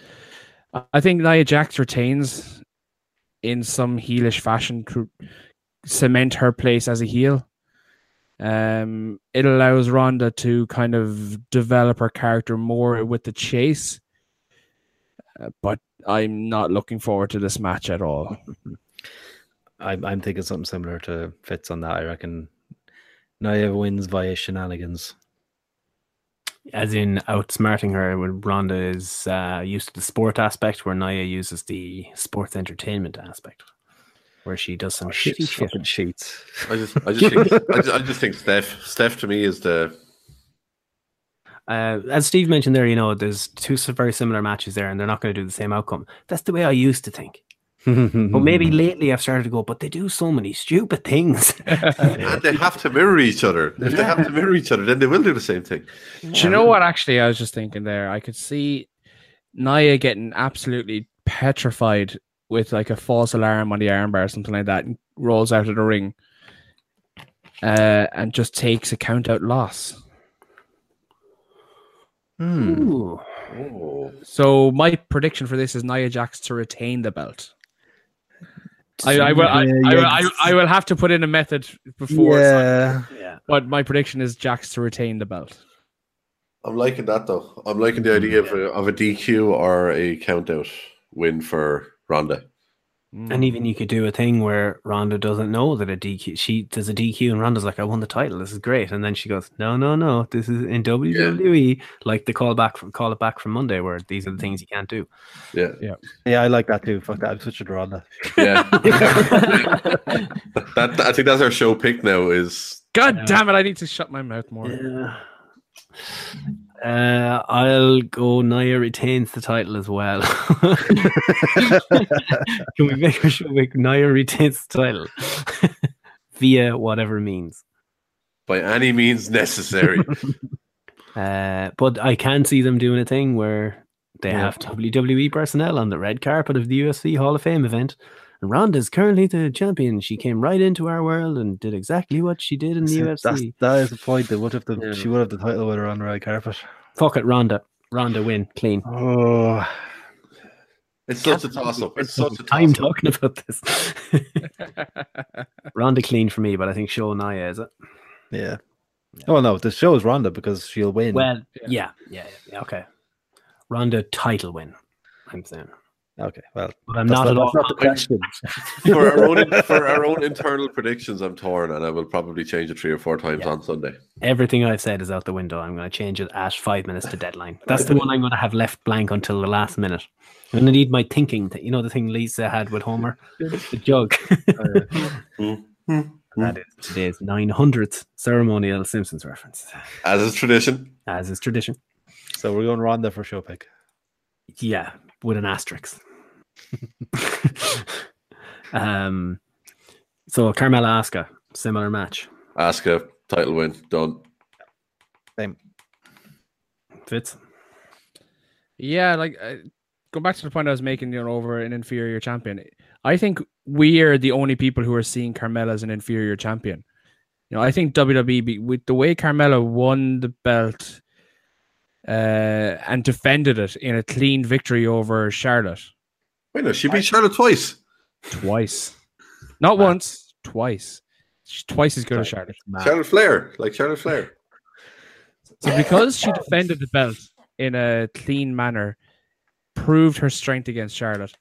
I think Nia Jax retains in some heelish fashion to cement her place as a heel. Um, it allows Ronda to kind of develop her character more with the chase, Uh, but I'm not looking forward to this match at all. I'm I'm thinking something similar to Fitz on that. I reckon Nia wins via shenanigans. As in outsmarting her, when Ronda is uh, used to the sport aspect, where Nia uses the sports entertainment aspect, where she does Oh, some shitty shit. sheets. I just, I just, think, I just, I just think Steph, Steph to me is the Uh, as Steve mentioned there, you know, there's two s- very similar matches there, and they're not going to do the same outcome. That's the way I used to think. But maybe lately I've started to go, but they do so many stupid things. and they have to mirror each other. If they have to mirror each other, then they will do the same thing. Do you know what? Actually, I was just thinking there. I could see Naya getting absolutely petrified with like a false alarm on the armbar or something like that, and rolls out of the ring, uh, and just takes a count out loss. Hmm. Ooh. So my prediction for this is Nia Jax to retain the belt. I, I will. I, Yeah, I, will- yeah. I, will- I will have to put in a method before. Yeah. Yeah. But my prediction is Jax to retain the belt. I'm liking that though. I'm liking the idea of a, of a DQ or a count out win for Ronda. And even you could do a thing where Ronda doesn't know that a DQ. She does a DQ, and Ronda's like, "I won the title. This is great." And then she goes, "No, no, no. This is in WWE. Like the call back from call it back from Monday, where these are the things you can't do." Yeah. Yeah. Yeah, I like that too. Fuck that. I'm such a drama. Yeah. that, that- I think that's our show pick now. Is God damn it! I need to shut my mouth more. Uh, I'll go. Nia retains the title as well. Can we make a show? Make Nia retains the title via whatever means. By any means necessary. Uh, but I can see them doing a thing where they Yeah. have WWE personnel on the red carpet of the UFC Hall of Fame event. And Ronda's currently the champion. She came right into our world and did exactly what she did in the See, UFC. That's, that is the point. They would have the, She would have the title with her on the red carpet. Fuck it, Ronda. Ronda win clean. Oh, It's such a toss up. It's such a toss I'm talking about this. Ronda clean for me, but I think Show Naya is it. yeah. Oh no, the show is Ronda because she'll win. Well, yeah, yeah, yeah, yeah, okay. Ronda title win. I'm saying. Okay, well, but I'm that's not, at all. that's not the question. for our own for our own internal predictions, I'm torn, and I will probably change it three or four times on Sunday. Everything I've said is out the window. I'm going to change it at five minutes to deadline. That's the one I'm going to have left blank until the last minute. I'm going to need my thinking. Th- you know the thing Lisa had with Homer, the jug. that is today's 900th ceremonial Simpsons reference, as is tradition. as is tradition. So we're going Ronda for show pick. Yeah, with an asterisk. um, so Carmella Asuka, similar match. Asuka title win done. Same. Fits. Yeah, like uh, go back to the point I was making you know, over an inferior champion. I think we are the only people who are seeing Carmella as an inferior champion. You know, I think WWE be- with the way Carmella won the belt uh, and defended it in a clean victory over Charlotte. Wait, no, she beat Charlotte twice. Twice, not once, twice. She's twice as good as Charlotte. Ah. Charlotte Flair, like Charlotte Flair. So because she defended the belt in a clean manner, proved her strength against Charlotte.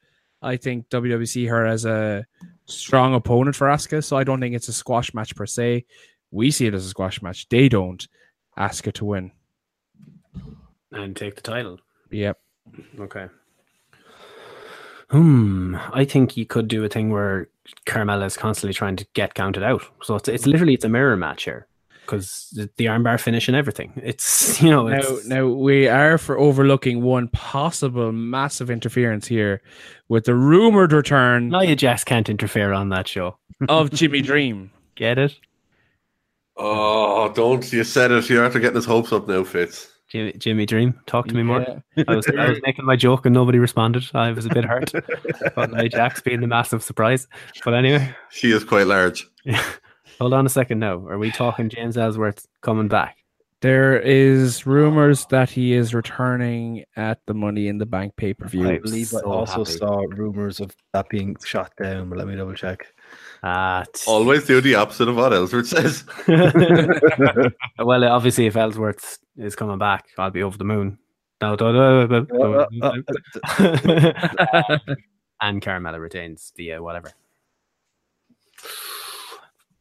I think WWE see her as a strong opponent for Asuka, so I don't think it's a squash match per se. We see it as a squash match. They don't. Asuka to win. And take the title. Yep. Okay. Hmm. I think you could do a thing where Carmella is constantly trying to get counted out. So it's it's literally it's a mirror match here because the, the armbar finish and everything. It's you know it's, Now, now we are for overlooking one possible massive interference here with the rumored return. Nia Jax can't interfere on that show of Jimmy Dream. Get it? Oh, don't you said it? You're after getting his hopes up now, Fitz. Jimmy, Jimmy Dream, talk to me more. Yeah. I was, I was making my joke and nobody responded. I was a bit hurt about Nia Jax being the massive surprise. But anyway, she is quite large. Hold on a second now. Are we talking James Ellsworth coming back? There is rumors that he is returning at the Money in the Bank pay per view. I believe I also saw rumors of that being shot down, but let me double check. Ah, Always do the opposite of what Ellsworth says. well, obviously, if Ellsworth is coming back, I'll be over the moon. No, no, no, no, no, no, no. and Carmella retains via whatever.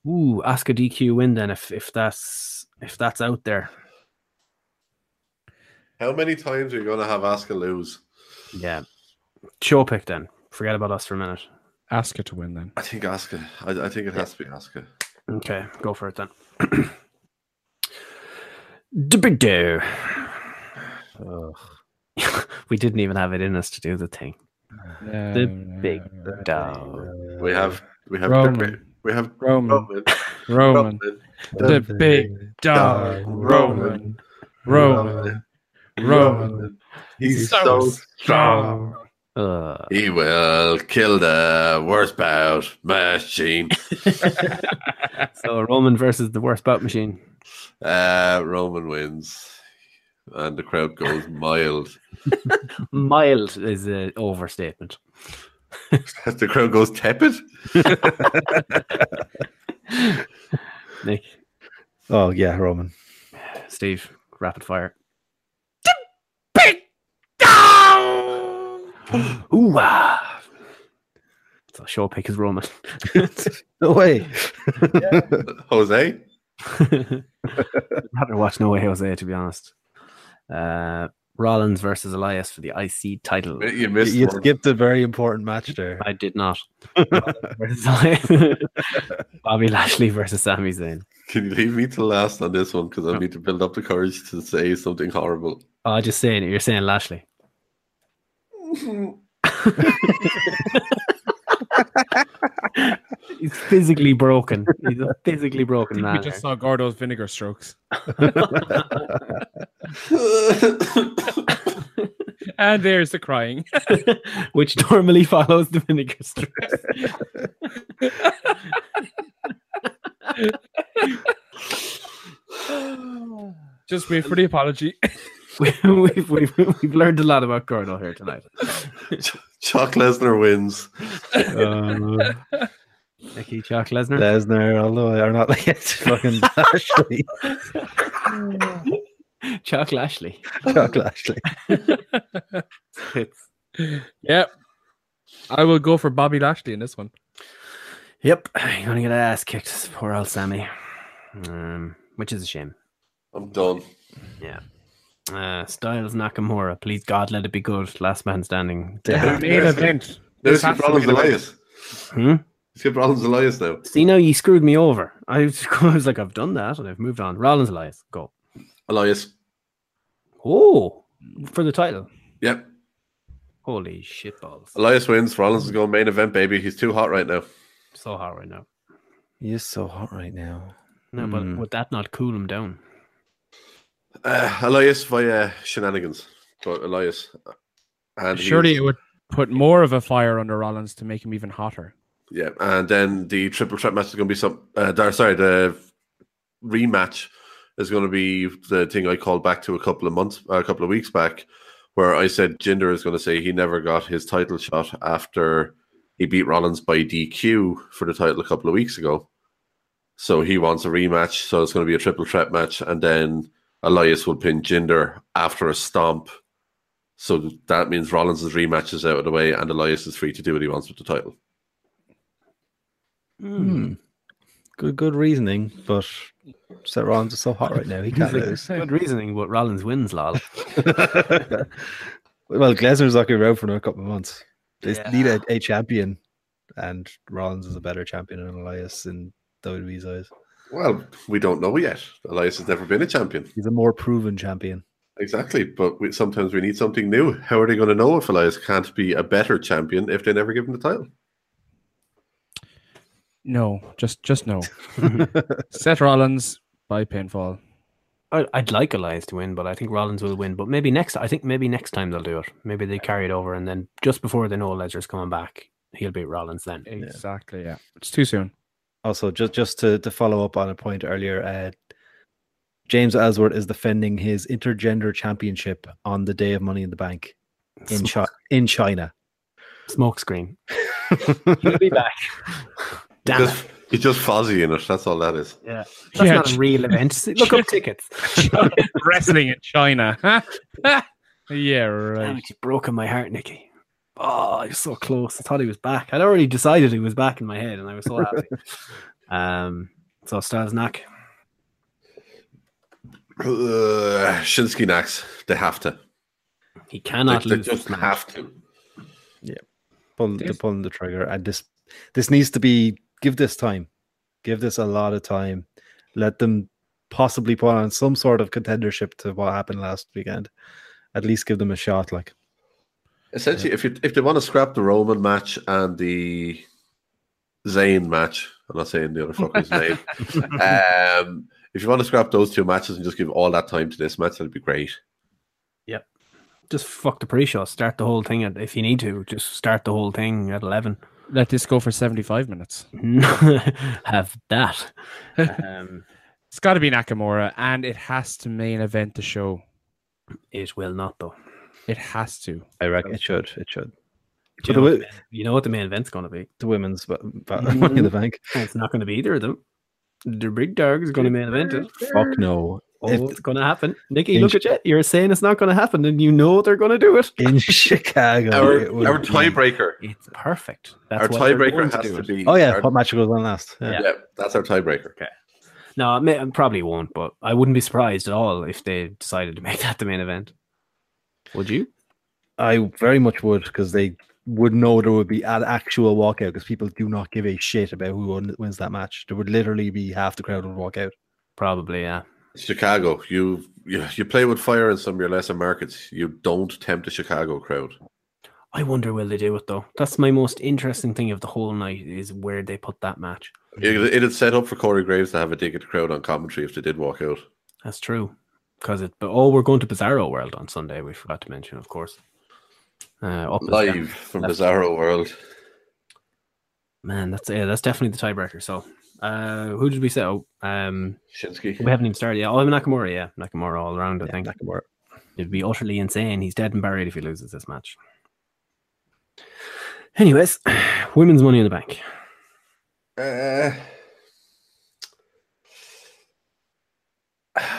Ooh, ask a DQ win then if if that's if that's out there. How many times are you going to have Asuka lose? Yeah. Show pick then. Forget about us for a minute. Ask it to win then. I think Asuka. I, I think it has to be Asuka. Okay, go for it then. The big do. we didn't even have it in us to do the thing. the big dog. We have we have Roman. we have Roman. Roman. Roman. The big dog. Roman. Roman. Roman. He's so strong. He will kill the worst bout machine. so Roman versus the worst bout machine. Uh, Roman wins, and the crowd goes mild. Mild is an overstatement. the crowd goes tepid. Nick, Oh yeah, Roman. Steve, rapid fire. Ooh, ah. So show pick is Roman. No way. Jose. I'd rather watch No Way Jose to be honest. Uh, Rollins versus Elias for the IC title. You You, you skipped a very important match there. I did not. Bobby Lashley versus Sami Zayn. Can you leave me to last on this one? Because I need to build up the courage to say something horrible. Oh, just saying it. You're saying Lashley. He's physically broken. He's a physically broken We man. just saw Gordo's vinegar strokes. and there's the crying. Which normally follows the vinegar strips. just wait for the apology. we've, we've, we've learned a lot about Gordo here tonight. Chuck Lesnar wins. Nicky Chuck Lesnar. Uh, Lesnar, although I are not like it's fucking Lashley. Chuck Lashley. Chuck Lashley. Yep. I will go for Bobby Lashley in this one. Yep, you're gonna get an ass kicked, poor old Sammy. Um, which is a shame. I'm done. Yeah. Uh, Styles Nakamura, please God, let it be good. Last man standing. Yeah. There's your Rollins Elias. Hmm? Let's get Rollins Elias now. See now, you screwed me over. I was, I was like, I've done that, and I've moved on. Rollins Elias, go. Elias. Oh, for the title. Yep. Holy shit balls! Elias wins. Rollins is going main event, baby. He's too hot right now. So hot right now. He is so hot right now. Hmm. No, but would that not cool him down? Uh, Elias via shenanigans. But Elias. uh, And he Surely was- it would put more of a fire under Rollins to make him even hotter. Yeah, and then the triple threat match is going to be some. Uh, dar- sorry, the rematch is going to be the thing I called back to a couple of months, a couple of weeks back, where I said Jinder is going to say he never got his title shot after he beat Rollins by DQ for the title a couple of weeks ago. So he wants a rematch. So it's going to be a triple threat match, and then Elias will pin Jinder after a stomp. So that means Rollins' rematch is out of the way, and Elias is free to do what he wants with the title. Hmm. Good, good reasoning, but Seth Rollins is so hot right now. He can't lose. Good reasoning, but Rollins wins, lol. Well, Lesnar's not going to be around for another couple of months. They Yeah. need a, a champion, and Rollins is a better champion than Elias in WWE's eyes. Well, we don't know yet. Elias has never been a champion. He's a more proven champion. Exactly, but we, sometimes we need something new. How are they going to know if Elias can't be a better champion if they never give him the title? No, just just no. Seth Rollins by pinfall. I- I'd like Elias to win, but I think Rollins will win. But maybe next, I think maybe next time they'll do it. Maybe they carry it over, and then just before they know Ledger's coming back, he'll beat Rollins then. Exactly. Yeah. It's too soon. Also, just just to, to follow up on a point earlier, uh, James Ellsworth is defending his intergender championship on the day of Money in the Bank in Chi- in China. Smokescreen. He'll be back. Damn He's just, he's just fuzzy in it. That's all that is. Yeah, that's Yeah, not ch- a real event. Look up tickets. Wrestling in China. huh? yeah, Damn right. it, you've broken my heart, Nicky. Oh, you're so close. I thought he was back. I'd already decided he was back in my head, and I was so happy. um, so Styles Knack. Uh, Shinsuke Nax. They have to. He cannot they, they lose just have to. Pull the pulling the trigger, and this this needs to be give this time, give this a lot of time. Let them possibly put on some sort of contendership to what happened last weekend. At least give them a shot. Like Essentially, if you, if they want to scrap the Roman match and the Zayn match, I'm not saying the other fucker's name. Um, if you want to scrap those two matches and just give all that time to this match, that'd be great. Yep. Just fuck the pre-show. Start the whole thing at, if you need to. Just start the whole thing at eleven. Let this go for 75 minutes. Have that. Um, It's got to be Nakamura, and it has to main event the show. it will not though. It has to. I reckon it should. It should. But Do the you, know what wo- the main- you know what the main event's going to be? Mm-hmm. the women's but, money in the bank. It's not going to be either of them. The big dog is going to main event it. Fuck no. Oh, If- it's going to happen. Nikki, In- look at you. You're saying it's not going to happen, and you know they're going to do it. in Chicago. Our, it would our be- tiebreaker. It's perfect. That's Our what they're tiebreaker going has do to it. be. Oh yeah, our- what match goes on last? Yeah. yeah. that's our tiebreaker. Okay. No, I may- probably won't, but I wouldn't be surprised at all if they decided to make that the main event. Would you? I very much would because they would know there would be an actual walkout because people do not give a shit about who won- wins that match. There would literally be half the crowd would walk out. Probably, yeah. Chicago, you, you you play with fire in some of your lesser markets. You don't tempt a Chicago crowd. I wonder will they do it though. That's my most interesting thing of the whole night is where they put that match. It, it'd set up for Corey Graves to have a dig at the crowd on commentary if they did walk out. That's true. Because it, but oh, we're going to Bizarro World on Sunday. We forgot to mention, of course. Uh, up is Live down, from left. Bizarro World. Man, that's yeah, that's definitely the tiebreaker. So, uh, who did we say? Oh, um, Shinsuke. We haven't even started yet. Oh, Nakamura. Yeah, Nakamura all around. I think Nakamura. It'd be utterly insane. He's dead and buried if he loses this match. Anyways, women's money in the bank. Uh,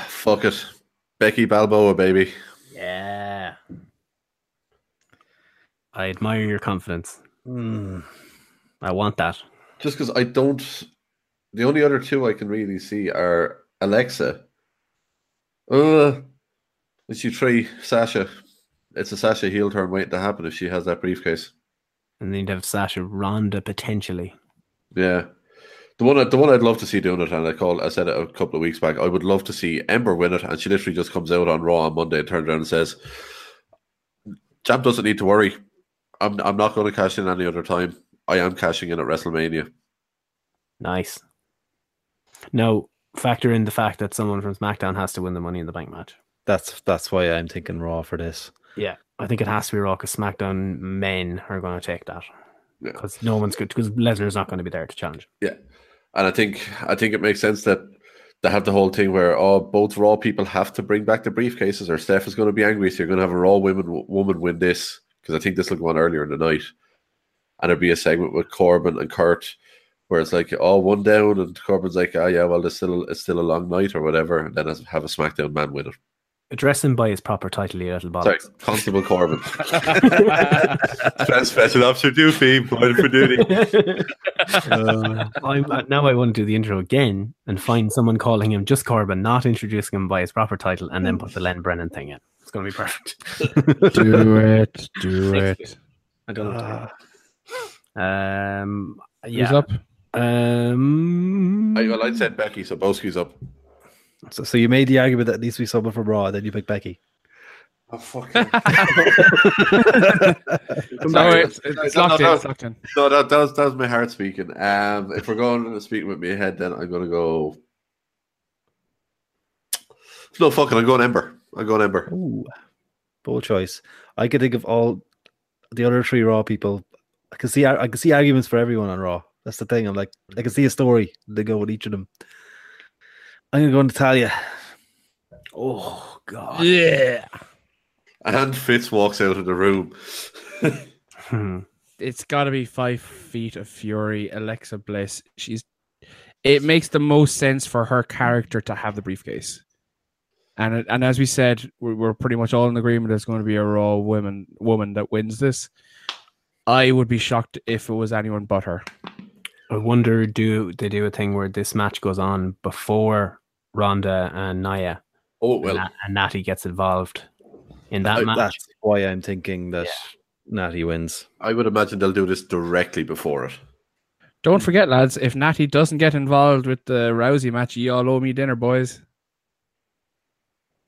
fuck it, Becky Balboa, baby. Yeah. I admire your confidence. Hmm. I want that. Just because I don't. The only other two I can really see are Alexa. Uh, it's you three, Sasha. It's a Sasha heel turn waiting to happen if she has that briefcase. And then you'd have Sasha Ronda potentially. Yeah. The one, I- the one I'd love to see doing it, and I called, I said it a couple of weeks back. I would love to see Ember win it, and she literally just comes out on Raw on Monday and turns around and says, "Champ doesn't need to worry. I'm, I'm not going to cash in any other time. I am cashing in at WrestleMania." Nice. Now, factor in the fact that someone from SmackDown has to win the Money in the Bank match. That's that's why I'm thinking Raw for this. Yeah. I think it has to be Raw because SmackDown men are going to take that. Because no one's good. Because Lesnar's not going to be there to challenge. Yeah, and I think I think it makes sense that they have the whole thing where oh, both Raw people have to bring back the briefcases, or Steph is going to be angry, so you're going to have a Raw women woman win this because I think this will go on earlier in the night, and it'll be a segment with Corbin and Kurt where it's like oh one down, and Corbin's like oh yeah, well it's still it's still a long night or whatever, and then have a SmackDown man win it. Address him by his proper title, you little Sorry, bollocks. Constable Corbin. Trans Special Officer Doofy, mine for duty. Uh, I'm, uh, now I want to do the intro again and find someone calling him just Corbin, not introducing him by his proper title, and then put the Len Brennan thing in. It's going to be perfect. do it. Do it. I don't know. what to do. Um, Who's yeah. up? Um, I, well, I said Becky, so Boski's up. So, so you made the argument that needs to be someone from Raw, then you pick Becky. Oh fuck! No, it's- it's locked in, it's locked in. No, that, that was that was my heart speaking. Um, if we're going to speak with my head, then I'm gonna go. No, fuck it. I'm going Ember. I'm going Ember. Ooh, bold choice. I could think of all the other three Raw people. I can see I can see arguments for everyone on Raw. That's the thing. I'm like I can see a story. They go with each of them. I'm gonna go on Natalia. Oh God. Yeah. And Fitz walks out of the room. Hmm. It's got to be five feet of fury. Alexa Bliss. She's. It makes the most sense for her character to have the briefcase. And it- and as we said, we- we're pretty much all in agreement. There's going to be a raw woman woman that wins this. I would be shocked if it was anyone but her. I wonder do they do a thing where this match goes on before Ronda and Naya? Oh well, and, Na- and Natty gets involved in that match. Oh, That's why I'm thinking that Natty wins. I would imagine they'll do this directly before it. Don't forget, lads. If Natty doesn't get involved with the Rousey match, you all owe me dinner, boys.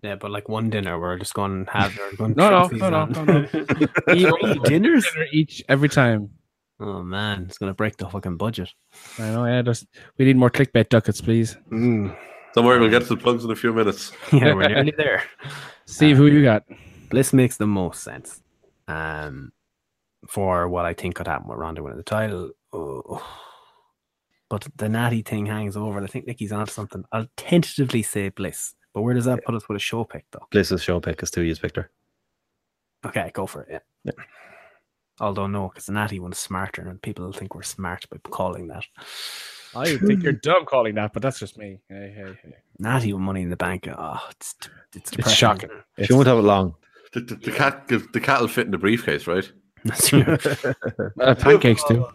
Yeah, but like one dinner, we're just going to have. we're going to No, trip no, no, these no, on. no, no. Three dinners each every time. Oh man, it's gonna break the fucking budget. I know. Yeah, there's- we need more clickbait duckets, please. Don't worry, we'll get to the plugs in a few minutes. Yeah, we're nearly there. Steve, who you got? Bliss makes the most sense. Um, for what I think could happen with Ronda winning the title. Oh. But the natty thing hangs over. and I think Nikki's onto something. I'll tentatively say Bliss, but where does that put us with a show pick though? Bliss's show pick is two years Victor. Okay, go for it. Yeah. Although no, because the natty one's smarter, and people think we're smart by calling that. I think you're dumb calling that, but that's just me. Hey, hey, hey. Natty with money in the bank. Oh, it's it's, depressing. shocking. She won't have it long. The, the, the cat, the cat will fit in the briefcase, right? That's true. Uh, pancakes too.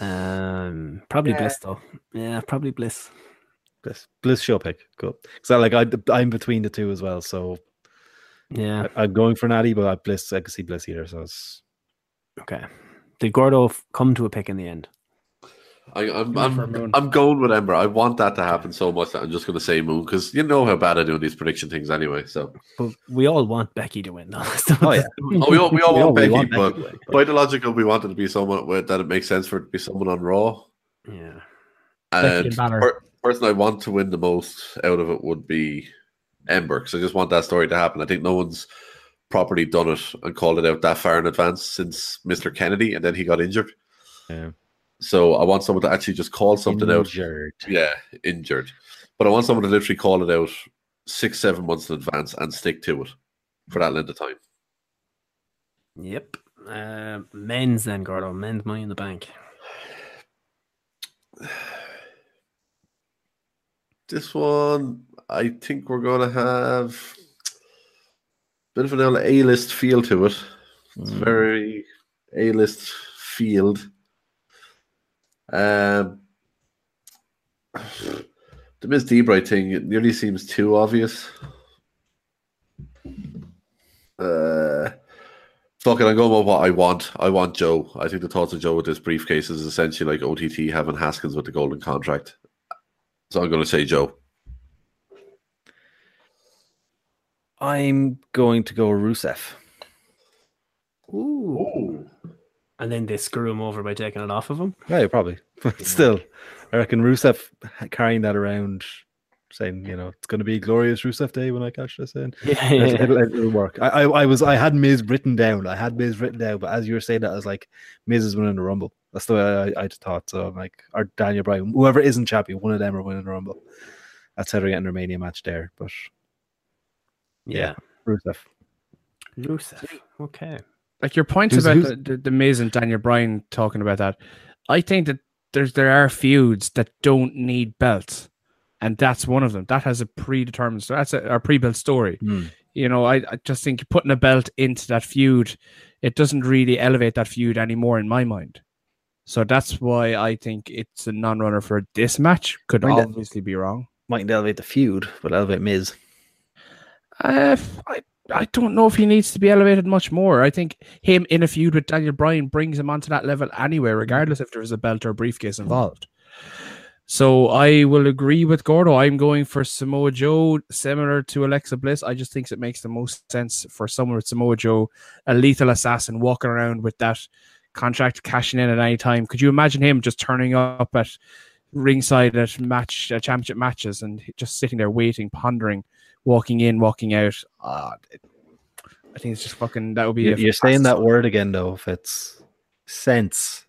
Um, probably Bliss though. Yeah, probably Bliss. Bliss, Bliss show pick. Cool. So like I, I'm between the two as well. So Yeah. I, am going for Natty, but I Bliss. I can see Bliss either. So it's okay. Did Gordo f- come to a pick in the end? I, I'm, for Moon. I'm, I'm going with Ember. I want that to happen so much that I'm just going to say Moon because you know how bad I do these prediction things anyway. So But we all want Becky to win. Oh, yeah. oh, we all, we all want Becky, but to win. by the logical, we want it to be someone where- that it makes sense for it to be someone on Raw. Yeah. And Becky and the Balor. per- person I want to win the most out of it would be Ember because I just want that story to happen. I think no one's properly done it and called it out that far in advance since Mr. Kennedy and then he got injured. Yeah. So I want someone to actually just call something Injured. out. Yeah, injured. But I want someone to literally call it out six, seven months in advance and stick to it for that length of time. Yep. Uh, men's then, Gordo. Men's money in the bank. This one, I think we're going to have a bit of an A list feel to it. It's very A list field. Um, the Miss Debray thing, it nearly seems too obvious. Uh, fuck it, I'm going with what I want. I want Joe. I think the thoughts of Joe with this briefcase is essentially like OTT having Haskins with the golden contract. So I'm going to say Joe. I'm going to go Rusev. Ooh. And then they screw him over by taking it off of him. Yeah, probably. But still, I reckon Rusev carrying that around, saying, you know, it's going to be a glorious Rusev day when I catch this in. Yeah, It'll- yeah. It'll, it'll work. I, I, I was, I had Miz written down. I had Miz written down, but as you were saying that, I was like, Miz is winning the Rumble. That's the way I, I just thought. So I'm like, or Daniel Bryan, whoever isn't champion, one of them are winning the Rumble. That's how they're getting their Mania match there. But yeah, Rusev. Rusev. Okay. like your points Who's- about who's- the, the, the Miz and Daniel Bryan talking about that. I think that there's there are feuds that don't need belts, and that's one of them. That has a predetermined. So that's a, a pre-built story. Hmm. You know, I, I just think putting a belt into that feud, it doesn't really elevate that feud anymore in my mind. So that's why I think it's a non-runner for this match. Could Mind that- obviously be wrong. Mightn't elevate the feud, but elevate Miz. Uh, f- I I don't know if he needs to be elevated much more. I think him in a feud with Daniel Bryan brings him onto that level anyway, regardless if there is a belt or briefcase involved. So I will agree with Gordo. I'm going for Samoa Joe, similar to Alexa Bliss. I just think it makes the most sense for someone with Samoa Joe, a lethal assassin, walking around with that contract cashing in at any time. Could you imagine him just turning up at ringside at match uh, championship matches and he- just sitting there waiting, pondering, walking in, walking out? Ah, it- I think it's just fucking that would be. You- a You're saying fantastic- that word again, though. If it's sense,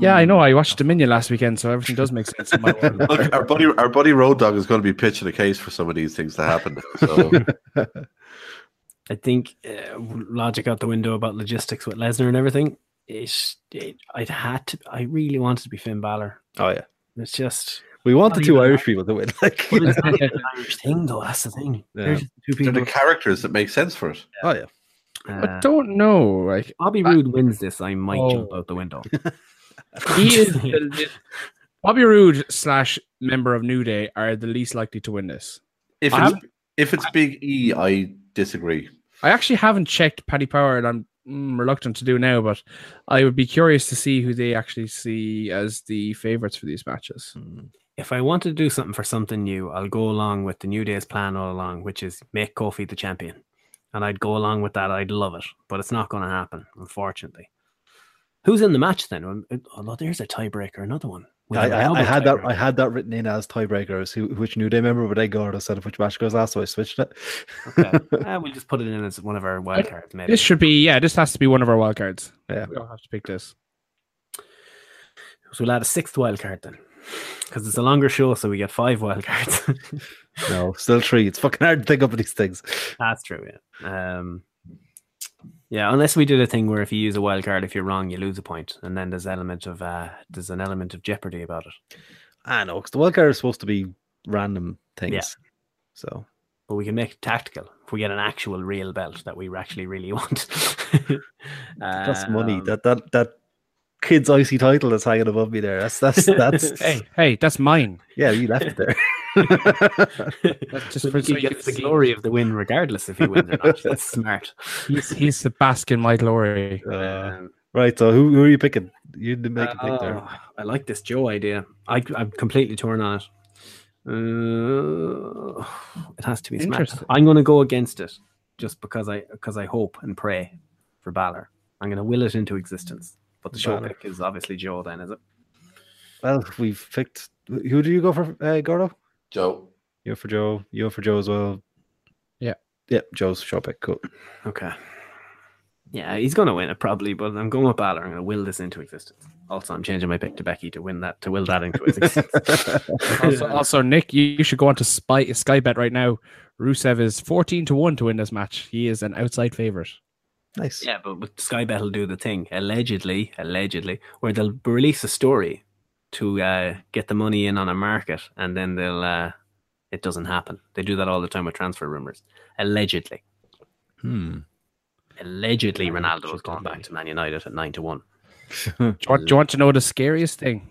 Yeah, Hmm. I know. I watched Dominion last weekend, so everything does make sense in my world. Look, our buddy, our buddy Road Dog is going to be pitching a case for some of these things to happen. now, So I think uh, logic out the window about logistics with Lesnar and everything. It's, it, I'd had to, I really wanted to be Finn Balor. oh yeah, It's just we want the Not two even Irish people to win. Like, But it's not an Irish thing, though. That's the thing. Yeah. There's two they're the people. Uh, characters that make sense for it. oh yeah, I don't know. Like Bobby Roode wins this, I might jump Oh. out the window. he is the le- Bobby Roode slash member of New Day are the least likely to win this. If I, it's, haven't- if it's Big E, I disagree. I actually haven't checked Paddy Power, and I'm mm, reluctant to do now, but I would be curious to see who they actually see as the favorites for these matches. if I want to do something for something new, I'll go along with the New Day's plan all along, which is make Kofi the champion. And I'd go along with that. I'd love it, but it's not going to happen, unfortunately. Who's in the match then? Um, it- Oh, no, there's a tiebreaker, another one. We I, have a I, I double had that. tiebreaker. I had that written in as tiebreakers. Who, which New Day member would I go? I said which match goes last, so I switched it. Okay. Ah, we'll just put it in as one of our wild cards, maybe. This should be, yeah, this has to be one of our wild cards. Yeah. We all have to pick this. So we'll add a sixth wild card then, because it's a longer show, so we get five wild cards. no, still three. It's fucking hard to think up these things. That's true. Yeah. Um, yeah. Unless we did a thing where if you use a wild card, if you're wrong, you lose a point, and then there's element of uh, there's an element of jeopardy about it. I know because Ah, the wild card is supposed to be random things. Yeah. So But we can make it tactical if we get an actual real belt that we actually really want. that's money. Um, That that that kid's icy title that's hanging above me there. That's that's that's hey, hey, that's mine. yeah. You left it there. That's just for he gets the glory of the win, regardless if he wins or not. That's smart. Um, He's he's the bask in my glory. Uh, right. So who, who are you picking? You didn't make a pick there. Oh, I like this Joe idea. I, I'm completely torn on it. Uh, it has to be smart. Interesting. I'm going to go against it just because I because I hope and pray for Balor. I'm going to will it into existence. But the show Balor. pick is obviously Joe. Then is it? Well, we've picked. Who do you go for, uh, Gordo? Joe. You're for Joe. You're for Joe as well. Yeah. Yeah. Joe's show pick. Cool. Okay. Yeah, he's going to win it probably, but I'm going with Balor. I'm going to will this into existence. Also, I'm changing my pick to Becky to win that to will that into existence. also, also, Nick, you, you should go on to Spy, Sky Bet right now. Rusev is 14 to 1 to win this match. He is an outside favorite. Nice. Yeah, but with Sky Bet will do the thing allegedly, allegedly, where they'll release a story to uh, get the money in on a market, and then they'll uh, it doesn't happen. They do that all the time with transfer rumors. Allegedly, Hmm. allegedly, Ronaldo was going back to Man United at nine to one. do, you want, do you want to know the scariest thing?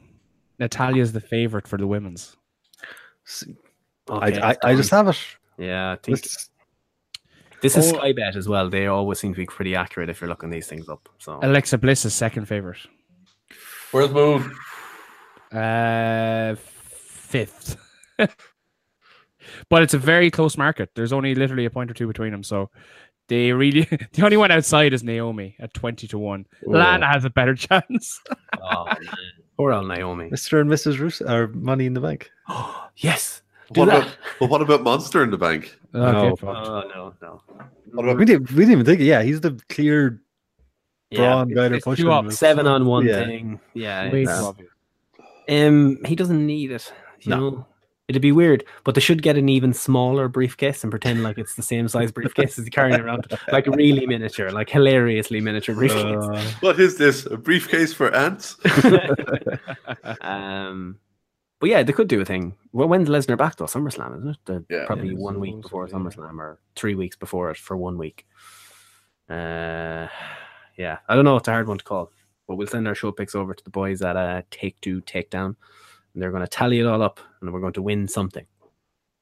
Natalia's the favorite for the women's. Okay, I, I, I just have it. Yeah, I think this is Oh. Sky Bet as well. They always seem to be pretty accurate if you're looking these things up. So Alexa Bliss is second favorite. Where's move? Uh, fifth. but it's a very close market. There's only literally a point or two between them. So they really, the only one outside is Naomi at 20 to 1. Lana has a better chance. oh, man. poor old Naomi. Mr. and Mrs. Roos are money in the bank. Yes. Do what that. About, but what about Monster in the Bank? No. Oh no, no. What about We didn't, we didn't even think. Yeah, he's the clear brawn guy to it's push two him. up, seven on one Yeah. thing. Yeah, Way it's- too obvious. um, he doesn't need it. You No. know, it'd be weird, but they should get an even smaller briefcase and pretend like it's the same size briefcase as he's carrying around, like really miniature, like hilariously miniature briefcase. What is this? A briefcase for ants? um, but yeah, they could do a thing. Well, when's Lesnar back though? SummerSlam, isn't it? The- probably Yeah, one week before SummerSlam or three weeks before it for one week. Uh, yeah, I don't know. It's a hard one to call, but we'll send our show picks over to the boys at uh, Take Two Takedown, and they're going to tally it all up, and we're going to win something.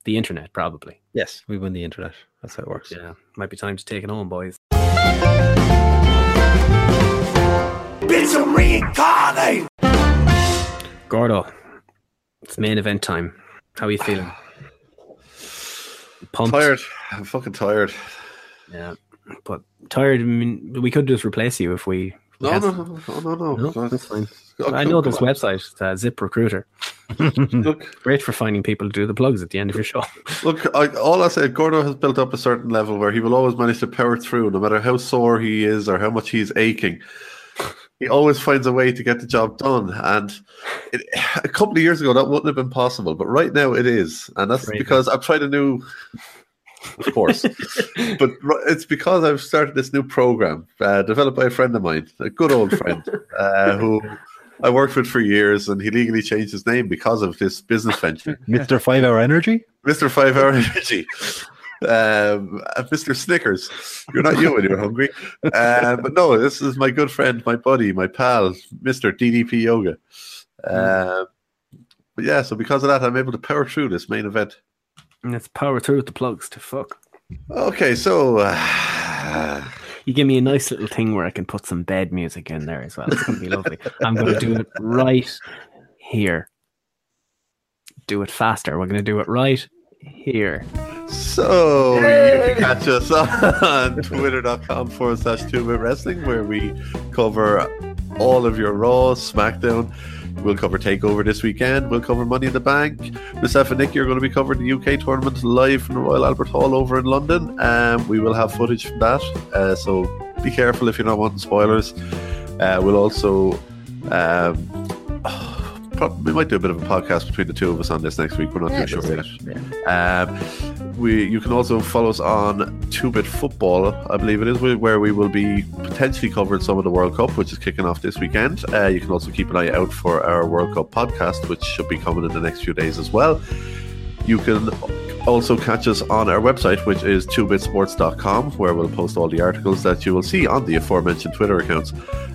The internet, probably. Yes, we win the internet. That's how it works. Yeah, might be time to take it home, boys. Bitch, I'm reincarnated. Gordo, it's main event time. How are you feeling? Pumped. Tired. I'm fucking tired. Yeah, but tired. I mean, we could just replace you if we. if we No, had- no, no, no, no, no. No, that's fine. Oh, I know come this on. website, it's, uh, Zip Recruiter. Great for finding people to do the plugs at the end of your show. Look, I, all I say, Gordo has built up a certain level where he will always manage to power through, no matter how sore he is or how much he's aching. He always finds a way to get the job done. And it, a couple of years ago, that wouldn't have been possible, but right now it is, and that's Crazy. because I've tried a new. Of course, but ri- it's because I've started this new program uh, developed by a friend of mine, a good old friend uh, who I worked with for years, and he legally changed his name because of this business venture. Mr. Five Hour Energy? Mr. Five Hour Energy, um, uh, Mr. Snickers. You're not you when you're hungry. Uh, but no, this is my good friend, my buddy, my pal, Mr. DDP Yoga. Uh, but yeah, so because of that, I'm able to power through this main event. And it's power through with the plugs to fuck. Okay, so. uh, you give me a nice little thing where I can put some bed music in there as well. It's going to be lovely. I'm going to do it right here. Do it faster. We're going to do it right here. So you can catch us on twitter.com forward slash two bit wrestling where we cover all of your Raw, SmackDown. We'll cover Takeover this weekend. We'll cover Money in the Bank. Myself and Nicky are going to be covering the UK tournament live from the Royal Albert Hall over in London. Um, we will have footage from that. Uh, so be careful if you're not wanting spoilers. Uh, we'll also um, prob- we might do a bit of a podcast between the two of us on this next week. We're not Yeah, too sure that's yet. Um, we you can also follow us on Two Bit Football, I believe it is, wh- where we will be potentially covering some of the World Cup, which is kicking off this weekend. Uh, you can also keep an eye out for our World Cup podcast, which should be coming in the next few days as well. You can also catch us on our website, which is 2bitsports.com, where we'll post all the articles that you will see on the aforementioned Twitter accounts.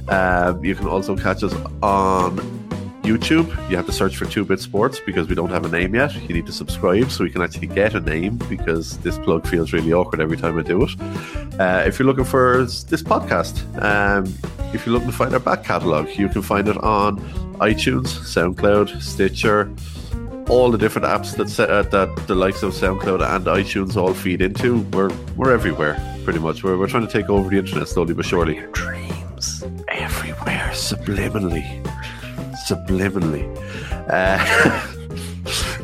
Um, you can also catch us on YouTube, you have to search for Two Bit Sports because we don't have a name yet. You need to subscribe so we can actually get a name because this plug feels really awkward every time I do it. Uh, if you're looking for s- this podcast, um, if you're looking to find our back catalogue, you can find it on iTunes, SoundCloud, Stitcher, all the different apps that set, uh, that the likes of SoundCloud and iTunes all feed into. We're we're everywhere, pretty much. We're, we're trying to take over the internet slowly but surely. dreams everywhere, subliminally, subliminally. Uh,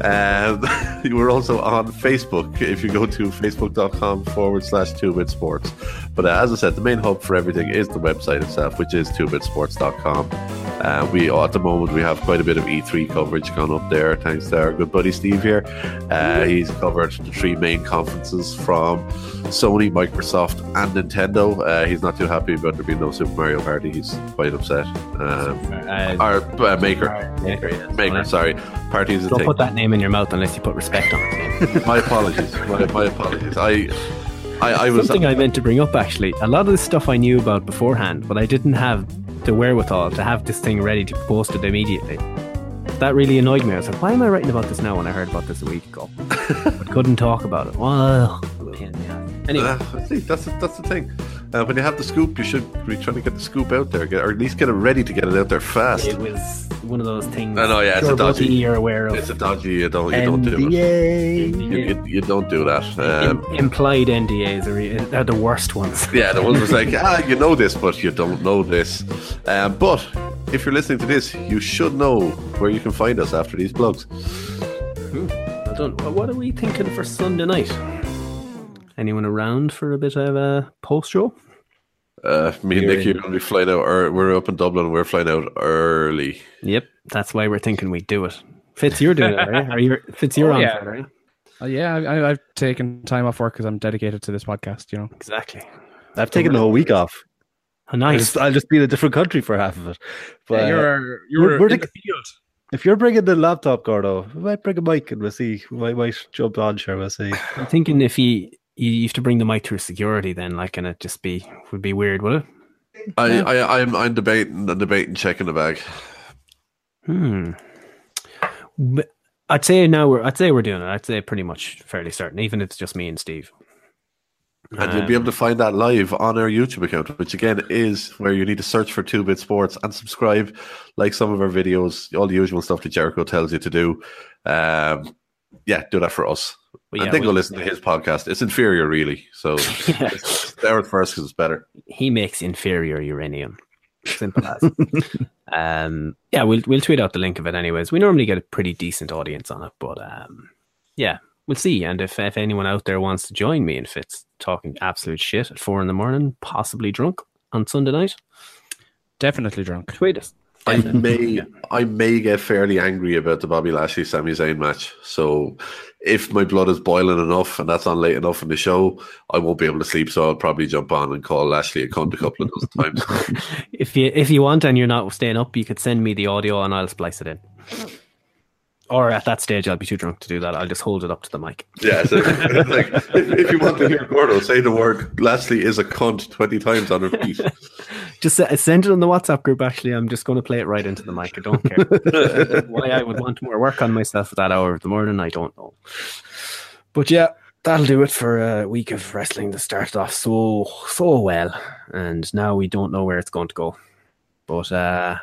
Um, we're also on Facebook. If you go to facebook.com forward slash 2 Sports. But uh, as I said, the main hub for everything is the website itself, which is 2bitsports.com. Uh, we at the moment we have quite a bit of E3 coverage gone up there, thanks to our good buddy Steve here. Uh, he's covered the three main conferences from Sony, Microsoft, and Nintendo. Uh, he's not too happy about there being no Super Mario Party. He's quite upset. Um, or uh, Maker, Maker, sorry. Party is a Don't thing. put that name in your mouth unless you put respect on it. my apologies. My, my apologies. I, I, I was. Something I meant to bring up actually. A lot of the stuff I knew about beforehand, but I didn't have the wherewithal to have this thing ready to post it immediately. That really annoyed me. I was like, why am I writing about this now when I heard about this a week ago? but couldn't talk about it. Well, Anyway, see, Uh, that's the- that's the thing. Uh, when you have the scoop, you should be trying to get the scoop out there, get, or at least get it ready to get it out there fast. it was one of those things. I know, yeah, it's you're a dodgy. bloody- You're aware of It's a dodgy. You don't. You don't do it. NDA. You, you, you don't do that. Um, Implied NDAs are, re- are the worst ones. yeah, the one was like, ah, you know this, but you don't know this. Um, but if you're listening to this, you should know where you can find us after these plugs. I don't. What are we thinking for Sunday night? Anyone around for a bit of a post show? Uh, me and You're Nicky in. are going to be flying out. ear- we're up in Dublin. We're flying out early. Yep, that's why we're thinking we do it. Fitz, you're doing it, right? Are you? Fitz, you're Oh, on yeah. for it, right? Uh, yeah, I, I- I've taken time off work because I'm dedicated to this podcast. You know exactly. Oh, I've taken the whole week off. nice. I'll just, I'll just be in a different country for half of it. But you're we're- you're we're in the- the field. if you're bringing the laptop, Gordo, we might bring a mic and we'll see. We might, might jump on, sure, we'll see. I'm thinking if you you have to bring the mic through security, then like, and it just be would be weird, would it? I, I, I'm, I'm debating, debating checking the bag. Hmm. But I'd say now we're. I'd say we're doing it. I'd say pretty much fairly certain, even if it's just me and Steve. And you'll be able to find that live on our YouTube account, which again is where you need to search for 2 Bit Sports and subscribe, like some of our videos, all the usual stuff that Jericho tells you to do. Um, yeah, do that for us. Well, yeah, and then go we- listen to his podcast. It's inferior, really. So there first because it's better. He makes inferior uranium. Simple as. um, yeah, we'll we'll tweet out the link of it anyways. We normally get a pretty decent audience on it, but um, yeah, we'll see. And if if anyone out there wants to join me and Fitz talking absolute shit at four in the morning, possibly drunk on Sunday night, definitely drunk. Tweet us. I may, I may get fairly angry about the Bobby Lashley Sami Zayn match. So if my blood is boiling enough and that's on late enough in the show, I won't be able to sleep. So I'll probably jump on and call Lashley a cunt a couple of those times. If you if you want and you're not staying up, you could send me the audio and I'll splice it in. Or at that stage, I'll be too drunk to do that. I'll just hold it up to the mic. Yeah, so, like, if, if you want to hear Gordo say the word Lashley is a cunt 20 times on repeat. Just uh, send it on the WhatsApp group. Actually, I'm just going to play it right into the mic. I don't care why I would want more work on myself at that hour of the morning. I don't know. But yeah, that'll do it for a week of wrestling that started off so so well, and now we don't know where it's going to go. But uh,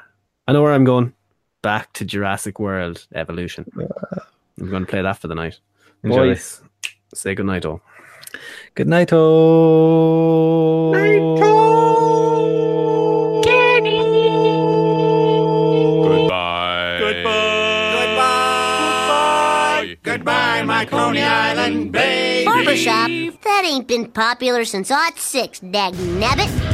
I know where I'm going. Back to Jurassic World Evolution. I'm going to play that for the night. Enjoy. Boys, say goodnight all. Good night, oh. Goodbye. Goodbye. Goodbye. Goodbye, my Coney Island baby. Barbershop? That ain't been popular since aught six, dag nabbit.